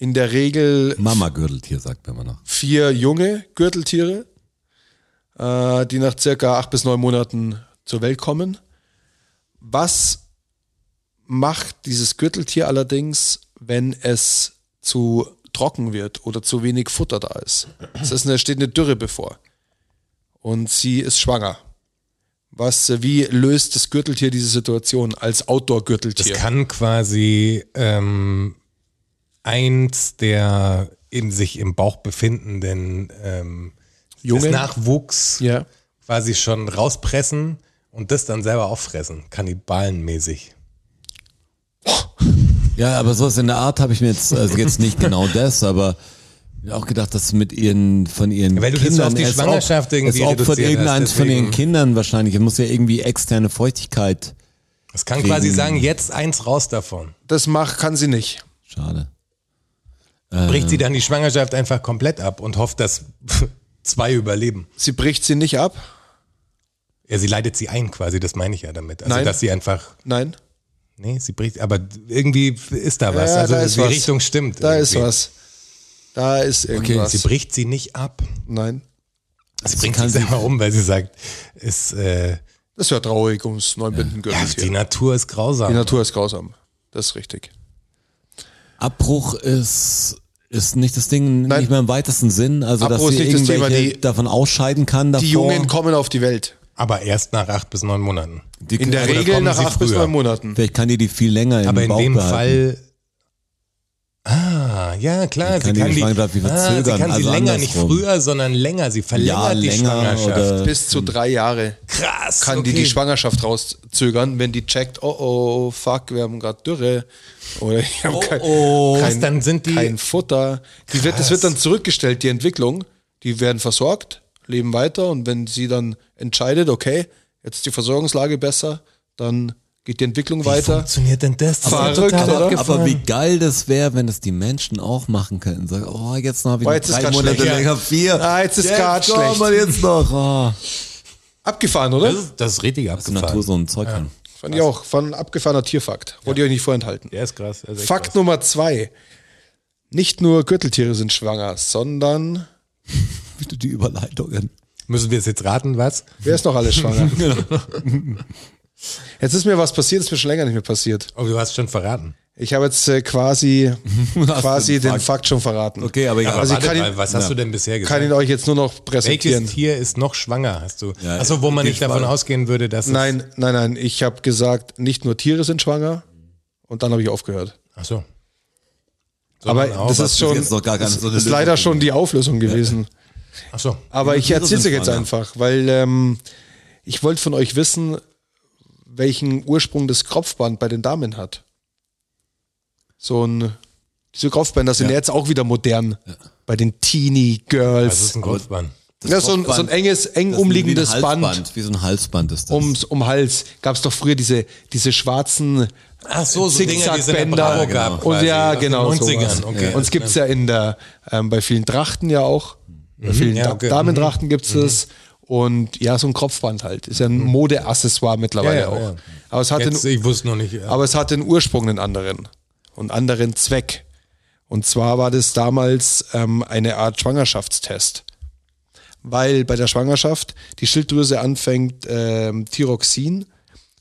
S2: in der Regel
S3: Mama Gürteltier sagt man immer noch.
S2: vier junge Gürteltiere, äh, die nach circa acht bis neun Monaten zur Welt kommen. Was macht dieses Gürteltier allerdings, wenn es zu trocken wird oder zu wenig Futter da ist? Es ist eine, steht eine Dürre bevor und sie ist schwanger. Was, äh, wie löst das Gürteltier diese Situation als
S4: Das
S2: Outdoor-Gürteltier?
S4: kann quasi ähm, eins der eben sich im Bauch befindenden ähm, des
S2: Jungen?
S4: Nachwuchs
S2: Ja.
S4: quasi schon rauspressen und das dann selber auffressen, kannibalenmäßig.
S3: Ja, aber sowas in der Art habe ich mir jetzt, also jetzt <laughs> nicht genau das, aber auch gedacht, dass mit ihren, von ihren
S4: Ja, weil du das
S3: Kindern,
S4: auf die
S3: es Op-
S4: Schwangerschaft irgendwie
S3: es opfert
S4: reduziert hast,
S3: irgendeins von
S4: deswegen.
S3: ihren Kindern wahrscheinlich. Es muss ja irgendwie externe Feuchtigkeit.
S4: Das kann
S3: Wegen-
S4: quasi sagen, jetzt eins raus davon.
S2: Das macht, kann sie nicht.
S3: Schade.
S4: Bricht sie
S2: Äh.
S4: dann die Schwangerschaft einfach komplett ab und hofft, dass <laughs> zwei überleben.
S2: Sie bricht sie nicht ab.
S4: Ja, sie leitet sie ein quasi, das meine ich ja damit. Also
S2: Nein.
S4: dass sie einfach,
S2: Nein.
S4: nee, sie bricht, aber irgendwie ist da was.
S2: Ja,
S4: also
S2: da ist
S4: die
S2: was.
S4: Richtung stimmt.
S2: Da ist
S4: irgendwie.
S2: was. Da ist
S4: Okay,
S2: irgendwas.
S4: sie bricht sie nicht ab.
S2: Nein.
S4: Sie bringt sich selber um, weil sie sagt, ist, äh,
S2: Das ist ja also traurig ums
S4: ja,
S2: Neubindengürteltier.
S4: die Natur ist grausam.
S2: die Natur ist grausam. Das ist richtig.
S3: Abbruch ist, ist nicht das Ding,
S2: Nein.
S3: nicht mehr im weitesten Sinn. Also,
S2: Abbruch
S3: dass
S2: ist
S3: sie
S2: nicht das
S3: irgendwelche
S2: Thema, die-
S3: davon ausscheiden kann davor.
S2: Die Jungen kommen auf die Welt.
S4: aber erst nach acht bis neun Monaten.
S3: Die
S2: In der
S3: können-
S4: Oder
S2: Regel
S4: kommen
S2: nach
S4: sie
S2: acht bis
S4: früher?
S2: neun Monaten.
S3: Vielleicht kann die die viel länger im
S4: Aber in
S3: Bauch
S4: dem
S3: behalten.
S4: Fall. Ah, ja, klar.
S3: Die kann die Schwangerschaft wie
S4: ah, sie
S3: verzögern,
S4: kann sie
S3: also
S4: länger, nicht
S3: andersrum.
S4: früher, sondern länger. Sie verlängert
S3: Ja,
S4: die
S3: länger
S4: Schwangerschaft.
S3: oder-
S2: Bis zu drei Jahre
S4: Krass.
S2: kann die
S4: okay.
S2: die Schwangerschaft rauszögern, wenn die checkt, oh oh, fuck, wir haben gerade Dürre. Oder ich habe kein,
S4: oh.
S2: kein,
S4: Krass, dann sind die-
S2: kein Futter. Die wird, das wird dann zurückgestellt, die Entwicklung. Die werden versorgt, leben weiter und wenn sie dann entscheidet, okay, jetzt ist die Versorgungslage besser, dann geht die Entwicklung
S4: Wie
S2: weiter.
S4: funktioniert denn das? Das ist ja
S2: Verrückt,
S4: total
S2: oder?
S4: abgefahren.
S3: Aber wie geil das wäre, wenn es die Menschen auch machen könnten. Sag, oh, jetzt noch habe ich
S2: Oh,
S3: noch
S2: jetzt ist
S3: drei
S2: grad
S3: Monate
S2: schlecht.
S3: länger, vier.
S2: Ah, jetzt ist grad
S3: komm,
S2: schlecht.
S3: Mann, jetzt noch. Oh.
S2: Abgefahren, oder?
S4: das, ist, das ist richtig
S3: Die Natur
S4: abgefahren.
S3: so ein Zeug kann.
S2: Fand ich auch. Fand ein abgefahrener Tierfakt. Wollte ich euch nicht vorenthalten.
S4: Der ist krass. der ist echt
S2: Fakt
S4: krass.
S2: Nummer zwei. Nicht nur Gürteltiere sind schwanger, sondern
S3: Bitte
S2: <laughs>
S3: die Überleitungen.
S4: Müssen wir es jetzt raten, was?
S2: wer ist noch alles
S3: <laughs>
S2: schwanger?
S3: Genau.
S2: Jetzt ist mir was passiert, ist mir schon länger nicht mehr passiert.
S4: Oh, du hast schon verraten.
S2: Ich habe jetzt äh, quasi,
S3: <laughs> hast
S2: quasi
S3: den
S2: den
S3: Fakt.
S2: Fakt schon verraten.
S3: Okay, aber egal.
S2: also ich
S4: Warte
S2: kann ihn-
S4: mal, was hast
S3: ja.
S4: du denn bisher gesagt?
S2: Kann ihn euch jetzt nur noch
S4: Welches
S2: präsentieren.
S4: Tier ist noch schwanger? Hast du?
S3: Ja,
S4: Achso, wo man
S3: geht
S4: nicht davon
S3: schwanger.
S4: ausgehen würde, dass es.
S2: Nein, nein, nein. Ich habe gesagt, nicht nur Tiere sind schwanger. Und dann habe ich aufgehört.
S4: Achso.
S2: Aber
S4: auch,
S2: das
S4: was
S2: ist
S3: ist
S2: schon,
S3: jetzt noch gar keine
S2: ist,
S3: so eine
S2: ist
S3: Lösung
S2: leider
S3: für
S2: schon die Auflösung gewesen.
S4: Achso.
S2: Aber
S3: Ja,
S2: ich
S3: Tiere
S2: erzähle
S3: sind
S2: jetzt
S3: schwanger.
S2: einfach, weil ähm, ich wollte von euch wissen, welchen Ursprung das Kropfband bei den Damen hat. So ein diese Kropfbänder sind ja. jetzt auch wieder modern bei den Teenie
S4: Das
S2: Girls.
S4: ist ein Golfbahn.
S2: Das ist so, ein, so ein
S3: Kopfband.
S2: enges, eng
S3: Das ist
S2: umliegendes
S3: wie ein Halsband,
S2: Band
S3: Wie so ein Halsband ist das.
S2: ums um Hals. Gab es doch früher diese diese schwarzen
S4: Ach so, so Dinge, die es in der
S2: Zickzackbänder
S4: Bravo gab
S2: und
S4: quasi,
S2: ja
S4: aus den
S2: genau
S4: 90ern,
S2: sowas.
S4: okay.
S2: Und es gibt's ja in der ähm, bei vielen Trachten ja auch, bei vielen
S4: Mhm. ja,
S2: ja,
S4: okay. Mhm.
S2: Damentrachten gibt's das und ja so ein Kopfband halt ist ja ein Modeaccessoire mittlerweile
S4: Ja, ja,
S2: auch.
S4: ja.
S2: Aber es hat
S4: Jetzt,
S2: den,
S4: ich wusste noch nicht. äh, ja.
S2: aber es hat den Ursprung einen anderen und anderen Zweck. Und zwar war das damals ähm, eine Art Schwangerschaftstest. Weil bei der Schwangerschaft die Schilddrüse anfängt, ähm, Thyroxin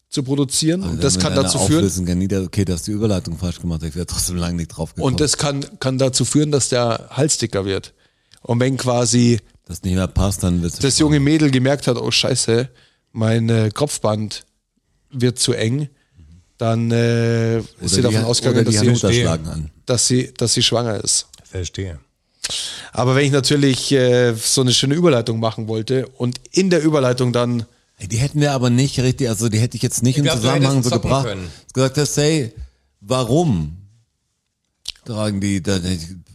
S2: zu produzieren. und das kann dazu führen,
S3: Kann nieder, okay, da hast du die Überleitung falsch gemacht. Ich wäre trotzdem lange nicht drauf gekommen.
S2: Und das kann, kann dazu führen, dass der Hals dicker wird. Und wenn quasi
S3: das nicht mehr passt, dann wird
S2: das junge Mädel gemerkt hat, oh scheiße, mein äh, Kopfband wird zu eng, dann äh, ist sie davon ausgegangen, dass
S3: die
S2: sie,
S3: Unterschlagen an.
S2: dass, sie, dass sie schwanger ist.
S4: Verstehe.
S2: Aber wenn ich natürlich äh, so eine schöne Überleitung machen wollte und in der Überleitung dann,
S3: Ey, Die hätten wir aber nicht richtig, also die hätte ich jetzt nicht im
S4: glaub, du
S3: Zusammenhang
S4: hättest
S3: so
S4: zocken
S3: gebracht.
S4: können.
S3: Gesagt hast, hey, warum tragen die, da,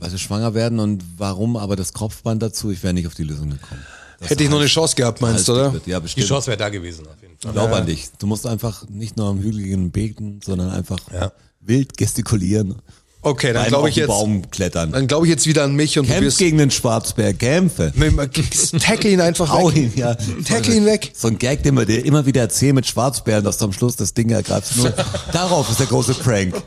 S3: also schwanger werden und warum aber das Kopfband dazu? Ich wäre nicht auf die Lösung gekommen. Dass
S2: hätte ich noch eine Chance gehabt, meinst du,
S3: alles
S2: oder?
S3: wird. Ja,
S4: Die
S3: bestimmt.
S4: Chance wäre da gewesen, auf jeden Fall.
S3: Glaub an dich. Du musst einfach nicht nur am hügeligen beten, sondern einfach
S4: Ja.
S3: wild gestikulieren.
S2: Okay, dann
S3: Beim
S2: glaube
S3: auf
S2: ich
S3: den
S2: jetzt,
S3: Baum klettern.
S2: dann glaube ich jetzt wieder an mich und
S3: Kämpf
S2: probier's-
S3: gegen den Schwarzbär, kämpfe.
S2: Nee, man- <laughs> tackle ihn einfach
S3: Hau
S2: weg.
S3: ihn, ja.
S2: Tackle ihn weg.
S3: So ein Gag, den wir dir immer wieder erzählen mit Schwarzbären, dass du am Schluss das Ding
S2: <laughs>
S3: ergreifst. Nur darauf ist der große Prank.
S2: <laughs>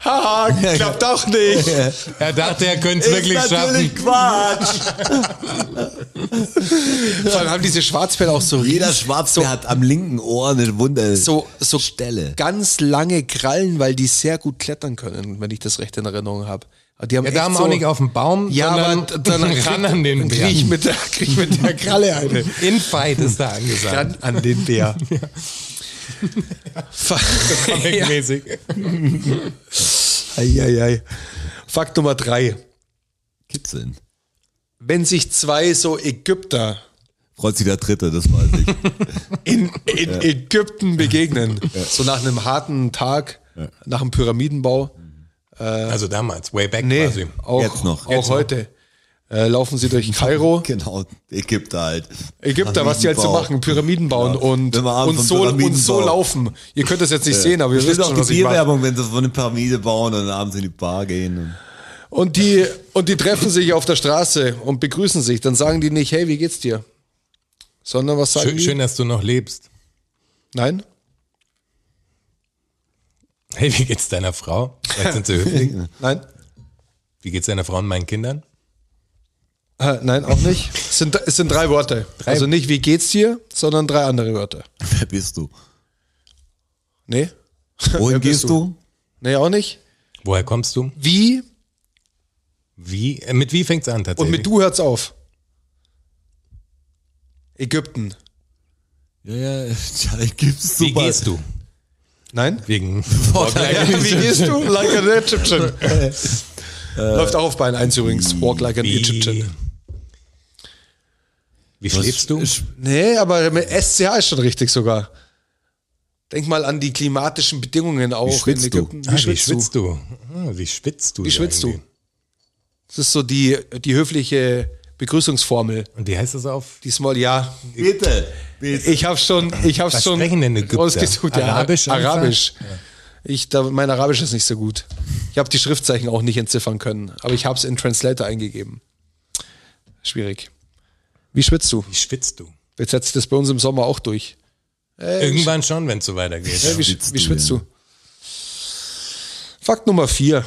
S2: Haha, klappt doch nicht. <laughs>
S4: Er dachte, er könnte es wirklich schaffen.
S3: Quatsch.
S2: Vor allem haben diese Schwarzbären auch so
S3: Jeder
S2: riesig-
S3: Schwarzbär hat am linken Ohr eine Wunde.
S2: so, so
S3: Stelle.
S2: ganz lange Krallen, weil die sehr gut klettern können, wenn ich das recht in Erinnerung habe. Aber Die haben
S4: Ja,
S2: echt
S4: da haben
S2: so,
S4: auch nicht auf dem Baum,
S2: Ja, aber
S4: <laughs> sondern
S2: dann <laughs>
S4: ran an den
S2: krieg ich
S4: Bären.
S2: mit der, krieg ich mit der
S4: <laughs>
S2: Kralle eine.
S4: Infight ist da angesagt.
S2: Ran an den
S4: <laughs>
S2: Bär. Fa- <laughs>
S4: Comic-mäßig.
S2: Eieiei. Fakt Nummer drei.
S3: Kitzeln.
S2: Wenn sich zwei so Ägypter
S3: Freut sich der Dritte, das weiß ich.
S2: <laughs> in,
S4: <laughs>
S2: in Ägypten begegnen, so nach einem harten Tag, nach dem Pyramidenbau,
S4: Also damals, way back
S2: Nee,
S4: quasi.
S2: auch,
S3: Jetzt noch.
S2: auch
S3: Jetzt noch.
S2: heute. Äh, laufen sie durch Kairo,
S3: genau, Ägypter halt.
S2: Ägypter, was die halt so
S3: Pyramiden
S2: machen, Pyramiden bauen und,
S3: Wenn wir abends
S2: und,
S3: vom
S2: so, und so
S3: Pyramidenbau-
S2: laufen. Ihr könnt das jetzt nicht sehen, aber ihr
S3: Bestimmt
S2: wisst schon,
S3: auch
S2: was
S3: die
S2: ich meine.
S3: Bierwerbung, wenn sie von eine Pyramide bauen und abends in die Bar gehen.
S2: <laughs>
S3: Und
S2: Und die, und die treffen sich auf der Straße und begrüßen sich. Dann sagen die nicht, hey, wie geht's dir? Sondern was sagen
S4: Schön,
S2: die?
S4: schön, dass du noch lebst.
S2: Nein?
S4: Hey, wie geht's deiner Frau? Vielleicht sind <laughs> sie Höfling.
S2: Nein?
S4: Wie geht's deiner Frau und meinen Kindern?
S2: Äh, nein, auch nicht. Es sind, es sind drei Worte. Also nicht, wie geht's dir, sondern drei andere Wörter.
S3: wer bist du?
S2: Nee?
S3: Wohin
S2: bist
S3: gehst du?
S2: Nee, auch nicht.
S4: Woher kommst du?
S2: Wie
S4: Wie? äh, Mit wie fängt's an
S2: und
S4: tatsächlich?
S2: mit du hört's auf. Ägypten.
S3: Ja, ja, <laughs> ja, ich gib's
S4: Wie
S3: super.
S4: gehst du?
S2: Nein?
S4: Wegen. <laughs>
S2: Ja, wie gehst du? Like an Egyptian.
S4: Äh.
S2: Läuft auch auf Bein eins übrigens. Walk like an
S4: Wie,
S2: Egyptian.
S4: wie schläfst du?
S2: Nee, aber mit SCH ist schon richtig sogar. Denk mal an die klimatischen Bedingungen auch
S3: schwitzt
S2: in
S3: du?
S2: Ägypten.
S4: Ah, wie schwitzt du? Ah, Wie schwitzt du?
S2: Wie schwitzt du?
S4: irgendwie?
S2: Das ist so die, die höfliche Begrüßungsformel.
S4: Und wie heißt das auf?
S2: Diesmal ja.
S3: Bitte. Bitte.
S2: Ich habe schon, ich hab's
S4: Was
S2: schon
S4: sprechen denn Ägypter?
S2: ausgesucht. Ja,
S4: Arabisch einfach?
S2: Arabisch. Ich, da, mein Arabisch ist nicht so gut. Ich habe die Schriftzeichen auch nicht entziffern können, aber ich habe es in Translator eingegeben. Schwierig. Wie schwitzt du?
S4: Wie schwitzt du?
S2: Jetzt setzt sich das bei uns im Sommer auch durch.
S4: Irgendwann schon, wenn es so weitergeht.
S2: Äh, wie,
S3: schwitzt
S2: sch- wie
S3: du,
S2: schwitzt
S3: ja.
S2: du? Fakt Nummer vier.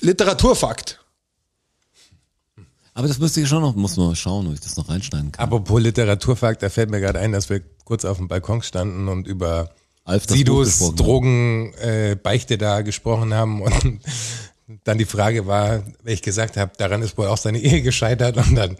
S2: Literaturfakt.
S3: Aber das müsste ich schon noch, muss man mal schauen, ob ich das noch reinschneiden kann.
S4: Apropos Literaturfakt, da fällt mir gerade ein, dass wir kurz auf dem Balkon standen und über
S3: Alf das Buch
S4: Sidos
S3: gesprochen hat.
S4: Drogenbeichte äh, Beichte da gesprochen haben und <laughs> dann die Frage war, weil ich gesagt habe, daran ist wohl auch seine Ehe gescheitert und dann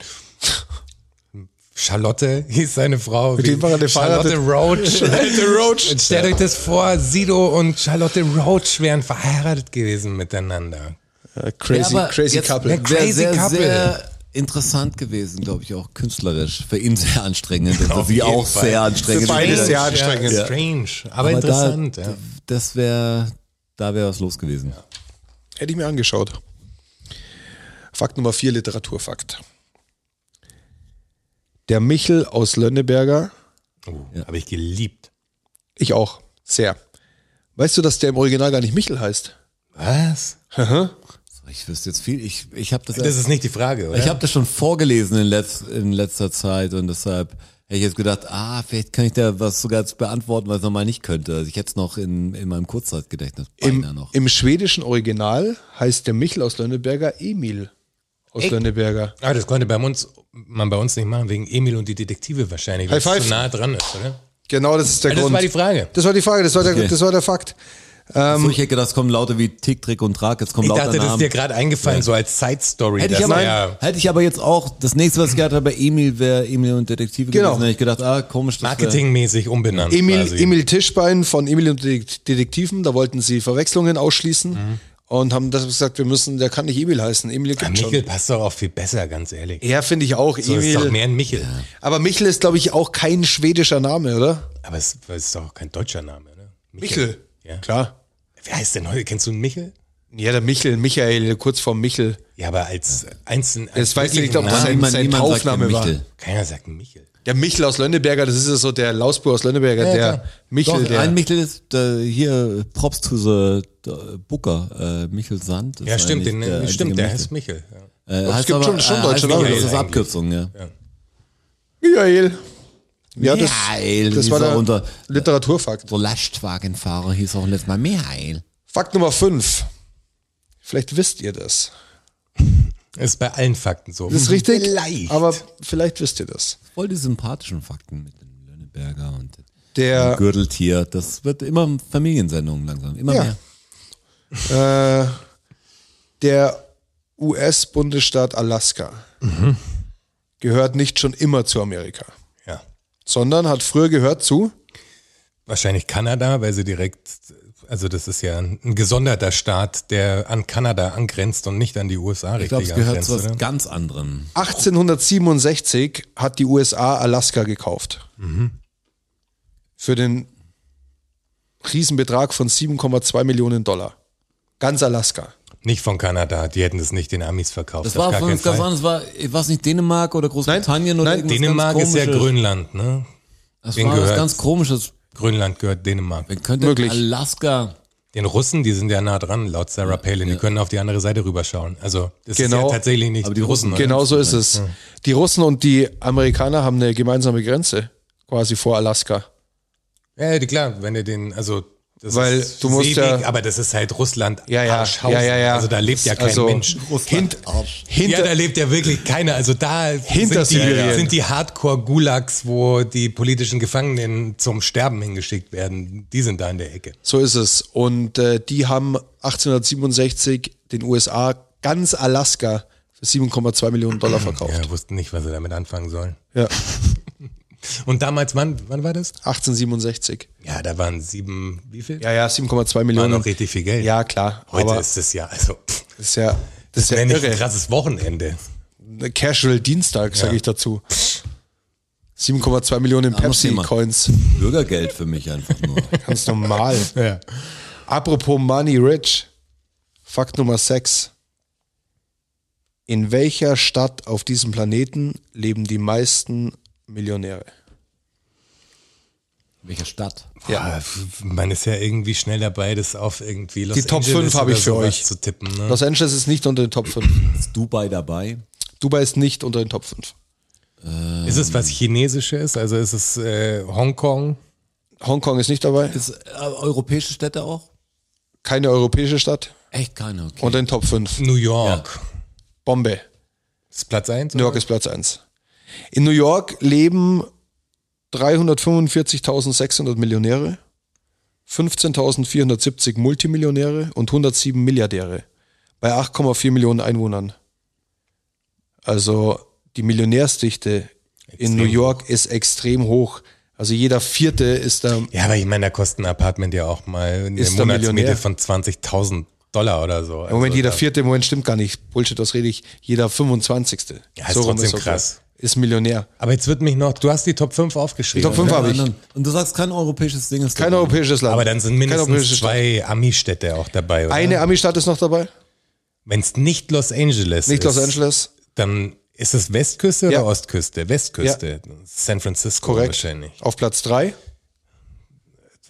S4: Charlotte hieß seine Frau.
S2: Mit dem war er
S4: Charlotte
S2: verheiratet. <laughs>
S4: Roach.
S2: Charlotte Roach.
S4: Und Stellt euch das vor, Sido und Charlotte Roach wären verheiratet gewesen miteinander.
S2: Äh, Crazy,
S3: Ja, aber
S2: crazy
S3: jetzt-
S2: Couple.
S4: Ja, Crazy
S3: Wäre sehr,
S4: Couple.
S3: sehr interessant gewesen, glaube ich, auch künstlerisch. Für ihn sehr anstrengend. und Für
S4: Auf
S3: sie
S4: jeden
S3: auch
S4: Fall.
S3: sehr anstrengend.
S2: Für beide
S3: Wieder-
S2: sehr anstrengend.
S4: Ja, strange, aber, interessant.
S3: Da,
S4: ja.
S3: Das wäre, da wäre was los gewesen.
S2: Hätte ich mir angeschaut. Fakt Nummer 4, Literaturfakt. Der Michel aus Lönneberger,
S4: Oh, Habe ich geliebt.
S2: ich auch, sehr. Weißt du, dass der im Original gar nicht Michel heißt?
S4: Was?
S3: Ich wüsste jetzt viel. Ich, ich habe das,
S4: Das ist nicht die Frage, oder?
S3: ich habe das schon vorgelesen in, letz, in letzter Zeit und deshalb hätte ich jetzt gedacht, ah, vielleicht kann ich da was sogar jetzt beantworten, was ich normal nicht könnte. Also ich hätte es noch in, in meinem Kurzzeitgedächtnis. Beinahe
S2: Im,
S3: noch.
S2: Im schwedischen Original heißt der Michel aus Lönneberger Emil aus Lönneberger.
S4: Ah, das konnte bei uns, man bei uns nicht machen, wegen Emil und die Detektive wahrscheinlich, weil
S2: High
S4: es
S2: five.
S4: zu nah dran ist, oder?
S2: Genau, das ist der
S4: Ah, das
S2: Grund.
S4: war die Frage.
S2: Das war die Frage, das war der,
S3: Okay.
S2: das war der Fakt.
S3: so, ich hätte gedacht, es kommen Laute wie Tick, Trick und Trag, jetzt kommen
S4: Ich
S3: lauter
S4: dachte, das ist
S3: Namen.
S4: dir gerade eingefallen, so als Side-Story.
S3: Hätte
S4: dass
S3: ich, aber,
S4: der
S3: hätte ich aber jetzt auch, das nächste, was ich gehört habe, bei Emil wäre Emil und Detektive
S2: Genau.
S3: gewesen. Da hätte ich gedacht, ah, komisch, das wär-
S4: Marketingmäßig umbenannt.
S2: Emil,
S4: quasi.
S2: Emil Tischbein von Emil und die Detektiven, da wollten sie Verwechslungen ausschließen
S4: Mhm.
S2: und haben deshalb gesagt, wir müssen, der kann nicht Emil heißen. Emil
S4: Ah,
S2: gibt
S4: Michel
S2: schon.
S4: passt doch auch viel besser, ganz ehrlich.
S2: Ja, finde ich auch.
S4: So, das ist doch
S2: Emil.
S4: mehr ein Michel.
S2: Aber Michel ist, glaube ich, auch kein schwedischer Name, oder?
S4: Aber es es ist doch auch kein deutscher Name, ne? Ja.
S2: Klar.
S4: Wer heißt denn heute? Kennst du einen Michel?
S2: Ja, der Michel, Michael, kurz vor Michel.
S4: Ja, aber als einzeln. Als
S2: Jetzt weiß ich nicht, ob das
S4: wirklichen
S2: sein,
S3: Niemand-
S2: sein
S3: niemand sagt
S2: Taufname war.
S3: Michel.
S4: Keiner sagt Michel.
S2: Der Michel aus Lönneberger, das ist ja so der Lausbur aus Lönneberger,
S4: Ja,
S2: der
S4: klar.
S2: Michel,
S3: Doch,
S2: der.
S3: ein Michel ist äh, hier Props to the äh, Booker, äh, Michel Sand. ist
S4: Ja, stimmt,
S3: eigentlich
S4: den,
S3: der einzige
S4: stimmt, der
S3: Michel.
S4: heißt Michel. Ja.
S3: Äh, heißt
S2: gibt
S3: aber,
S2: schon- schon
S3: äh,
S2: deutsche
S3: heißt
S2: Namen
S3: aber, Das ist
S4: eigentlich.
S3: Abkürzung, ja.
S2: Michael. Ja, das,
S3: Michael,
S2: das
S3: hieß
S2: war
S3: er
S2: der
S3: unter-
S2: Literaturfakt.
S3: So Lastwagenfahrer hieß auch letztes Mal Michael.
S2: Fakt Nummer 5. Vielleicht wisst ihr das.
S4: Ist bei allen Fakten so.
S2: Das ist richtig,
S4: Leicht.
S2: aber vielleicht wisst ihr das.
S3: Voll die sympathischen Fakten mit dem Lönneberger und dem
S2: Der,
S3: Gürteltier. Das wird immer Familiensendungen langsam, immer
S2: Ja.
S3: mehr.
S2: äh, der US-Bundesstaat Alaska Mhm. gehört nicht schon immer zu Amerika,
S4: ja.
S2: sondern hat früher gehört zu
S4: Wahrscheinlich Kanada, weil sie direkt, also das ist ja ein, ein gesonderter Staat, der an Kanada angrenzt und nicht an die
S3: Ich
S4: USA richtig
S3: glaube, es gehört
S4: angrenzt.
S3: zu was
S4: oder?
S3: ganz anderem.
S2: 1867 hat die USA Alaska gekauft. Für den Riesenbetrag von 7,2 Millionen Dollar. Ganz Alaska.
S4: Nicht von Kanada, die hätten es nicht den Amis verkauft.
S3: Das
S4: auf
S3: war
S4: gar
S3: von
S4: keinen
S3: uns ganz
S4: Fall.
S3: anders. War, war es nicht Dänemark oder Großbritannien oder
S2: nein,
S3: irgendwas
S4: Dänemark
S3: ganz
S4: ist ja
S3: Komisches?
S4: Grönland, ne?
S3: Das
S4: Denen
S3: war was
S4: gehört's.
S3: ganz Komisches.
S4: Grönland gehört Dänemark.
S3: Wer könnte
S2: Möglich.
S3: Alaska?
S4: Den Russen, die sind ja nah dran, laut Sarah Palin. Die können auf die andere Seite rüberschauen. Also, das ist
S2: Genau.
S4: ja tatsächlich nicht
S3: Aber die Russen-
S4: oder?
S2: Genau so ist es. Die Russen und die Amerikaner haben eine gemeinsame Grenze, quasi vor Alaska.
S4: Ja, ja, die- klar, wenn ihr den, also das
S2: Weil
S4: ist
S2: du musst ja-
S4: aber das ist halt Russland.
S2: Ja, ja,
S4: Arschhausen.
S2: ja, ja, ja.
S4: Also da lebt ja kein
S2: Also,
S4: Mensch.
S2: Russland,
S4: Hint-
S2: Arsch. hinter-
S4: ja, da lebt ja wirklich keiner. Also da
S2: Hinter
S4: sind die,
S2: Sibirien.
S4: sind die Hardcore-Gulags, wo die politischen Gefangenen zum Sterben hingeschickt werden. Die sind da in der Ecke.
S2: So ist es. Und äh, die haben 1867 den USA ganz Alaska für 7,2 Millionen Dollar verkauft.
S4: Ja, wussten nicht, was sie damit anfangen sollen.
S2: Ja.
S4: Und damals, wann, wann war das?
S2: 1867.
S4: Ja, da waren sieben, wie viel?
S2: Ja, ja, 7,2
S4: war
S2: Millionen.
S4: noch richtig viel Geld.
S2: Ja, klar.
S4: Heute
S2: aber
S4: ist es ja, also, pff,
S2: das ist ja, das ist ja
S4: nenn ich ein
S2: irre.
S4: krasses Wochenende.
S2: Casual Dienstag, sage
S4: Ja.
S2: ich dazu. 7,2 Millionen
S3: Armes Thema.
S2: Pepsi-Coins.
S3: Bürgergeld für mich einfach nur.
S2: Ganz normal.
S4: Ja.
S2: Apropos Money Rich. Fakt Nummer 6. In welcher Stadt auf diesem Planeten leben die meisten Millionäre?
S3: <laughs> Welche Stadt?
S4: Ja, Ah, man ist ja irgendwie schnell dabei, das auf irgendwie Los
S2: Die Top
S4: Angeles
S2: fünf habe
S4: oder
S2: ich für
S4: sowas
S2: euch.
S4: zu tippen. Ne?
S2: Los Angeles ist nicht unter den Top 5.
S3: Ist Dubai dabei?
S2: Dubai ist nicht unter den Top 5.
S4: Ist es was Chinesisches? Also ist es äh, Hongkong?
S2: Hongkong ist nicht dabei.
S3: Ist äh, europäische Städte auch?
S2: Keine europäische Stadt.
S3: Echt keine, okay.
S2: Unter den Top 5.
S4: New York.
S2: Bombay.
S4: Ist Platz eins?
S2: New York ist Platz 1. In New York leben 345.600 Millionäre 15.470 Multimillionäre und 107 Milliardäre bei 8,4 Millionen Einwohnern. Also die Millionärsdichte in New York ist extrem hoch. Also jeder vierte ist da
S4: Ja, aber ich meine, da kostet ein Apartment ja auch mal eine
S2: Ist der
S4: Monatsmiete
S2: Millionär?
S4: von 20.000 Dollar oder so. Also
S2: Im Moment, jeder
S4: da-
S2: vierte, Moment stimmt gar nicht. Bullshit, was rede ich? Jeder 25.
S4: Ja, ist
S2: rum
S4: trotzdem
S2: okay.
S4: krass.
S2: Ist Millionär.
S4: Aber jetzt wird mich noch, du hast die Top 5 aufgeschrieben.
S2: Top 5
S4: ne?
S2: habe ich.
S3: Und du sagst kein europäisches Ding. Ist
S2: Kein
S3: dabei.
S2: europäisches Land.
S4: Aber dann sind
S2: Keine
S4: mindestens
S2: europäische Stadt.
S4: zwei Ami-Städte auch dabei, oder?
S2: Eine Ami-Stadt ist noch dabei.
S4: Wenn es nicht Los Angeles
S2: Nicht
S4: ist,
S2: Los Angeles.
S4: dann ist es Westküste oder
S2: Ja.
S4: Ostküste? Westküste. San Francisco
S2: Korrekt.
S4: wahrscheinlich.
S2: Auf Platz drei.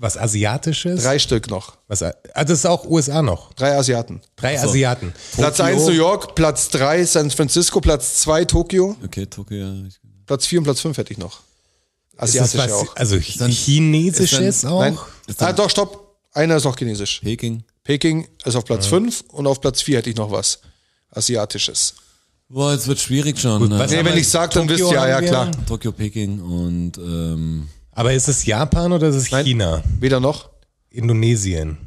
S4: Was Asiatisches?
S2: Drei Stück noch.
S4: Was, ah, das ist auch USA noch.
S2: Drei Asiaten.
S4: Drei Asiaten.
S2: Platz eins New York, Platz drei San Francisco, Platz zwei Tokio,
S3: Okay, Tokio. ja. Ich-
S2: Platz vier und Platz fünf hätte ich noch.
S4: Ist das
S2: Asiatisch
S4: was, Oh.
S2: ja auch.
S4: also
S3: dann-
S4: Chinesisches
S3: ist dann-
S4: auch?
S2: Nein. Ah, doch, stopp. Einer ist noch chinesisch.
S3: Peking.
S2: Peking ist auf Platz fünf und auf Platz vier hätte ich noch was. Asiatisches.
S3: Boah, jetzt wird schwierig schon.
S4: Gut,
S3: ne?
S4: was
S2: Nee,
S4: haben
S2: wenn
S4: wir?
S2: ich sag, dann
S4: Tokio
S2: wisst ihr, ja,
S4: haben
S2: ja,
S4: wir.
S2: klar.
S3: Tokio, Peking und ähm,
S4: Aber ist es Japan oder ist es
S2: Nein.
S4: China?
S2: Weder noch.
S4: Indonesien.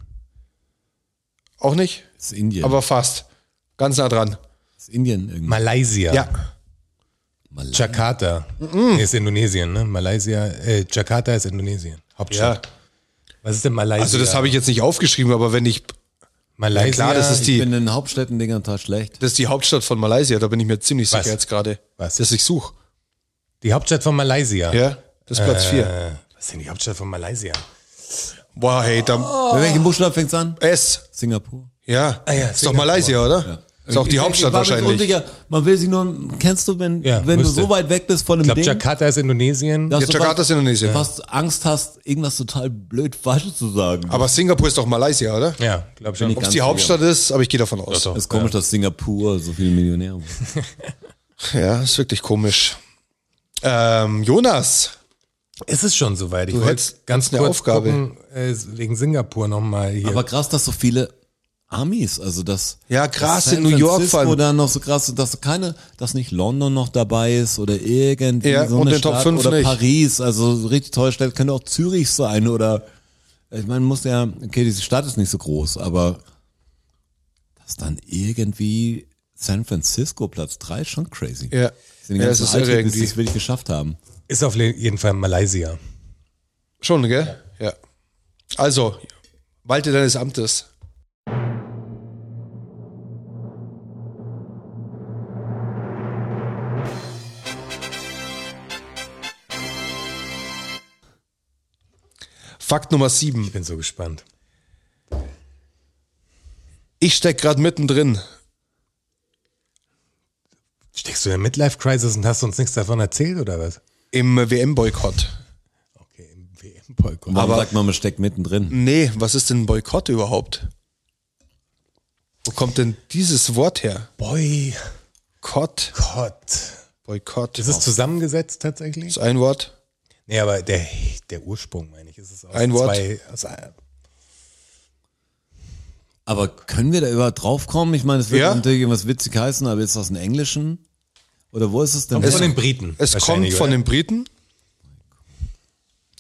S2: Auch nicht.
S3: ist Indien.
S2: Aber fast. Ganz nah dran.
S3: ist Indien irgendwie.
S4: Malaysia.
S2: Ja.
S3: Mal
S4: Jakarta ist Indonesien, ne? Malaysia, äh, Jakarta ist Indonesien. Hauptstadt. Was ist denn Malaysia?
S2: Also das habe ich jetzt nicht aufgeschrieben, aber wenn ich.
S4: Malaysia.
S2: Ja, klar, das ist
S3: ich
S2: die,
S3: bin in den Hauptstädten Dingern total schlecht.
S2: das ist die Hauptstadt von Malaysia, da bin ich mir ziemlich
S4: Was?
S2: sicher jetzt gerade.
S4: Was?
S2: Dass ich suche.
S4: die Hauptstadt von Malaysia.
S2: Ja? Das ist Platz vier.
S4: Äh, was ist denn die Hauptstadt von Malaysia?
S2: Boah, hey, da.
S3: Mit welchem Buchstaben fängt's an?
S2: S.
S3: Singapur.
S2: Ja.
S4: ja,
S2: ist doch
S4: Singapur.
S2: Malaysia, oder? Ist auch die Hauptstadt
S3: Ah Ich war mir so
S2: wahrscheinlich.
S3: unsicher. Man will sich nur, kennst du, wenn,
S4: Ja,
S3: wenn
S4: müsste.
S3: du so weit weg bist von
S4: Ich
S3: einem
S4: glaube,
S3: Ding,
S4: Jakarta ist Indonesien.
S3: dass
S2: Ja,
S3: du
S2: Jakarta ist
S3: fast,
S2: Indonesien.
S3: fast Angst hast, irgendwas total blöd Falsches zu sagen.
S2: Aber Singapur ist doch Malaysia, oder?
S4: Ja, glaube schon.
S2: Ob es die Hauptstadt ist, aber ich gehe davon aus.
S3: ist komisch, dass Singapur so viele Millionäre waren.
S2: Ja, ist wirklich komisch. Ähm, Jonas.
S4: Ist es schon soweit? Ich
S2: Du
S4: wollte
S2: hättest-
S4: ganz
S2: hättest eine
S4: kurz
S2: Aufgabe.
S4: gucken, äh, wegen Singapur nochmal hier.
S3: Aber krass, dass so viele Amis, also das.
S2: Ja, krass,
S3: das
S2: in New York vor
S3: Francisco
S2: allem.
S3: dann noch so krass, dass keine, dass nicht London noch dabei ist oder irgendwie
S2: Ja,
S3: so
S2: und
S3: eine
S2: den Top
S3: Stadt
S2: fünf
S3: oder
S2: nicht.
S3: Paris, also so richtig tolle Stadt, könnte auch Zürich sein oder, ich meine, muss ja, okay, diese Stadt ist nicht so groß, aber dass dann irgendwie San Francisco Platz drei ist schon crazy.
S2: Ja.
S3: Sind die
S2: Ja,
S3: ganzen
S2: es ist
S3: Alten,
S2: irre
S3: bis die
S2: irgendwie.
S3: es wirklich geschafft haben.
S4: ist auf le- jeden Fall Malaysia.
S2: Schon, gell? Ja. Also, walte deines Amtes. Fakt Nummer 7.
S4: Ich bin so gespannt.
S2: Ich steck gerade mittendrin.
S4: Steckst du in der Midlife-Crisis und hast uns nichts davon erzählt oder was?
S2: im WM-Boykott.
S4: Okay, im WM-Boykott.
S3: Warum
S2: Aber-
S3: sagt man, man steckt mittendrin?
S2: Nee, was ist denn Boykott überhaupt? Wo kommt denn dieses Wort her?
S4: Boykott.
S2: Kott, Boykott.
S4: Ist es zusammengesetzt tatsächlich?
S2: ist ein Wort.
S4: Nee, aber der, der Ursprung, meine ich, ist es aus
S2: Ein Wort.
S4: zwei. Aus, ein-
S3: Aber können wir da überhaupt drauf kommen? Ich meine, es wird
S2: Ja.
S3: natürlich irgendwas witzig heißen, aber ist das ein Englischen? Oder wo ist es denn?
S4: von den Briten.
S2: Es kommt
S4: wahrscheinlich,
S2: von
S4: oder?
S2: den Briten.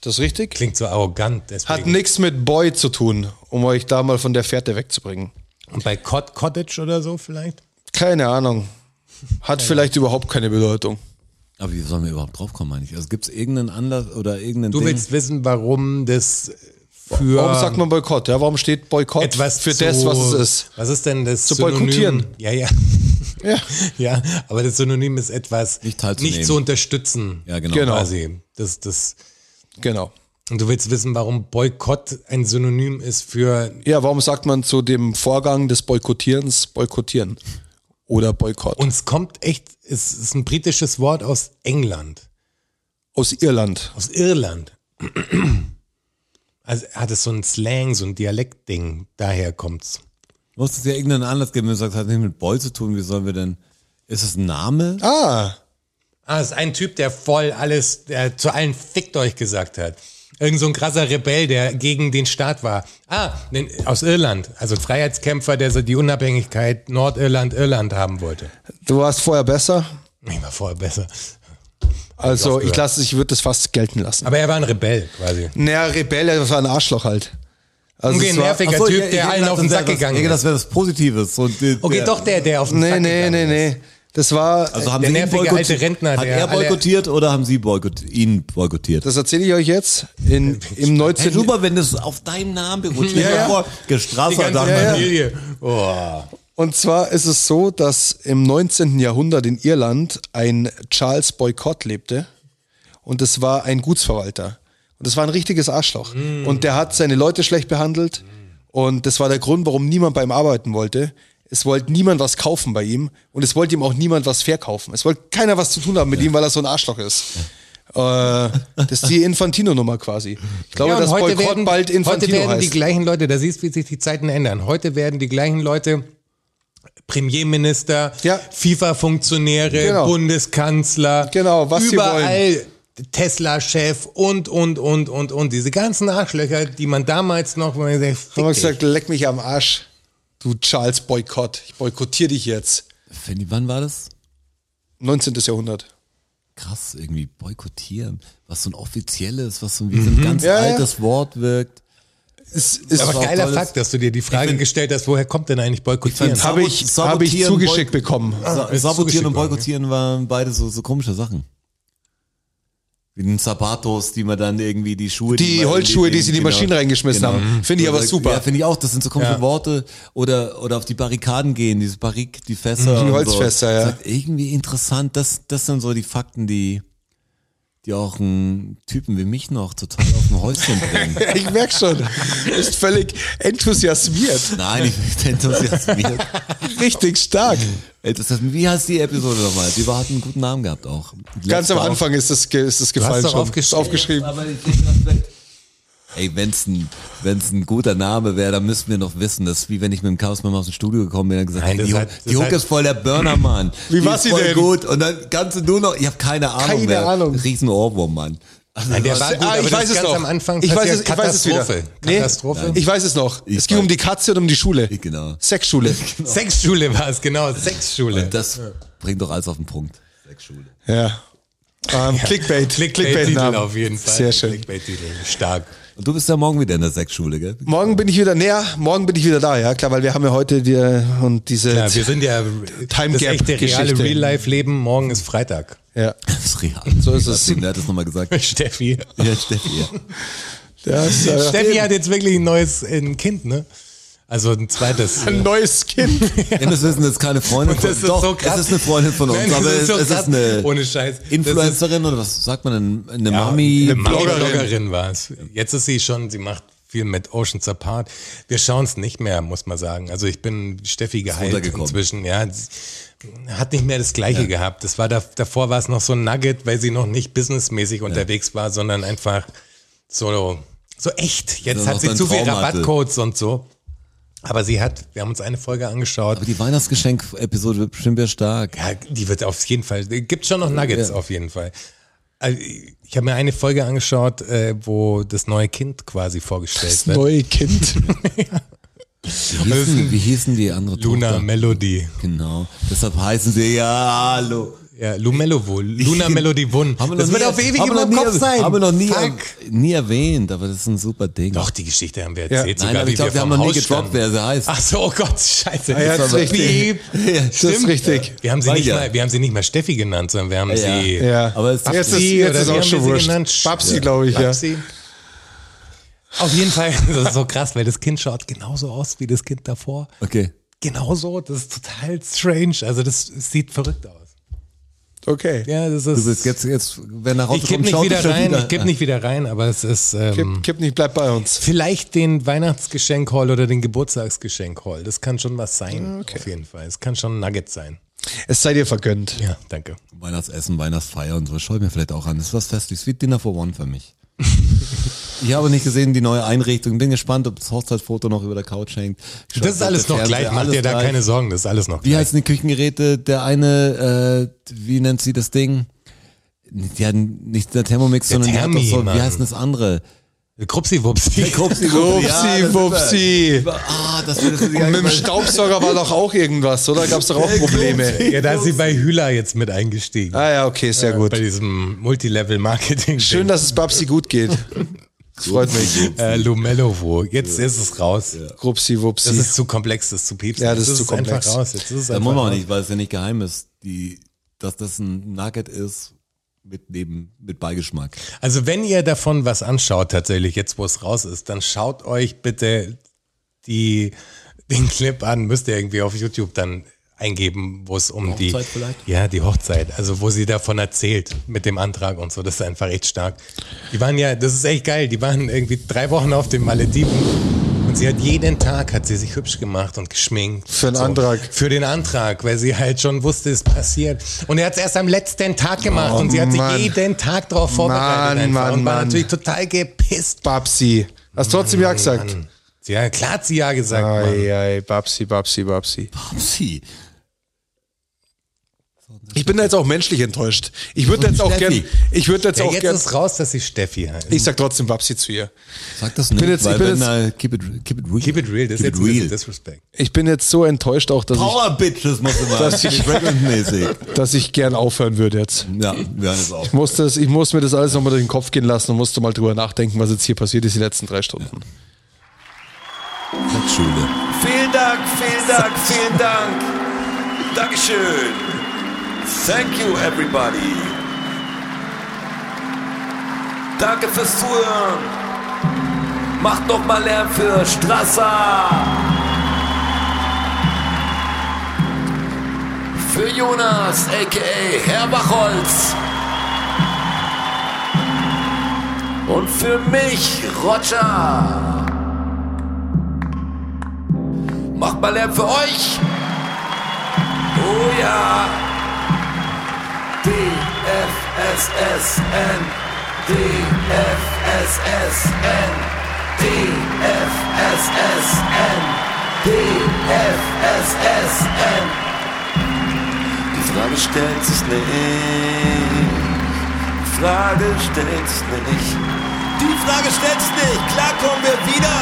S2: Das ist richtig.
S4: Klingt so arrogant. Deswegen.
S2: Hat nichts mit Boy zu tun, um euch da mal von der Fährte wegzubringen.
S4: Und bei Cot Cottage oder so vielleicht?
S2: Keine Ahnung. Hat vielleicht überhaupt keine Bedeutung.
S3: aber wie sollen wir überhaupt drauf kommen eigentlich? Also gibt es irgendeinen Anlass oder irgendeinen
S4: Du
S3: Ding?
S4: willst wissen, warum das für
S2: Warum sagt man Boykott? Ja, warum steht Boykott
S4: etwas
S2: für
S4: zu,
S2: das, was es ist?
S4: Was ist denn das
S2: Zu boykottieren.
S4: Ja, ja. <laughs>
S2: Ja.
S4: Ja, aber das Synonym ist etwas
S3: Nicht teilzunehmen.
S4: nicht zu unterstützen.
S3: Ja, genau.
S2: Genau.
S4: Quasi. Das, das,
S2: Genau.
S4: und du willst wissen, warum Boykott ein Synonym ist für
S2: Ja, warum sagt man zu dem Vorgang des Boykottierens Boykottieren oder Boykott?
S4: uns kommt echt, es ist ein britisches Wort aus England,
S2: aus Irland.
S4: aus Irland. <clears throat> Also hat es so ein Slang, so ein Dialektding, daher kommt's.
S3: Muss es ja irgendeinen Anlass geben, wenn du sagst, hat nichts mit Boy zu tun, wie sollen wir denn? Ist es ein Name?
S2: Ah,
S4: Ah, ist ein Typ, der voll alles, der zu allen fickt euch gesagt hat. Irgend so ein krasser Rebell, der gegen den Staat war. Ah, den, aus Irland. Also ein Freiheitskämpfer, der so die Unabhängigkeit Nordirland, Irland haben wollte.
S2: du warst vorher besser.
S4: Ich war vorher besser.
S2: Also
S4: aufgehört.
S2: ich lasse, ich würde das fast gelten lassen.
S4: Aber er war ein Rebell quasi.
S2: Naja, Rebell, das war ein Arschloch halt.
S3: Also
S4: Okay,
S3: es war-
S4: nerviger
S3: Ach so,
S4: Typ,
S3: ich- ich
S4: der
S3: hätte
S4: allen
S3: gedacht,
S4: auf den
S3: das
S4: Sack
S3: wäre was-
S4: gegangen
S3: Ich hätte
S4: ist.
S3: gedacht, das wäre was Positives. Und, äh,
S4: Okay,
S3: der-
S4: doch der, der auf den
S2: Nee,
S4: Sack
S2: nee,
S4: gegangen
S2: nee, nee. Das war,
S3: Also haben
S4: Der
S3: sie ihn
S4: nervige
S3: boykottiert?
S4: alte Rentner,
S3: Hat
S4: der
S3: er
S4: alle-
S3: boykottiert oder haben sie boykott, ihn boykottiert?
S2: das erzähle ich euch jetzt in, im 19.
S3: Hey, super, wenn das auf deinen Namen
S4: <laughs>
S3: beruht. Stell dir
S2: Ja, ja.
S3: vor,
S4: Die ganze
S3: gestraft dann.
S4: Familie. Oh.
S2: Und zwar ist es so, dass im 19. Jahrhundert in Irland ein Charles Boycott lebte und das war ein Gutsverwalter. Und das war ein richtiges Arschloch. Und der hat seine Leute schlecht behandelt und das war der Grund, warum niemand bei ihm arbeiten wollte. Es wollte niemand was kaufen bei ihm und es wollte ihm auch niemand was verkaufen. Es wollte keiner was zu tun haben mit ihm, weil er so ein Arschloch ist. Äh, das ist die Infantino-Nummer quasi. Ich glaube,
S4: Ja, und
S2: dass
S4: heute
S2: Boykott
S4: werden,
S2: bald
S4: heute
S2: Infantino
S4: werden die
S2: heißt.
S4: gleichen Leute, da siehst du, wie sich die Zeiten ändern. Heute werden die gleichen Leute Premierminister,
S2: Ja.
S4: FIFA-Funktionäre,
S2: Genau.
S4: Bundeskanzler,
S2: Genau, was sie
S4: überall Tesla-Chef und, und, und, und, und. Diese ganzen Arschlöcher, die man damals noch, wo man sagt,
S2: Haben wir
S4: fick dich.
S2: gesagt, leck mich am Arsch, du Charles Boykott. Ich boykottiere dich jetzt.
S3: Fanny, wann war das?
S2: 19. Jahrhundert.
S3: Krass, irgendwie boykottieren. Was so ein offizielles, was so ein, wie so ein ganz
S2: Mhm. Ja, ja.
S3: altes Wort wirkt.
S2: Ist, ist,
S4: aber
S3: war
S4: geiler
S3: tolles-
S4: Fakt, dass du dir die Frage gestellt hast, woher kommt denn eigentlich Boykottieren?
S3: find's-
S2: habe ich,
S3: Sabotieren,
S2: hab ich zugeschickt
S3: Boy-
S2: bekommen.
S3: Sa
S4: ist zugeschickt
S3: Sabotieren und
S4: worden,
S3: Boykottieren waren beide so, so komische Sachen. Wie den Zapatos, die man dann irgendwie die Schuhe.
S2: Die
S3: man in
S2: Holzschuhe, die sie in die
S3: genau,
S2: Maschinen reingeschmissen haben. Finde ich aber
S3: Oder-
S2: super.
S3: Ja, finde ich auch. Das sind so komische
S4: Ja.
S3: Worte. Oder, oder auf die Barrikaden gehen, diese Barrik, die Fässer.
S2: Mhm, Die
S3: und
S2: Holzfässer,
S3: so.
S2: ja.
S3: Das ist irgendwie interessant. Das, das sind so die Fakten, die, die auch einen Typen wie mich noch total auf dem Häuschen bringen.
S2: <laughs> Ich merke schon, ist völlig enthusiasmiert.
S3: Nein, ich bin enthusiasmiert.
S2: Richtig stark.
S4: Mhm.
S3: Ey, Äh, Das heißt, wie heißt die Episode nochmal? Die war, hat einen guten Namen gehabt auch. Die
S2: Ganz am
S3: letzte auch.
S2: Anfang ist das, ge- ist das gefallen
S4: doch
S2: schon.
S4: aufgeschrieben.
S2: Ist aufgeschrieben.
S3: Aber ich krieg das weg. Ey, wenn's ein, wenn's ein guter Name wäre, dann müssten wir noch wissen, das ist wie wenn ich mit dem Chaos Mama aus dem Studio gekommen bin und gesagt
S4: Nein,
S3: habe,
S4: das
S3: die,
S4: hat-
S3: Hook-
S4: das
S3: die Hook
S4: hat-
S3: ist voll der Burner, Mann.
S2: <laughs> Wie
S3: die
S2: war
S3: ist
S2: sie
S3: voll
S2: denn?
S3: gut. Und dann kannst du nur noch, ich habe keine Ahnung
S2: Keine
S3: mehr.
S2: Ahnung.
S3: Riesen Ohrwurm, Mann. Also,
S4: Nein, der
S3: das-
S4: war gut,
S2: Ah,
S4: aber
S2: ich
S4: das
S2: weiß
S4: ist
S2: es
S4: ganz
S2: noch.
S4: am Anfang
S2: ich weiß
S4: passiert
S2: es, ich weiß es wieder.
S4: Katastrophe.
S2: Nee,
S4: Katastrophe.
S2: Ich weiß es noch.
S3: Ich
S2: es ging
S3: weiß.
S2: um die Katze und um die Schule.
S3: Genau.
S4: <laughs>
S2: Sexschule.
S4: Sexschule war es, genau, Sexschule.
S3: Das bringt doch alles auf den Punkt. Sexschule.
S2: Ja. Ähm, Clickbait.
S4: Clickbait-Titel
S2: Clickbait-Namen.
S4: auf jeden Fall.
S2: Sehr schön.
S4: Clickbait-Titel, stark.
S3: Und du bist ja morgen wieder in der Sexschule, gell? <laughs>
S2: Morgen bin ich wieder näher, morgen bin ich wieder da, ja klar, weil wir haben ja heute die, und diese
S4: Ja, wir sind ja
S2: Time
S4: das
S2: Gap
S4: echte reale
S2: Geschichte.
S4: Real-Life-Leben. Morgen
S2: <laughs>
S4: ist Freitag.
S2: ja,
S3: Das ist real.
S2: So ist es.
S3: Wer hat das nochmal gesagt? <laughs>
S4: Steffi.
S3: Ja, Steffi. Ja.
S2: das, äh,
S4: Steffi hat jetzt wirklich ein neues äh, ein Kind, ne? Also <laughs> ein
S2: <laughs>
S4: zweites.
S2: ein neues Kind.
S3: Ihr müsst wissen, das ist keine Freundin
S4: Und das
S3: von
S4: ist
S3: Doch,
S4: so krass.
S3: es ist eine Freundin von uns,
S4: Nein, das
S3: aber
S4: ist
S3: es,
S4: so
S3: es
S4: krass.
S3: ist eine
S4: Ohne Scheiß. Das
S3: Influencerin oder was sagt man denn? Eine Mami?
S4: Eine Bloggerin,
S2: Bloggerin.
S4: Bloggerin war es. Jetzt ist sie schon, sie macht viel mit Oceans Apart. Wir schauen es nicht mehr, muss man sagen. Also ich bin Steffi geheilt
S3: runtergekommen.
S4: inzwischen. Ja, sie hat nicht mehr das Gleiche gehabt. Das war da, davor war es noch so ein Nugget, weil sie noch nicht businessmäßig unterwegs war, sondern einfach so, so echt. Jetzt
S3: Nur
S4: hat
S3: noch
S4: sie
S3: seinen
S4: zu viel
S3: Traum hatte.
S4: Rabattcodes und so. Aber sie hat, wir haben uns eine Folge angeschaut.
S3: Aber die Weihnachtsgeschenk-Episode wird bestimmt wieder stark.
S4: Ja, die wird auf jeden Fall, gibt schon noch Nuggets auf jeden Fall. Also, Ich habe mir eine Folge angeschaut, äh, wo das neue Kind quasi vorgestellt
S2: Das
S4: wird.
S2: neue
S4: <laughs>
S2: Kind.
S3: Wie hießen, wie hießen die andere
S4: Luna
S3: Tochter?
S4: Melody.
S3: Genau. Deshalb heißen sie ja Hallo.
S4: Ja, Lumelo wohl.
S3: <laughs>
S4: Luna Melody Wun.
S3: Haben wir
S4: Das
S3: noch
S4: wird
S3: nie-
S4: auf ewig
S3: haben
S4: in
S3: wir
S4: meinem
S3: noch nie-
S4: Kopf sein.
S3: Haben wir noch nie,
S4: Fuck.
S3: nie erwähnt, aber das ist ein super Ding.
S4: Doch, die Geschichte haben wir
S2: Ja.
S4: erzählt.
S3: Nein,
S4: sogar,
S3: aber ich
S4: wie
S3: glaube, wir haben
S4: vom
S3: noch nie
S4: Haus
S3: gedroppt,
S4: standen.
S3: wer sie heißt.
S4: Ach so, oh Gott, scheiße.
S2: Ah, ja, das ist richtig.
S4: Piep.
S2: Das ist richtig.
S4: Wir haben sie
S3: War
S4: nicht
S3: ja.
S4: mal, wir haben sie nicht mal Steffi genannt, sondern wir haben
S3: Ja.
S4: sie.
S2: Ja,
S3: Aber es-
S2: jetzt ist,
S4: Babsi
S2: jetzt
S4: oder
S2: ist
S4: wie
S2: auch
S4: haben
S2: schon
S4: wir sie
S2: wurscht.
S4: genannt? Sch-
S2: Babsi, glaube ich, ja.
S4: Babsi. Auf jeden Fall, <laughs> das ist so krass, weil das Kind schaut genauso aus wie das Kind davor.
S3: Okay.
S4: Genauso, das ist total strange. Also das sieht verrückt aus.
S2: Okay.
S4: Ja, das
S3: Du
S4: ist.
S3: bist Also jetzt, jetzt, wenn nach Hause
S4: ich kipp
S3: kommt,
S4: nicht
S3: schaut
S4: wieder
S3: schon
S4: rein,
S3: wieder.
S4: ich kipp nicht wieder rein, aber es ist ähm,
S2: Kipp, kipp nicht, bleib bei uns.
S4: vielleicht den Weihnachtsgeschenk-Hall oder den Geburtstagsgeschenk-Hall. Das kann schon was sein, auf jeden Fall. Es kann schon ein Nugget sein.
S2: Es sei dir vergönnt.
S4: Ja, danke.
S3: Weihnachtsessen, Weihnachtsfeier und so. Schau ich mir vielleicht auch an. Das ist was Festliches, wie Dinner for One für
S4: <laughs>
S3: mich. ich habe nicht gesehen, die neue Einrichtung. Bin gespannt, ob das Hochzeitsfoto noch über der Couch hängt. Schaut,
S4: Das ist
S3: ob
S4: alles
S3: der
S4: noch
S3: Fernseher-
S4: gleich, mach
S3: alles
S4: dir da
S3: gleich.
S4: keine Sorgen, das ist alles noch
S3: Wie
S4: gleich.
S3: heißen die Küchengeräte? Der eine, äh, wie nennt sie das Ding? Die hatten nicht der Thermomix,
S4: Der
S3: sondern die hat
S4: Thermi,
S3: doch so,
S4: Mann.
S3: wie heißt denn das andere?
S4: Krupsi-Wupsi.
S2: Wupsi, Wupsi.
S3: Ah, das wird das ist
S2: Und mit dem Staubsauger war doch auch irgendwas, oder? Gab es doch auch Probleme?
S4: <laughs> Ja, da ist sie bei Hühler jetzt mit eingestiegen.
S2: Ah ja, okay, sehr Ah, gut.
S4: Bei diesem Multilevel-Marketing. <laughs>
S2: Schön, dass es Babsi gut geht. Das freut mich.
S4: Äh, Lumello wo. Jetzt ist es raus.
S2: Rupsi, wupsi.
S4: Das ist zu komplex, das ist zu piepsen.
S2: Ja, das
S4: Jetzt
S2: ist zu
S4: es
S2: komplex.
S4: Einfach raus. Jetzt ist es
S9: Da
S4: einfach
S9: Äh, muss man auch
S4: raus.
S9: nicht, weil es ja nicht geheim ist, die, dass das ein Nugget ist mit neben mit Beigeschmack.
S4: Also wenn ihr davon was anschaut, tatsächlich, jetzt wo es raus ist, dann schaut euch bitte die, den Clip an, müsst ihr irgendwie auf YouTube dann eingeben, wo es um die
S9: Hochzeit vielleicht?
S4: Ja, die Hochzeit, also wo sie davon erzählt mit dem Antrag und so, das ist einfach echt stark. Die waren ja, das ist echt geil, die waren irgendwie drei Wochen auf den Malediven und sie hat jeden Tag hat sie sich hübsch gemacht und geschminkt.
S2: Für den
S4: so.
S2: Antrag.
S4: Für den Antrag, weil sie halt schon wusste, es passiert. Und er hat es erst am letzten Tag gemacht
S2: Oh,
S4: und sie hat
S2: Mann.
S4: sich jeden Tag drauf
S2: Mann,
S4: vorbereitet einfach
S2: Mann,
S4: und war
S2: Mann.
S4: natürlich total gepisst.
S2: Babsi. Hast trotzdem ja gesagt.
S4: Ja, klar hat sie ja gesagt. Mann.
S2: Ei, ei, Babsi, Babsi, Babsi.
S9: Psi.
S2: Ich bin da jetzt auch menschlich enttäuscht. Ich würde jetzt auch
S9: Steffi.
S2: gern, ich würde jetzt
S4: Ja,
S2: auch
S4: jetzt
S2: gern,
S4: ist raus, dass sie Steffi heißt.
S2: ich sag trotzdem Babsi zu ihr.
S9: Sag das nicht,
S2: bin jetzt- ich
S9: weil
S2: bin
S9: wenn da,
S2: jetzt-
S9: keep it, keep it real.
S4: Keep it real, das
S9: keep
S4: ist jetzt
S9: it
S4: ein bisschen
S9: real.
S4: Disrespect.
S2: Ich bin jetzt so enttäuscht auch, dass ich,
S9: Power Bitches muss immer.
S2: Das-
S9: mäßig.
S2: dass ich gern aufhören würde jetzt.
S9: <laughs> Ja, wir hören es <laughs> auf.
S2: Ich musste, das, ich musste mir das alles nochmal durch den Kopf gehen lassen und musste mal drüber nachdenken, was jetzt hier passiert ist die letzten drei Stunden.
S9: Schule.
S3: Vielen Dank, vielen Dank, vielen Dank. Dankeschön. Thank you, everybody. Danke fürs Zuhören. Macht noch mal Lärm für Strasser. Für Jonas, a.k.a. Herr Bachholz. Und für mich, Roger. Macht mal Lärm für euch. Oh ja. DFSSN. DFSSN. DFSSN. DFSSN. Die Frage stellt sich nicht. Die Frage stellt sich nicht. Die Frage stellt sich nicht. Klar kommen wir wieder.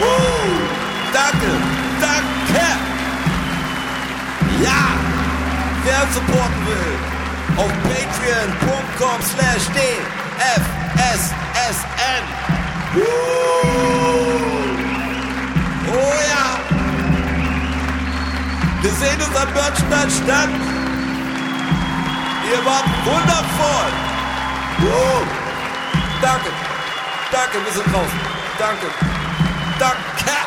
S3: Uh, danke, danke. Ja, wer uns supporten will, auf patreon.com slash dfssn. Uh, oh ja. Wir sehen uns am Börnstein statt. Ihr wart wundervoll. Uh, danke, danke, wir sind draußen. Danke. Danke!